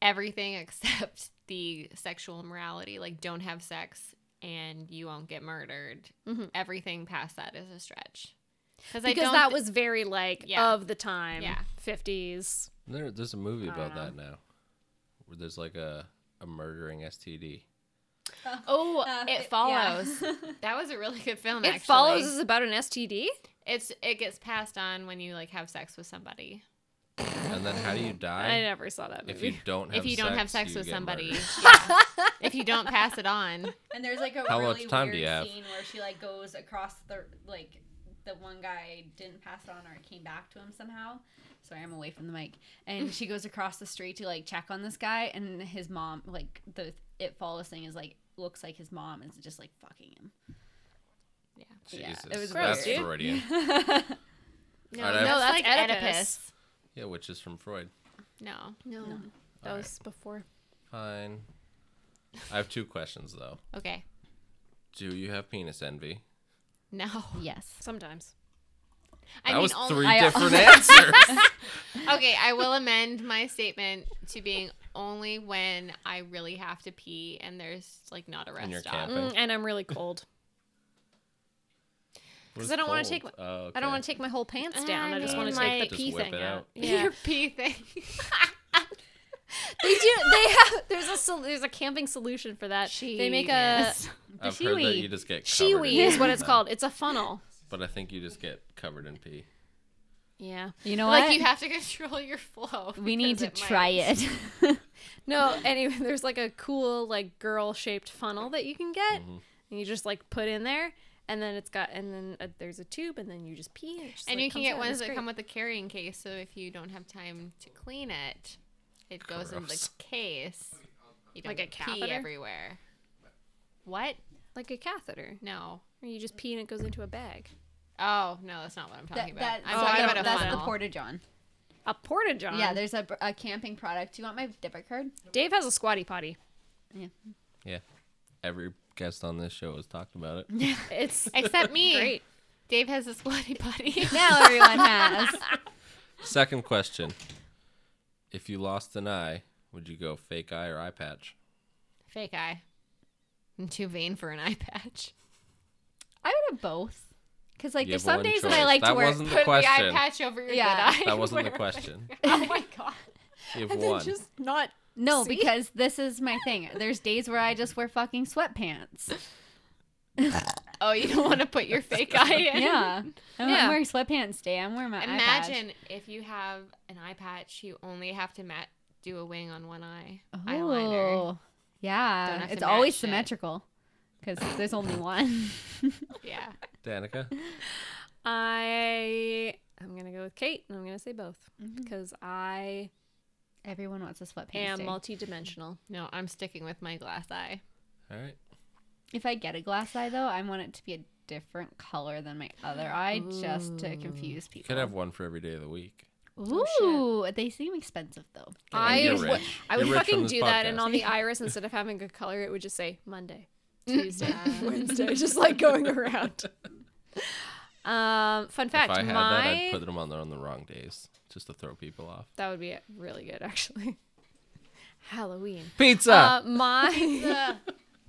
Speaker 3: everything except the sexual morality, like don't have sex and you won't get murdered.
Speaker 4: Mhm.
Speaker 3: Everything past that is a stretch. I
Speaker 4: Because
Speaker 3: don't
Speaker 4: that
Speaker 3: thi-
Speaker 4: was very like
Speaker 3: Yeah.
Speaker 4: of the time.
Speaker 3: Yeah.
Speaker 4: 50s.
Speaker 2: There, there's a movie
Speaker 4: I
Speaker 2: about
Speaker 4: dunno.
Speaker 2: that now, where there's like a a murdering STD.
Speaker 3: Oh,
Speaker 1: Uh,
Speaker 3: it
Speaker 1: yeah.
Speaker 3: follows. that was a really good film.
Speaker 4: It
Speaker 3: actually.
Speaker 4: follows is about an STD.
Speaker 3: It's it gets passed on when you like have sex with somebody.
Speaker 2: And then how do you
Speaker 4: I
Speaker 2: die?
Speaker 4: never saw that
Speaker 2: If
Speaker 4: movie.
Speaker 2: you don't have
Speaker 3: if you don't have sex
Speaker 2: you
Speaker 3: with
Speaker 2: get
Speaker 3: somebody,
Speaker 2: murdered.
Speaker 3: yeah. if you don't pass it on,
Speaker 1: And there's like a
Speaker 2: How
Speaker 1: really
Speaker 2: much time do
Speaker 1: weird
Speaker 2: you have?
Speaker 1: scene where she like goes across the like the one guy didn't pass it on or it came back to him somehow. Sorry, I'm away from the mic. And she goes across the street to like check on this guy, and his mom, like the it follows thing, is like looks like his mom is just like fucking him. Yeah,
Speaker 2: Jesus,
Speaker 1: it was
Speaker 2: that's
Speaker 4: gross, dude.
Speaker 2: Freudian.
Speaker 3: no,
Speaker 2: I'd have-
Speaker 3: no, that's
Speaker 4: That's
Speaker 3: like
Speaker 4: Oedipus.
Speaker 3: Oedipus.
Speaker 2: Yeah, which is from Freud.
Speaker 3: No,
Speaker 4: No, that
Speaker 2: All right.
Speaker 4: was before.
Speaker 2: Fine. I have two questions though.
Speaker 3: okay,
Speaker 2: Do you have penis envy?
Speaker 3: no.
Speaker 1: yes.
Speaker 4: Sometimes.
Speaker 3: I
Speaker 2: that
Speaker 3: mean,
Speaker 2: was
Speaker 3: only-
Speaker 2: three
Speaker 1: I-
Speaker 2: different answers.
Speaker 3: okay, I will amend my statement to being only when I really have to pee and there's like not a rest
Speaker 2: And you're
Speaker 3: stop.
Speaker 2: camping.
Speaker 4: Mm, and I'm really cold.
Speaker 2: What
Speaker 4: 'Cause
Speaker 2: is
Speaker 4: I don't wanna
Speaker 2: cold?
Speaker 4: take my-
Speaker 2: Oh,
Speaker 4: I don't
Speaker 2: okay.
Speaker 4: want to take my whole pants down. I,
Speaker 3: I
Speaker 4: just
Speaker 3: mean,
Speaker 4: want to
Speaker 3: like-
Speaker 4: take the
Speaker 2: Just
Speaker 4: pee
Speaker 2: whip
Speaker 4: thing
Speaker 2: it
Speaker 4: out.
Speaker 2: out.
Speaker 4: Yeah.
Speaker 3: Your pee thing.
Speaker 4: they do. They have. There's a sol- there's a camping solution for that. They make a
Speaker 3: Jeez.
Speaker 2: I've heard that
Speaker 1: shiwi.
Speaker 2: you just get covered in
Speaker 4: shiwi is what
Speaker 2: pee
Speaker 4: it's
Speaker 2: now,
Speaker 4: called. It's a funnel.
Speaker 2: But I think you just get covered in pee.
Speaker 4: Yeah.
Speaker 1: You know
Speaker 3: like
Speaker 1: what?
Speaker 3: you have to control your flow.
Speaker 1: we need to
Speaker 3: because might-
Speaker 1: try it.
Speaker 4: No. Anyway, there's like a cool like girl shaped funnel that you can get,
Speaker 2: Mm-hmm.
Speaker 4: and you just like put in there, and then it's got and then uh there's a tube, and then you just pee. And, it just,
Speaker 3: And
Speaker 4: like,
Speaker 3: you can
Speaker 4: comes
Speaker 3: get
Speaker 4: out.
Speaker 3: ones
Speaker 4: It's
Speaker 3: that
Speaker 4: great.
Speaker 3: come with a carrying case, so if you don't have time to clean it, it goes in the
Speaker 2: Gross.
Speaker 3: case. You don't
Speaker 4: Like a
Speaker 3: get pee
Speaker 4: catheter?
Speaker 3: everywhere. What?
Speaker 4: like a catheter.
Speaker 3: No.
Speaker 4: Or you just pee and it goes into a bag.
Speaker 3: Oh no, that's not what I'm
Speaker 1: that,
Speaker 3: talking
Speaker 1: that,
Speaker 3: about. Oh, I'm talking
Speaker 1: that-
Speaker 3: about a
Speaker 1: that's
Speaker 3: funnel.
Speaker 1: the porta john.
Speaker 4: A porta john.
Speaker 2: Um,
Speaker 1: Yeah, there's a, a camping product. Do you want my debit card?
Speaker 4: Dave has a squatty potty.
Speaker 2: Yeah. Every guest on this show has talked about it.
Speaker 4: It's
Speaker 3: Except me.
Speaker 4: great.
Speaker 3: Dave has a squatty potty.
Speaker 1: Now everyone has.
Speaker 2: Second question. If you lost an eye, would you go fake eye or eye patch?
Speaker 3: Fake eye. I'm too vain for an eye patch.
Speaker 1: I would have both. Because like
Speaker 2: You
Speaker 1: there's some
Speaker 2: have one
Speaker 1: days that I
Speaker 2: choice.
Speaker 1: like to
Speaker 2: That
Speaker 1: wear.
Speaker 2: wasn't- The
Speaker 3: Put the eye
Speaker 2: question.
Speaker 3: patch over your
Speaker 1: Yeah.
Speaker 3: good eye.
Speaker 2: That wasn't the
Speaker 3: Whatever.
Speaker 2: question.
Speaker 3: Oh my god.
Speaker 2: You have one.
Speaker 4: not
Speaker 1: No,
Speaker 4: See?
Speaker 1: because this is my thing. There's days where I just wear fucking sweatpants.
Speaker 3: Oh, you don't want to put your fake eye in.
Speaker 1: Yeah, I'm
Speaker 4: Yeah.
Speaker 1: not wearing sweatpants day. I'm wearing my
Speaker 3: Imagine if you have an eye patch, you only have to ma- do a wing on one eye.
Speaker 1: eye patch.
Speaker 3: Eyeliner.
Speaker 1: Oh,
Speaker 3: Don't
Speaker 1: yeah,
Speaker 3: have to
Speaker 1: it's always
Speaker 3: match it.
Speaker 1: symmetrical because there's only one.
Speaker 3: Yeah.
Speaker 2: Danica?
Speaker 4: I am gonna go with Kate, and I'm gonna say both because I
Speaker 1: Everyone wants a sweatpants
Speaker 4: am
Speaker 1: day.
Speaker 4: multidimensional.
Speaker 3: No, I'm sticking with my glass eye.
Speaker 2: All right.
Speaker 1: if I get a glass eye though, I want it to be a different color than my other eye just to confuse
Speaker 2: You
Speaker 1: people.
Speaker 2: could have one for every day of the week.
Speaker 1: Ooh,
Speaker 4: Oh,
Speaker 1: they seem expensive though.
Speaker 2: Yeah,
Speaker 4: I
Speaker 2: you're
Speaker 4: would-
Speaker 2: rich.
Speaker 4: I would
Speaker 2: You're rich from
Speaker 4: fucking
Speaker 2: this
Speaker 4: do that, and
Speaker 2: podcast.
Speaker 4: on the iris, instead of having a color, it would just say Monday, Tuesday, Wednesday, just like going around. Um, fun fact,
Speaker 2: if I had
Speaker 4: my
Speaker 2: that, I'd put them on there on the wrong days just to throw people off.
Speaker 4: that would be really good actually. Halloween.
Speaker 2: Pizza.
Speaker 4: Uh, my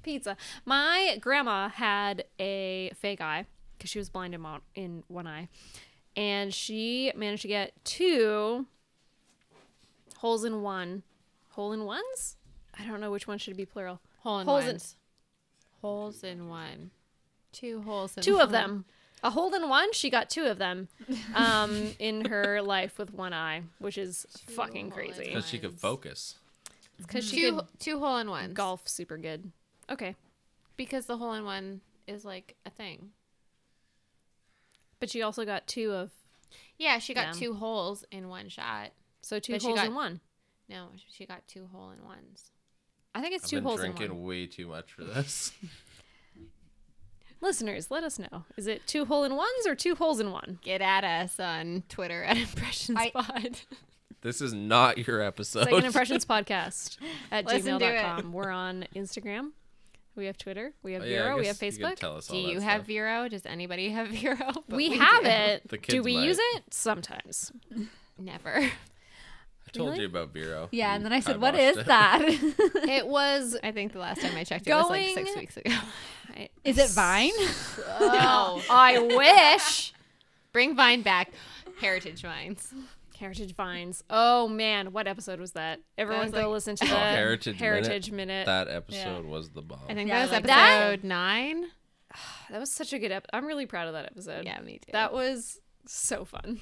Speaker 4: pizza. My grandma had a fake eye because she was blind in, mo- in one eye, and she managed to get two holes in one. Hole in ones? I don't know which one should be plural.
Speaker 3: Hole in
Speaker 4: Holes in-
Speaker 3: ones. Holes in one. Two holes in
Speaker 4: Two
Speaker 3: one.
Speaker 4: of them. A hole in one. She got two of them um, in her life with one eye, which is fucking
Speaker 3: hole in
Speaker 4: crazy.
Speaker 2: Because she could
Speaker 3: Lines.
Speaker 2: focus.
Speaker 4: Because she
Speaker 3: Two
Speaker 4: could
Speaker 3: two hole in ones.
Speaker 4: golf super good. Okay,
Speaker 3: Because the hole in one is like a thing.
Speaker 4: but she also got two of
Speaker 3: Yeah, she got
Speaker 4: Yeah.
Speaker 3: two holes in one shot.
Speaker 4: so two
Speaker 3: But she
Speaker 4: holes
Speaker 3: got-
Speaker 4: in one.
Speaker 3: No, she got two hole in ones.
Speaker 4: I think it's
Speaker 2: I've
Speaker 4: two
Speaker 2: been
Speaker 4: holes in one.
Speaker 2: drinking way too much for this.
Speaker 4: Listeners, let us know. Is it two hole in ones or two holes in one?
Speaker 3: Get at us on Twitter at Impressions
Speaker 1: I-
Speaker 3: Pod.
Speaker 2: This is not your episode.
Speaker 4: Second Impressions Podcast at
Speaker 3: Listen to it.
Speaker 4: gmail.com. We're on Instagram. We have Twitter. We have
Speaker 2: Oh,
Speaker 4: Vero.
Speaker 2: yeah, I
Speaker 4: we have
Speaker 2: guess You can
Speaker 4: Facebook.
Speaker 2: tell us
Speaker 3: Do
Speaker 2: all that
Speaker 3: you have
Speaker 2: stuff.
Speaker 3: Vero? Does anybody have Vero? But
Speaker 4: we, have
Speaker 3: do.
Speaker 4: it.
Speaker 2: The
Speaker 4: do
Speaker 2: kids
Speaker 4: we
Speaker 2: might.
Speaker 4: use it? Sometimes.
Speaker 3: Never.
Speaker 2: I told
Speaker 4: Really?
Speaker 2: you about Vero.
Speaker 1: Yeah, and then I said,
Speaker 2: Mm, I
Speaker 1: "What
Speaker 2: watched
Speaker 1: is
Speaker 2: it."
Speaker 1: that?
Speaker 4: It was.
Speaker 3: I think the last time I checked it was like six
Speaker 4: Going-
Speaker 3: weeks ago.
Speaker 4: I-
Speaker 1: is it Vine?"
Speaker 3: No.
Speaker 4: I wish.
Speaker 3: Bring Vine back. Heritage Vines.
Speaker 4: Heritage Vines. Oh man, what episode was that? Everyone
Speaker 3: was
Speaker 4: go
Speaker 3: like-
Speaker 4: listen to the
Speaker 2: Oh, Heritage Minute.
Speaker 4: Heritage Minute.
Speaker 2: That episode was the bomb.
Speaker 3: I think
Speaker 1: Yeah,
Speaker 3: that was
Speaker 1: I like
Speaker 4: that.
Speaker 3: episode nine.
Speaker 4: That was such a good episode. I'm really proud of that episode.
Speaker 3: Yeah, me too.
Speaker 4: That was so fun.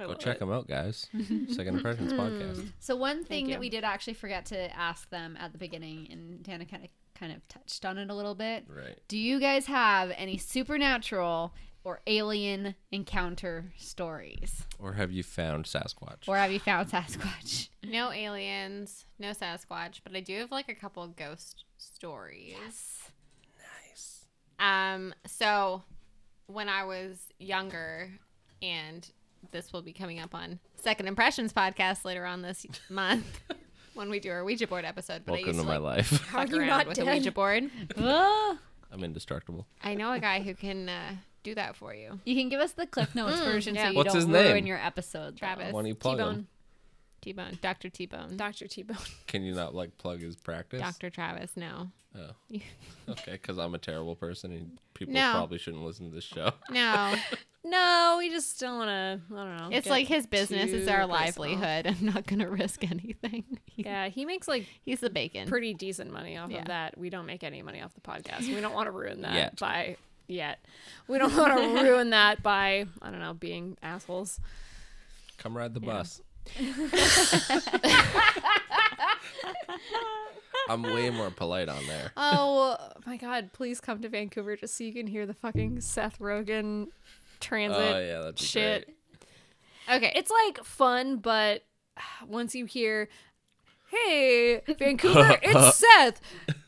Speaker 4: I
Speaker 2: Go
Speaker 4: love
Speaker 2: check
Speaker 4: it.
Speaker 2: them out, guys. Second Impressions podcast.
Speaker 1: So one thing
Speaker 4: you.
Speaker 1: that we did actually forget to ask them at the beginning, and Dana kind of kind of touched on it a little bit.
Speaker 2: Right.
Speaker 1: Do you guys have any supernatural or alien encounter stories,
Speaker 2: Or have you found Sasquatch?
Speaker 1: or have you found Sasquatch?
Speaker 3: No aliens, no Sasquatch, but I do have like a couple ghost stories. Yes.
Speaker 2: Nice.
Speaker 3: Um, so when I was younger, and this will be coming up on Second Impressions podcast later on this month when we do our Ouija board episode. But I
Speaker 2: Welcome
Speaker 3: used
Speaker 2: to
Speaker 3: to,
Speaker 2: my
Speaker 3: like,
Speaker 2: life.
Speaker 4: How
Speaker 3: fuck around with a Ouija board.
Speaker 1: Ah.
Speaker 2: I'm indestructible.
Speaker 3: I know a guy who can uh, do that for you.
Speaker 1: you can give us the Cliff Notes version
Speaker 3: yeah.
Speaker 1: so you
Speaker 2: What's
Speaker 1: don't
Speaker 2: his
Speaker 1: ruin
Speaker 2: name?
Speaker 1: your episode. though.
Speaker 3: Travis. Yes,
Speaker 2: Why don't you plug
Speaker 4: T-Bone.
Speaker 2: him?
Speaker 3: T Bone, Doctor T Bone,
Speaker 4: Dr. T-Bone.
Speaker 2: Can you not like plug his practice?
Speaker 3: Doctor Travis. No,
Speaker 2: Oh. okay, because I'm a terrible person and people
Speaker 3: No.
Speaker 2: probably shouldn't listen to this show.
Speaker 3: no,
Speaker 4: No, we just don't want to. I don't know.
Speaker 3: it's
Speaker 4: get
Speaker 3: like his business is
Speaker 4: too
Speaker 3: our
Speaker 4: personal.
Speaker 3: livelihood. I'm not gonna risk anything. He-
Speaker 4: Yeah, he makes like
Speaker 3: He's the bacon.
Speaker 4: pretty decent money off
Speaker 3: Yeah.
Speaker 4: of that. We don't make any money off the podcast. We don't want to ruin that
Speaker 2: Yet.
Speaker 4: by yet. We don't want to ruin that by I don't know being assholes.
Speaker 2: Come ride the bus. I'm way more polite on there.
Speaker 4: Oh my God! Please come to Vancouver just so you can hear the fucking Seth Rogen transit
Speaker 2: Oh yeah, that'd be
Speaker 4: shit.
Speaker 2: great.
Speaker 3: okay,
Speaker 4: It's like fun, but once you hear, "Hey, Vancouver, it's Seth,"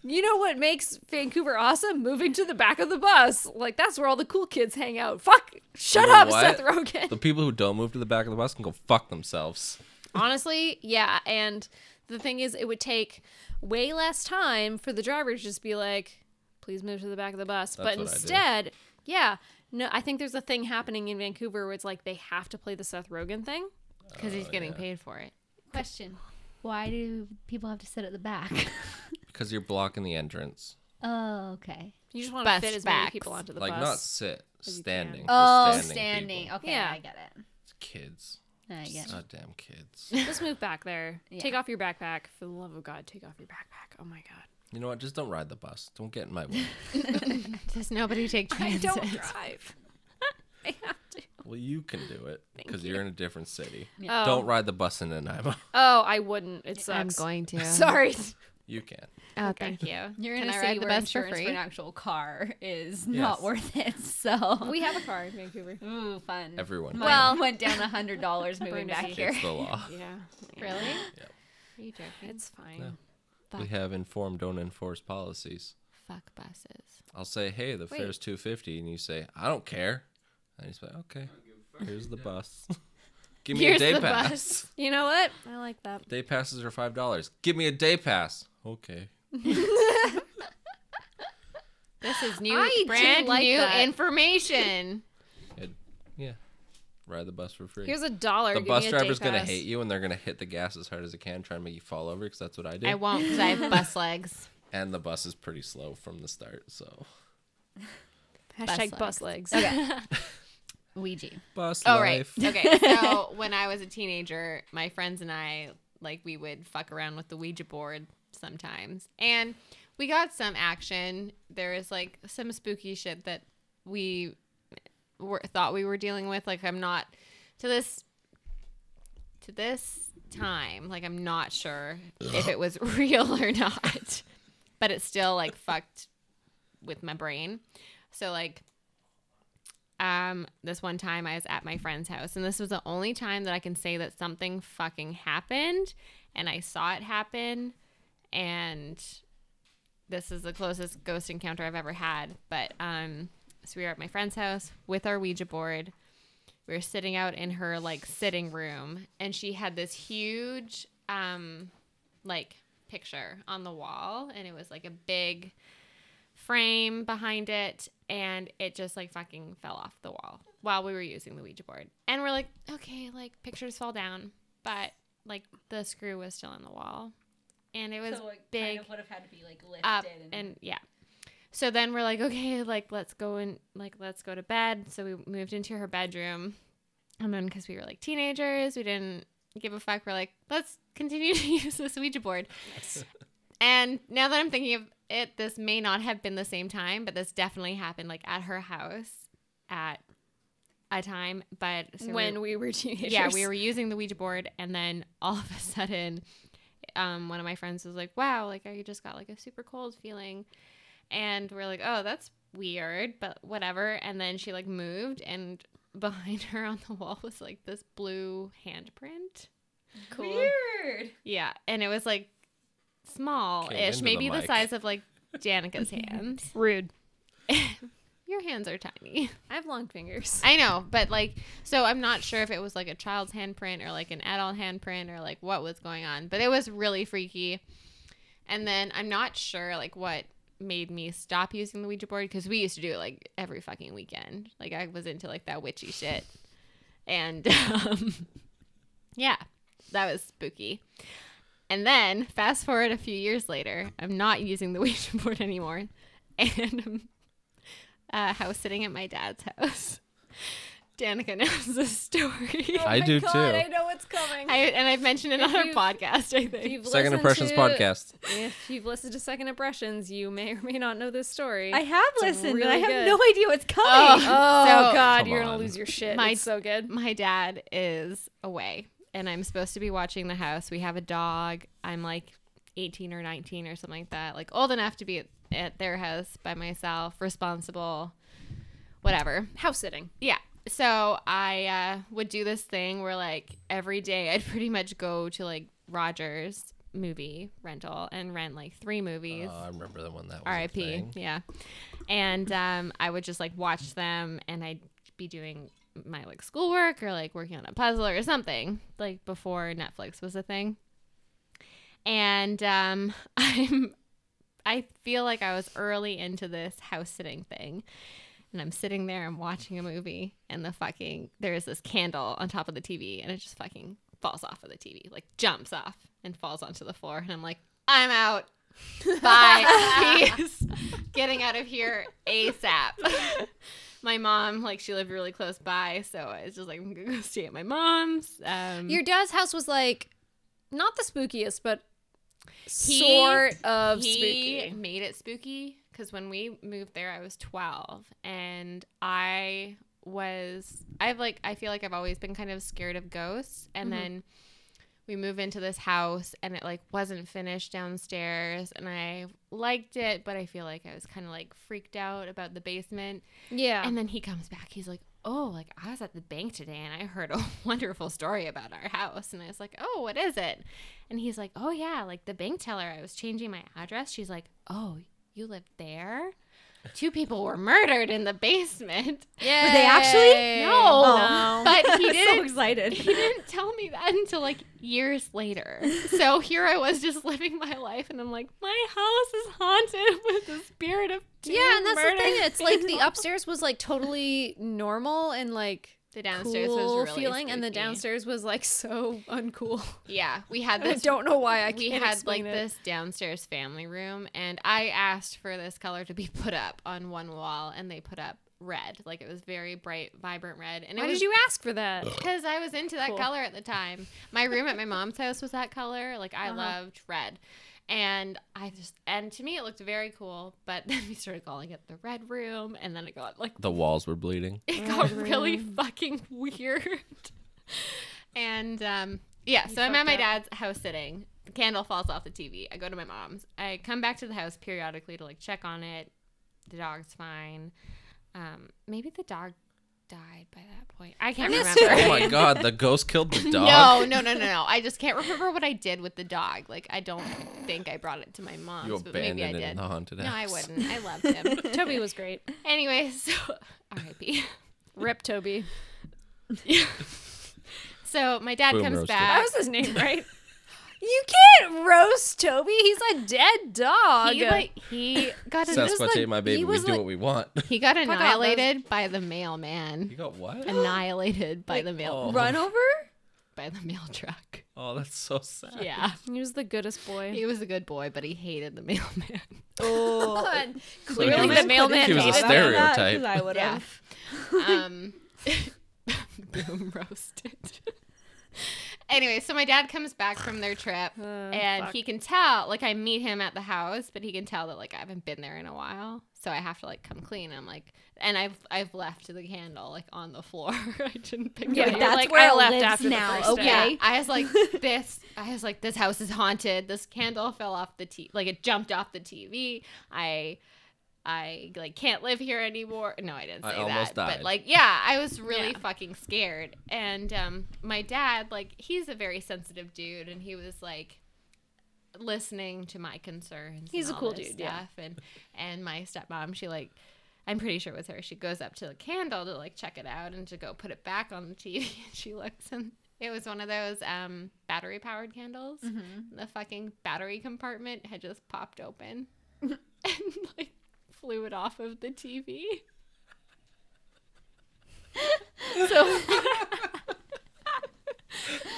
Speaker 4: you know what makes Vancouver awesome? Moving to the back of the bus, like that's where all the cool kids hang out. Fuck! Shut
Speaker 2: You know
Speaker 4: up,
Speaker 2: what?
Speaker 4: Seth Rogen.
Speaker 2: The people who don't move to the back of the bus can go fuck themselves.
Speaker 4: Honestly, yeah. And the thing is, it would take way less time for the driver to just be like, please move to the back of the bus.
Speaker 2: That's
Speaker 4: but
Speaker 2: what I do.
Speaker 4: instead, yeah. No, I think there's a thing happening in Vancouver where it's like they have to play the Seth Rogen thing.
Speaker 3: because
Speaker 2: Oh,
Speaker 3: he's getting paid for it.
Speaker 1: Question: Why do people have to sit at the back?
Speaker 2: Because you're blocking the entrance.
Speaker 1: oh, okay.
Speaker 4: You just want to
Speaker 3: Bus
Speaker 4: fit as
Speaker 3: backs.
Speaker 4: many people onto the
Speaker 2: like not
Speaker 4: bus.
Speaker 2: sit,
Speaker 4: you
Speaker 2: standing.
Speaker 4: can.
Speaker 2: We're
Speaker 1: Oh,
Speaker 2: people.
Speaker 1: standing. Okay,
Speaker 4: Yeah.
Speaker 1: I get it.
Speaker 2: It's kids.
Speaker 1: I get it.
Speaker 2: Goddamn kids.
Speaker 4: just move back there.
Speaker 1: Yeah.
Speaker 4: Take off your backpack. For the love of God, take off your backpack. Oh my God.
Speaker 2: You know what? Just don't ride the bus. Don't get in my way.
Speaker 3: Does nobody take
Speaker 4: I
Speaker 3: transit?
Speaker 4: don't drive. I have to.
Speaker 2: well, you can do it because you're in a different city.
Speaker 4: Yeah.
Speaker 2: Don't ride the bus in Nanaimo.
Speaker 4: Oh, I wouldn't. It
Speaker 3: I'm
Speaker 4: sucks.
Speaker 3: going to.
Speaker 4: Sorry.
Speaker 2: You can.
Speaker 3: Oh, thank you.
Speaker 1: You're in
Speaker 3: Can
Speaker 1: a
Speaker 3: I
Speaker 1: city
Speaker 3: ride the
Speaker 1: where
Speaker 3: bus for
Speaker 1: insurance for,
Speaker 3: free?
Speaker 1: an actual car is
Speaker 2: Yes.
Speaker 1: not worth it. So
Speaker 4: We have a car in Vancouver.
Speaker 1: ooh, fun.
Speaker 2: Everyone.
Speaker 1: Mine
Speaker 4: Well-
Speaker 1: went down a hundred dollars moving
Speaker 4: Burned
Speaker 1: back
Speaker 4: me.
Speaker 1: here.
Speaker 2: It's the law.
Speaker 4: Yeah.
Speaker 3: Really?
Speaker 2: Yeah.
Speaker 3: Are you joking?
Speaker 4: It's fine.
Speaker 2: Yeah. We
Speaker 3: Fuck.
Speaker 2: have inform, don't enforce policies.
Speaker 3: Fuck buses.
Speaker 2: I'll say, hey, the fare's two fifty, and you say, I don't care. And he's like, okay, here's the bus. Give me
Speaker 3: Here's
Speaker 2: a day
Speaker 3: the
Speaker 2: pass.
Speaker 3: bus.
Speaker 4: You know what? I like that.
Speaker 2: Day passes are five dollars. Give me a day pass. Okay.
Speaker 3: This is new,
Speaker 4: I do
Speaker 3: brand
Speaker 4: like
Speaker 3: new
Speaker 4: that.
Speaker 3: information.
Speaker 2: It- yeah. Ride the bus for free.
Speaker 4: Here's a dollar.
Speaker 2: the
Speaker 4: Give
Speaker 2: bus
Speaker 4: me a
Speaker 2: driver's
Speaker 4: day
Speaker 2: gonna
Speaker 4: pass.
Speaker 2: hate you, and they're gonna hit the gas as hard as they can, trying to make you fall over, because that's what I do.
Speaker 3: I won't because I have bus legs.
Speaker 2: and the bus is pretty slow from the start, so
Speaker 4: Hashtag
Speaker 3: Bus
Speaker 4: bus legs.
Speaker 1: Okay. Ouija.
Speaker 2: bus
Speaker 3: Oh, right.
Speaker 2: life.
Speaker 3: Okay. So when I was a teenager, my friends and I, like, we would fuck around with the Ouija board sometimes. And we got some action. There was, like, some spooky shit that we were, thought we were dealing with. Like, I'm not, to this, to this time, like, I'm not sure if it was real or not. But it still, like, fucked with my brain. So, like, um this one time I was at my friend's house and this was the only time that I can say that something fucking happened and I saw it happen and this is the closest ghost encounter I've ever had. But um, so we were at my friend's house with our Ouija board. We were sitting out in her like sitting room, and she had this huge um, like picture on the wall, and it was like a big frame behind it, and it just like fucking fell off the wall while we were using the Ouija board. And we're like, okay, like pictures fall down, but like the screw was still in the wall. And it was big
Speaker 1: would have had to be like lifted
Speaker 3: up and yeah. So then we're like, okay, like let's go and like let's go to bed. So we moved into her bedroom, and then because we were like teenagers, we didn't give a fuck. We're like, let's continue to use this Ouija board. and now that I'm thinking of it, this may not have been the same time, but this definitely happened like at her house at a time. But so we-
Speaker 4: when we were teenagers.
Speaker 3: yeah, we were using the Ouija board, and then all of a sudden, um, one of my friends was like, "Wow, like I just got like a super cold feeling," and we're like, "Oh, that's weird, but whatever." And then she like moved, and behind her on the wall was like this blue handprint.
Speaker 4: cool.
Speaker 1: weird.
Speaker 3: Yeah, and it was like
Speaker 2: Came into
Speaker 3: small-ish,
Speaker 2: the
Speaker 3: maybe the,
Speaker 2: mic.
Speaker 3: size of like Danica's hands.
Speaker 4: Rude.
Speaker 3: Your hands are tiny.
Speaker 4: I have long fingers.
Speaker 3: I know, but like, so I'm not sure if it was like a child's handprint or like an adult handprint or like what was going on, but it was really freaky. And then I'm not sure like what made me stop using the Ouija board because we used to do it like every fucking weekend. Like I was into like that witchy shit, and um, yeah, that was spooky. And then fast forward a few years later, I'm not using the Ouija board anymore, and I'm uh, house sitting at my dad's house. Danica knows this story.
Speaker 2: I do too.
Speaker 4: I know what's coming.
Speaker 3: I, and I've mentioned it on our
Speaker 4: Oh you've-
Speaker 3: podcast, I
Speaker 4: If
Speaker 3: think.
Speaker 4: you've
Speaker 2: Second
Speaker 4: listened
Speaker 2: Impressions
Speaker 4: to-
Speaker 2: podcast.
Speaker 4: If you've listened to Second Impressions, you may or may not know this story.
Speaker 1: I have listened, and I
Speaker 4: really
Speaker 1: have
Speaker 4: good.
Speaker 1: no idea what's coming.
Speaker 4: oh,
Speaker 3: So-
Speaker 4: God,
Speaker 2: Come
Speaker 4: you're gonna
Speaker 2: on.
Speaker 4: lose your shit.
Speaker 3: My-
Speaker 4: it's so good.
Speaker 3: My dad is away, and I'm supposed to be watching the house. We have a dog. I'm like 18 or 19 or something like that, like old enough to be at, at their house by myself, responsible, whatever.
Speaker 4: House sitting.
Speaker 3: Yeah. So I uh, would do this thing where like every day I'd pretty much go to like Rogers movie rental and rent like three movies.
Speaker 2: Oh, I remember that one. That was a
Speaker 3: RIP.
Speaker 2: thing.
Speaker 3: Yeah. And um, I would just like watch them and I'd be doing my like schoolwork or like working on a puzzle or something like before Netflix was a thing. And um, I'm, I feel like I was early into this house sitting thing. And I'm sitting there, I'm watching a movie, and the fucking, there is this candle on top of the TV, and it just fucking falls off of the TV, like jumps off and falls onto the floor. And I'm like, I'm out. Bye. Peace. Getting out of here ASAP. my mom, like, she lived really close by, so it's just like, I'm gonna go stay at my mom's. Um,
Speaker 4: Your dad's house was like not the spookiest, but
Speaker 3: He-
Speaker 4: sort of
Speaker 3: he
Speaker 4: spooky.
Speaker 3: made it spooky because when we moved there, I was 12, and I was I've like I feel like I've always been kind of scared of ghosts, and
Speaker 4: Mm-hmm.
Speaker 3: then we move into this house, and it like wasn't finished downstairs, and I liked it, but I feel like I was kind of like freaked out about the basement,
Speaker 4: Yeah.
Speaker 3: and then he comes back. He's like, "Oh, like I was at the bank today and I heard a wonderful story about our house." And I was like, "Oh, what is it?" And he's like, "Oh yeah, like the bank teller. I was changing my address. She's like, "Oh, you live there? Two people were murdered in the basement."
Speaker 4: yeah.
Speaker 1: they actually?
Speaker 3: No,
Speaker 1: Oh.
Speaker 3: but he
Speaker 1: so
Speaker 3: didn't.
Speaker 1: excited.
Speaker 3: he didn't tell me that until like years later. So here I was just living my life, and I'm like, my house is haunted with the spirit of two
Speaker 4: Yeah, and that's the thing.
Speaker 3: murdered
Speaker 4: It's like the
Speaker 3: people."
Speaker 4: upstairs was like totally normal and like
Speaker 3: The downstairs was
Speaker 4: cool
Speaker 3: really
Speaker 4: feeling, and the
Speaker 3: spooky.
Speaker 4: downstairs was like so uncool.
Speaker 3: Yeah, we had
Speaker 4: I
Speaker 3: this.
Speaker 4: don't know why I can't
Speaker 3: we had like
Speaker 4: explain it.
Speaker 3: this downstairs family room, and I asked for this color to be put up on one wall, and they put up red. Like it was very bright, vibrant red. And
Speaker 4: Why
Speaker 3: it was
Speaker 4: did you ask for that?
Speaker 3: because I was into that
Speaker 4: Cool.
Speaker 3: color at the time. My room at my mom's house was that color. Like I
Speaker 4: Uh-huh.
Speaker 3: loved red. And I just and to me it looked very cool, but then we started calling it the red room and then it got like
Speaker 2: The walls were bleeding.
Speaker 3: it
Speaker 4: Oh,
Speaker 3: got really fucking weird. and um, yeah, so I'm
Speaker 4: fucked
Speaker 3: at my
Speaker 4: up.
Speaker 3: dad's house sitting. The candle falls off the TV. I go to my mom's. I come back to the house periodically to like check on it. The dog's fine. Um, maybe the dog died by that point. I can't
Speaker 2: Oh
Speaker 3: remember.
Speaker 2: my god, the ghost killed the dog.
Speaker 3: No, no, no, no, no. I just can't remember what I did with the dog. Like, I don't think I brought it to my mom's,
Speaker 2: You
Speaker 3: but maybe I
Speaker 2: abandoned it in
Speaker 3: did.
Speaker 2: the haunted
Speaker 3: No, I
Speaker 2: house.
Speaker 3: wouldn't. I loved him.
Speaker 4: Toby was great.
Speaker 3: anyway, so R.I.P.
Speaker 4: Rip Toby.
Speaker 3: So my dad
Speaker 2: Boom
Speaker 3: comes
Speaker 2: roasted.
Speaker 4: That
Speaker 3: back.
Speaker 4: was his name, right? you can't roast Toby. He's a dead dog.
Speaker 3: He like he got an-
Speaker 2: Sasquatch ate my baby.
Speaker 4: he
Speaker 2: We
Speaker 4: was
Speaker 2: do
Speaker 4: like-
Speaker 2: what we want.
Speaker 3: he got
Speaker 4: off, that was-
Speaker 3: annihilated by the
Speaker 2: you
Speaker 3: mailman.
Speaker 2: got what?
Speaker 3: Annihilated by the
Speaker 2: oh.
Speaker 3: mail
Speaker 1: Run over?
Speaker 3: by the mail truck.
Speaker 2: Oh, that's so sad.
Speaker 3: Yeah.
Speaker 4: he was the goodest boy.
Speaker 3: He was a good boy, but he hated the mailman.
Speaker 1: Oh.
Speaker 2: he
Speaker 4: Clearly,
Speaker 2: was-
Speaker 4: the mailman
Speaker 2: he was a
Speaker 4: hated him.
Speaker 2: stare- stereotype.
Speaker 1: I would
Speaker 3: Yeah.
Speaker 1: have.
Speaker 3: um, boom roasted. anyway, so my dad comes back from their trip,
Speaker 4: Uh,
Speaker 3: and
Speaker 4: fuck.
Speaker 3: he can tell. Like I meet him at the house, but he can tell that like I haven't been there in a while, so I have to like come clean. I'm like, and I've I've left the candle like on the floor. I didn't pick
Speaker 4: Yeah,
Speaker 3: it
Speaker 4: you're
Speaker 3: up.
Speaker 1: that's
Speaker 4: like,
Speaker 1: where
Speaker 4: I
Speaker 1: it
Speaker 4: left
Speaker 1: lives
Speaker 4: after the
Speaker 1: now,
Speaker 4: first
Speaker 1: okay.
Speaker 4: day.
Speaker 3: Yeah, I was like this. I was like this house is haunted. This candle fell off the t like it jumped off the TV. I I like can't live here anymore. No, I didn't say
Speaker 2: I
Speaker 3: that.
Speaker 2: almost
Speaker 3: But
Speaker 2: died.
Speaker 3: like yeah, I was really
Speaker 4: Yeah.
Speaker 3: fucking scared. And um my dad like he's a very sensitive dude and he was like listening to my concerns.
Speaker 4: He's
Speaker 3: and
Speaker 4: a
Speaker 3: all
Speaker 4: cool
Speaker 3: this
Speaker 4: dude, yeah.
Speaker 3: stuff. And and my stepmom, she like I'm pretty sure it was her. She goes up to the candle to like check it out and to go put it back on the TV. And she looks and it was one of those um, battery powered candles.
Speaker 4: Mm-hmm.
Speaker 3: The fucking battery compartment had just popped open and like flew it off of the TV. so, so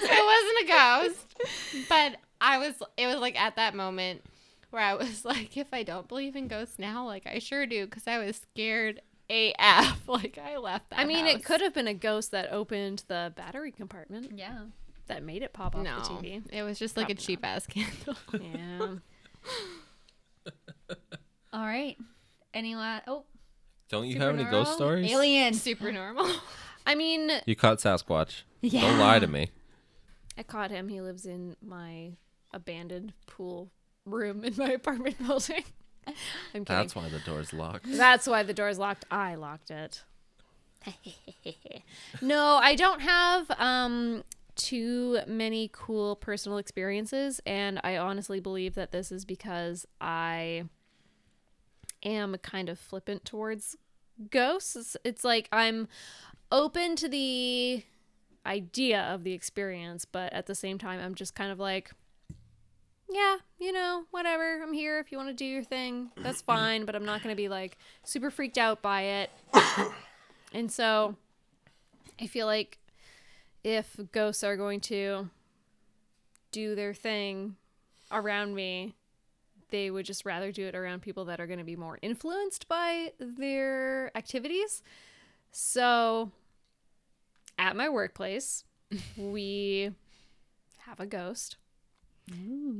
Speaker 3: it wasn't a ghost, but I was, it was like at that moment where I was like, if I don't believe in ghosts now, like I sure do, because I was scared AF. Like I left that.
Speaker 4: I mean,
Speaker 3: house.
Speaker 4: it could have been a ghost that opened the battery compartment
Speaker 1: Yeah.
Speaker 4: that made it pop off
Speaker 3: No,
Speaker 4: the TV.
Speaker 3: it was just like a cheap ass candle.
Speaker 4: Yeah.
Speaker 1: All right. Any la- Oh,
Speaker 2: Don't you have any ghost
Speaker 1: Supernatural?
Speaker 2: stories?
Speaker 1: Alien.
Speaker 3: Super normal.
Speaker 4: I mean,
Speaker 2: You caught Sasquatch.
Speaker 1: Yeah.
Speaker 2: Don't lie to me.
Speaker 4: I caught him. He lives in my abandoned pool room in my apartment building. I'm kidding.
Speaker 2: That's why the door's locked.
Speaker 4: That's why the door's locked. I locked it. no, I don't have um too many cool personal experiences and I honestly believe that this is because I am kind of flippant towards ghosts. It's like I'm open to the idea of the experience, but at the same time I'm just kind of like yeah, you know, whatever. I'm here if you want to do your thing. That's fine, but I'm not going to be like super freaked out by it. and so I feel like if ghosts are going to do their thing around me, they would just rather do it around people that are going to be more influenced by their activities. So at my workplace, we have a ghost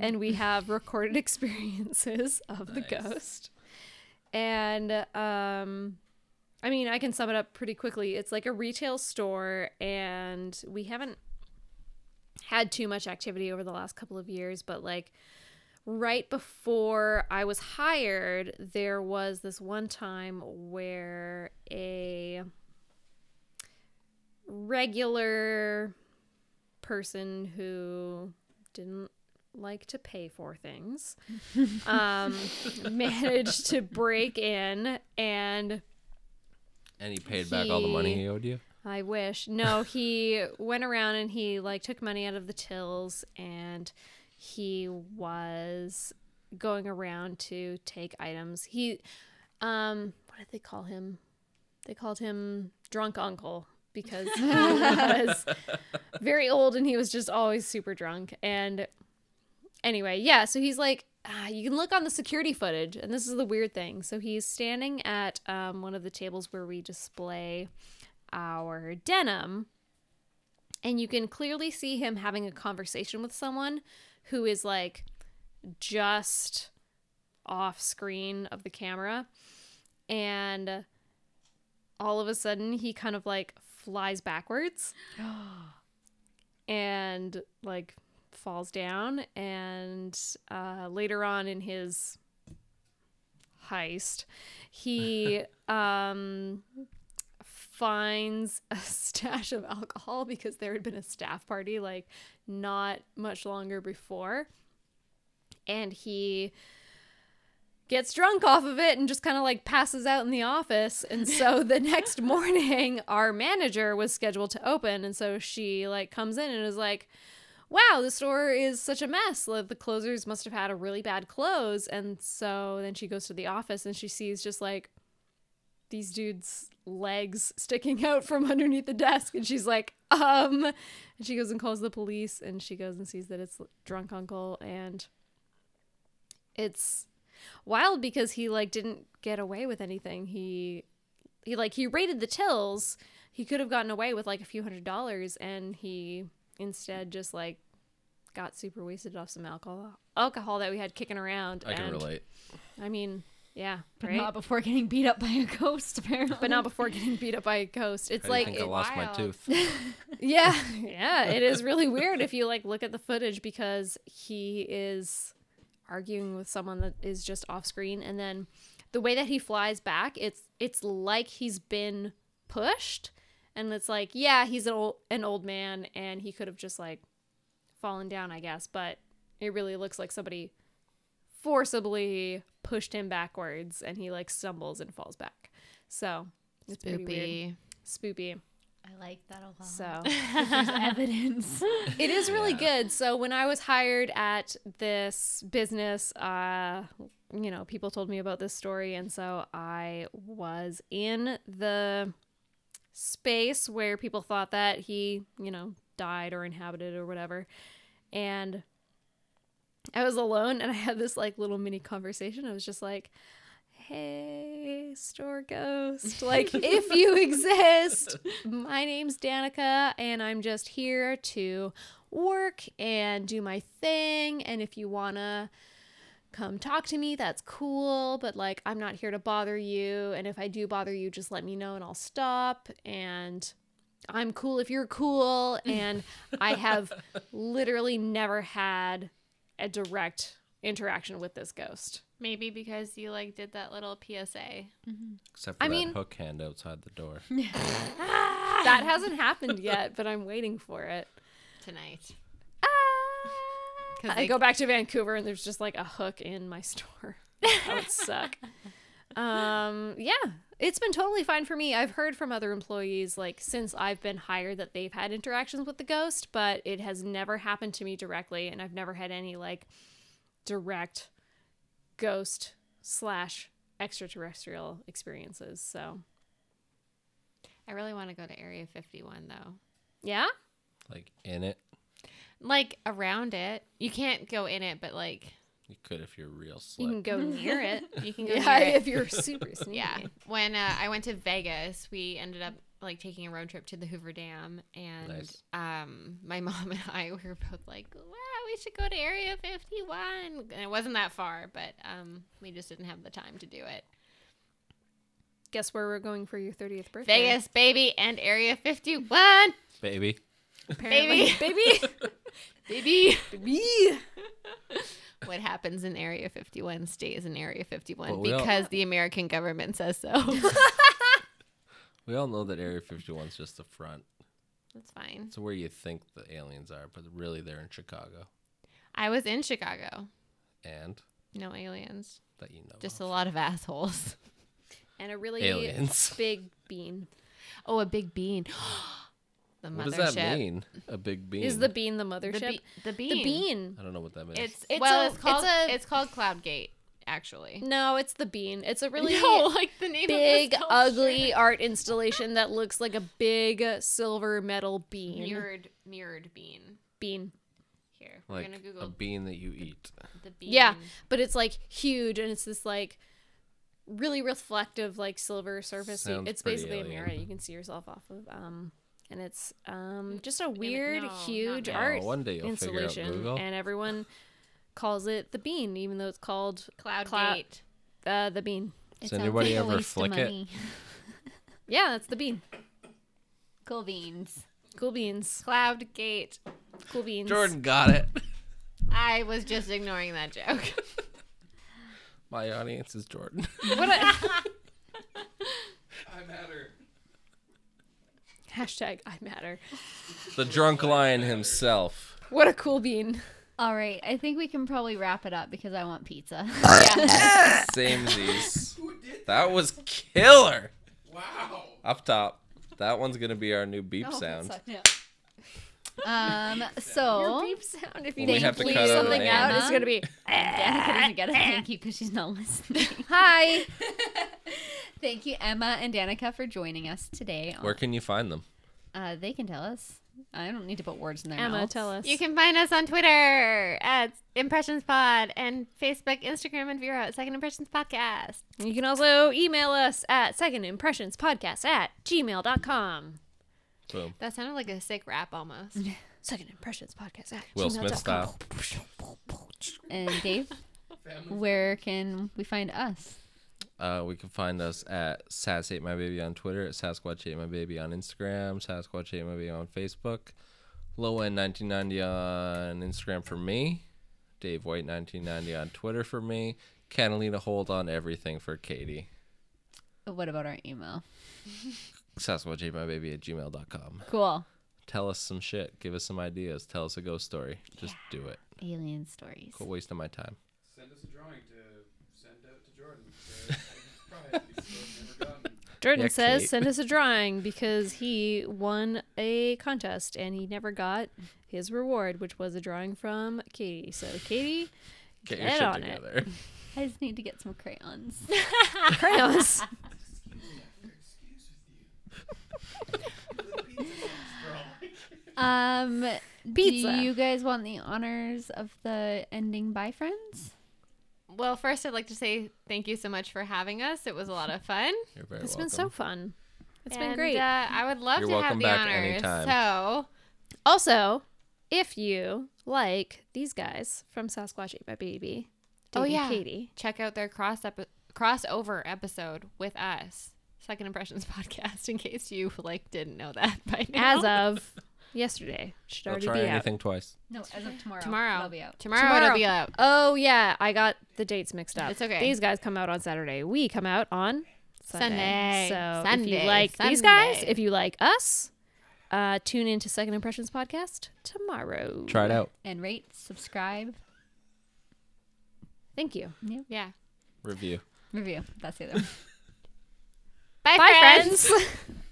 Speaker 4: and we have recorded experiences of the
Speaker 2: Nice.
Speaker 4: ghost. And um I mean, I can sum it up pretty quickly. It's like a retail store and we haven't had too much activity over the last couple of years, but like right before I was hired, there was this one time where a regular person who didn't like to pay for things um, managed to break in and
Speaker 2: And he paid back all the money
Speaker 4: He-
Speaker 2: he owed you.
Speaker 4: I wish. No, he went around and he like took money out of the tills and he was going around to take items. He um what did they call him? They called him drunk uncle because he was very old and he was just always super drunk and anyway, yeah, so he's like ah, you can look on the security footage and this is the weird thing. So he's standing at um, one of the tables where we display our denim. And you can clearly see him having a conversation with someone who is like just off screen of the camera. And all of a sudden, he kind of like flies backwards and like falls down. And uh, later on in his heist, he um, finds a stash of alcohol because there had been a staff party like not much longer before. And he gets drunk off of it and just kind of like passes out in the office. And so the next morning, our manager was scheduled to open. And so she like comes in and is like, wow, the store is such a mess. Like, the closers must have had a really bad close. And so then she goes to the office and she sees just like these dudes' legs sticking out from underneath the desk. And she's like, um, and she goes and calls the police and she goes and sees that it's drunk uncle. And it's wild because he like didn't get away with anything. He, he like, he raided the tills. He could have gotten away with like a few hundred dollars and he instead just like got super wasted off some alcohol alcohol that we had kicking around.
Speaker 2: I can
Speaker 4: and-
Speaker 2: relate.
Speaker 4: I mean, yeah,
Speaker 1: But
Speaker 4: right?
Speaker 1: not before getting beat up by a ghost, apparently.
Speaker 4: but not before getting beat up by a ghost. It's
Speaker 2: How do you
Speaker 4: like
Speaker 2: think
Speaker 4: it-
Speaker 2: I lost my
Speaker 3: wild.
Speaker 2: tooth?
Speaker 4: yeah, yeah, it is really weird if you like look at the footage because he is arguing with someone that is just off screen and then the way that he flies back, it's it's like he's been pushed and it's like, yeah, he's an old, an old man and he could have just like fallen down, I guess, but it really looks like somebody forcibly pushed him backwards and he like stumbles and falls back. So, it's pretty weird.
Speaker 3: Spoopy.
Speaker 4: Spoopy.
Speaker 1: I like that a lot.
Speaker 4: So,
Speaker 1: There's evidence.
Speaker 4: it is really
Speaker 2: Yeah.
Speaker 4: good. So when I was hired at this business, uh, you know, people told me about this story, and so I was in the space where people thought that he, you know, died or inhabited or whatever, and I was alone, and I had this like little mini conversation. I was just like. Hey, store ghost. Like, if you exist, my name's Danica, and I'm just here to work and do my thing. And if you want to come talk to me, that's cool. But like, I'm not here to bother you. And if I do bother you, just let me know and I'll stop. And I'm cool if you're cool. And I have literally never had a direct interaction with this ghost.
Speaker 3: Maybe because you like did that little PSA.
Speaker 2: Except for
Speaker 4: I
Speaker 2: that
Speaker 4: mean-
Speaker 2: hook hand outside the door.
Speaker 4: That hasn't happened yet, but I'm waiting for it.
Speaker 3: tonight. 'Cause
Speaker 4: Ah, I
Speaker 3: they-
Speaker 4: go back to Vancouver and there's just like a hook in my store. That would suck. Um, yeah, it's been totally fine for me. I've heard from other employees like since I've been hired that they've had interactions with the ghost, but it has never happened to me directly, and I've never had any like direct ghost slash extraterrestrial experiences. So
Speaker 3: I really want to go to Area 51 though.
Speaker 4: yeah,
Speaker 2: Like in it.
Speaker 3: Like around it. You can't go in it, but like
Speaker 2: You could if you're real
Speaker 4: you
Speaker 2: slick.
Speaker 4: can go near it.
Speaker 3: you can go
Speaker 4: yeah,
Speaker 3: near it.
Speaker 4: if you're super sneaky.
Speaker 3: Yeah. When uh, I went to Vegas, we ended up like taking a road trip to the Hoover Dam, and
Speaker 2: Nice.
Speaker 3: um, my mom and I were both like, "Wow, we should go to Area 51." And it wasn't that far, but um, we just didn't have the time to do it.
Speaker 4: Guess where we're going for your 30th birthday?
Speaker 3: Vegas, baby, and Area 51,
Speaker 2: Baby.
Speaker 3: baby,
Speaker 4: baby.
Speaker 3: baby.
Speaker 4: baby.
Speaker 3: what happens in Area 51 stays in Area 51
Speaker 2: Well, we all-
Speaker 3: because the American government says so.
Speaker 2: We all know that Area 51's just the front.
Speaker 3: That's fine.
Speaker 2: It's where you think the aliens are, but really they're in Chicago.
Speaker 3: I was in Chicago.
Speaker 2: And
Speaker 3: No aliens,
Speaker 2: that you know.
Speaker 3: just a
Speaker 2: of.
Speaker 3: lot of assholes.
Speaker 4: and a really
Speaker 2: aliens.
Speaker 4: big bean.
Speaker 3: Oh, a big bean. the mothership.
Speaker 2: What does that mean? A big bean.
Speaker 4: Is the bean the
Speaker 3: The,
Speaker 4: mothership?
Speaker 3: be- the bean.
Speaker 4: The bean.
Speaker 2: I don't know what that means.
Speaker 3: It's,
Speaker 4: It's
Speaker 3: well,
Speaker 4: a-
Speaker 3: it's called
Speaker 4: it's
Speaker 3: it's,
Speaker 4: a-
Speaker 3: called Cloud Gate, actually.
Speaker 4: No, it's the bean. It's a really
Speaker 3: like the name
Speaker 4: big,
Speaker 3: the sculpture.
Speaker 4: ugly art installation that looks like a big silver metal bean.
Speaker 3: mirrored mirrored bean.
Speaker 4: bean.
Speaker 3: Here, we're
Speaker 2: like
Speaker 3: gonna
Speaker 2: a
Speaker 3: Google
Speaker 2: bean that you eat. Oh,
Speaker 3: the bean.
Speaker 4: Yeah, but it's like huge, and it's this like really reflective, like silver surface. So
Speaker 2: Sounds
Speaker 4: it's
Speaker 2: pretty
Speaker 4: basically a
Speaker 2: alien.
Speaker 4: mirror you can see yourself off of. Um, and it's um just a weird,
Speaker 3: no, not
Speaker 4: huge
Speaker 3: now.
Speaker 4: art
Speaker 2: one day you'll figure out
Speaker 4: installation,
Speaker 2: Google.
Speaker 4: and everyone calls it the bean, even though it's called
Speaker 3: Cloud
Speaker 4: Cla-
Speaker 3: Gate.
Speaker 4: uh, the bean.
Speaker 1: It
Speaker 2: Does
Speaker 1: sounds
Speaker 2: anybody
Speaker 1: like a
Speaker 2: ever
Speaker 1: waste of
Speaker 2: flick it?
Speaker 1: money.
Speaker 4: Yeah, that's the bean.
Speaker 1: Cool beans.
Speaker 4: Cool beans.
Speaker 3: Cloud Gate.
Speaker 4: Cool beans.
Speaker 2: Jordan got it.
Speaker 3: I was just ignoring that joke.
Speaker 2: My audience is Jordan.
Speaker 4: What a-
Speaker 2: I'm at her.
Speaker 4: Hashtag I matter.
Speaker 2: The drunk lion himself.
Speaker 4: What a cool bean.
Speaker 1: All right, I think we can probably wrap it up because I want pizza.
Speaker 2: Samesies. That was killer. Wow. Up top. That one's gonna be our new
Speaker 1: Oh,
Speaker 2: beep sound.
Speaker 1: um,
Speaker 4: Your
Speaker 1: so
Speaker 4: beep sound if
Speaker 2: Well, we
Speaker 4: you need
Speaker 2: have
Speaker 4: to
Speaker 2: to
Speaker 4: leave
Speaker 2: cut out
Speaker 4: something
Speaker 2: the
Speaker 4: out
Speaker 1: name.
Speaker 4: it's gonna be
Speaker 1: Danica doesn't get a thank you because she's not listening.
Speaker 4: hi.
Speaker 1: thank you, Emma and Danica, for joining us today. on-
Speaker 2: Where can you find them?
Speaker 1: Uh, they can tell us. I don't need to put words in their
Speaker 4: Emma,
Speaker 1: mouths.
Speaker 4: tell us.
Speaker 3: You can find us on Twitter at Impressions Pod and Facebook, Instagram, and Vero at Second Impressions Podcast.
Speaker 4: You can also email us at secondimpressionspodcast at gmail.com.
Speaker 2: Boom.
Speaker 3: That sounded like a sick rap almost.
Speaker 4: Second Impressions Podcast at
Speaker 2: Will Smith style.
Speaker 1: And Dave, where can we find us?
Speaker 2: Uh, we can find us at Sas Ate My Baby on Twitter, at Sasquatch Ate My Baby on Instagram, Sasquatch Ate My Baby on Facebook, Low End 1990 on Instagram for me, Dave White 1990 on Twitter for me, Catalina Hold on everything for Katie.
Speaker 1: What about our email?
Speaker 2: Sasquatch Ate My Baby at gmail.com.
Speaker 1: Cool.
Speaker 2: Tell us some shit. Give us some ideas. Tell us a ghost story. Just do it.
Speaker 1: Alien stories.
Speaker 2: Quit wasting my time.
Speaker 5: Send us a drawing to send out to Jordan. So probably at least we've never gotten.
Speaker 4: Jordan
Speaker 2: Yeah,
Speaker 4: says,
Speaker 2: Kate.
Speaker 4: send us a drawing because he won a contest and he never got his reward, which was a drawing from Katie. So, Katie,
Speaker 2: Get,
Speaker 4: Get
Speaker 2: your
Speaker 4: on
Speaker 2: shit
Speaker 4: it.
Speaker 2: together.
Speaker 1: I just need to get some crayons.
Speaker 4: crayons.
Speaker 5: Excuse with you. Little pizza drawing.
Speaker 1: Um,
Speaker 4: Pizza.
Speaker 1: Do you guys want the honors of the ending by friends?
Speaker 3: Well, first, I'd like to say thank you so much for having us. It was a lot of fun.
Speaker 2: You're very
Speaker 4: It's
Speaker 2: welcome.
Speaker 4: been so fun. It's
Speaker 3: And,
Speaker 4: been great.
Speaker 3: Uh, I would love
Speaker 2: You're
Speaker 3: to
Speaker 2: welcome
Speaker 3: have the
Speaker 2: back
Speaker 3: honors.
Speaker 2: anytime.
Speaker 3: So,
Speaker 4: Also, if you like these guys from Sasquatch Ate My Baby, Dave
Speaker 3: Oh,
Speaker 4: and
Speaker 3: yeah.
Speaker 4: Katie,
Speaker 3: check out their cross epi- crossover episode with us, Second Impressions Podcast, in case you like didn't know that by now.
Speaker 4: as of yesterday, should
Speaker 2: Don't
Speaker 4: already
Speaker 2: try
Speaker 4: be out.
Speaker 2: anything twice.
Speaker 1: No, as of tomorrow.
Speaker 3: tomorrow,
Speaker 1: They'll be out.
Speaker 3: tomorrow, it'll be out.
Speaker 4: Oh yeah, I got the dates mixed up.
Speaker 3: It's okay.
Speaker 4: These guys come out on Saturday. We come out on Sunday.
Speaker 3: Sunday.
Speaker 4: So if
Speaker 3: Sunday.
Speaker 4: you like these guys,
Speaker 3: Sunday.
Speaker 4: if you like us, uh, tune into Second Impressions podcast tomorrow.
Speaker 2: Try it out.
Speaker 1: And rate, subscribe,
Speaker 4: Thank you.
Speaker 3: Yeah.
Speaker 2: Review.
Speaker 1: review. That's the other one.
Speaker 3: Bye,
Speaker 4: Bye,
Speaker 3: friends.
Speaker 4: friends.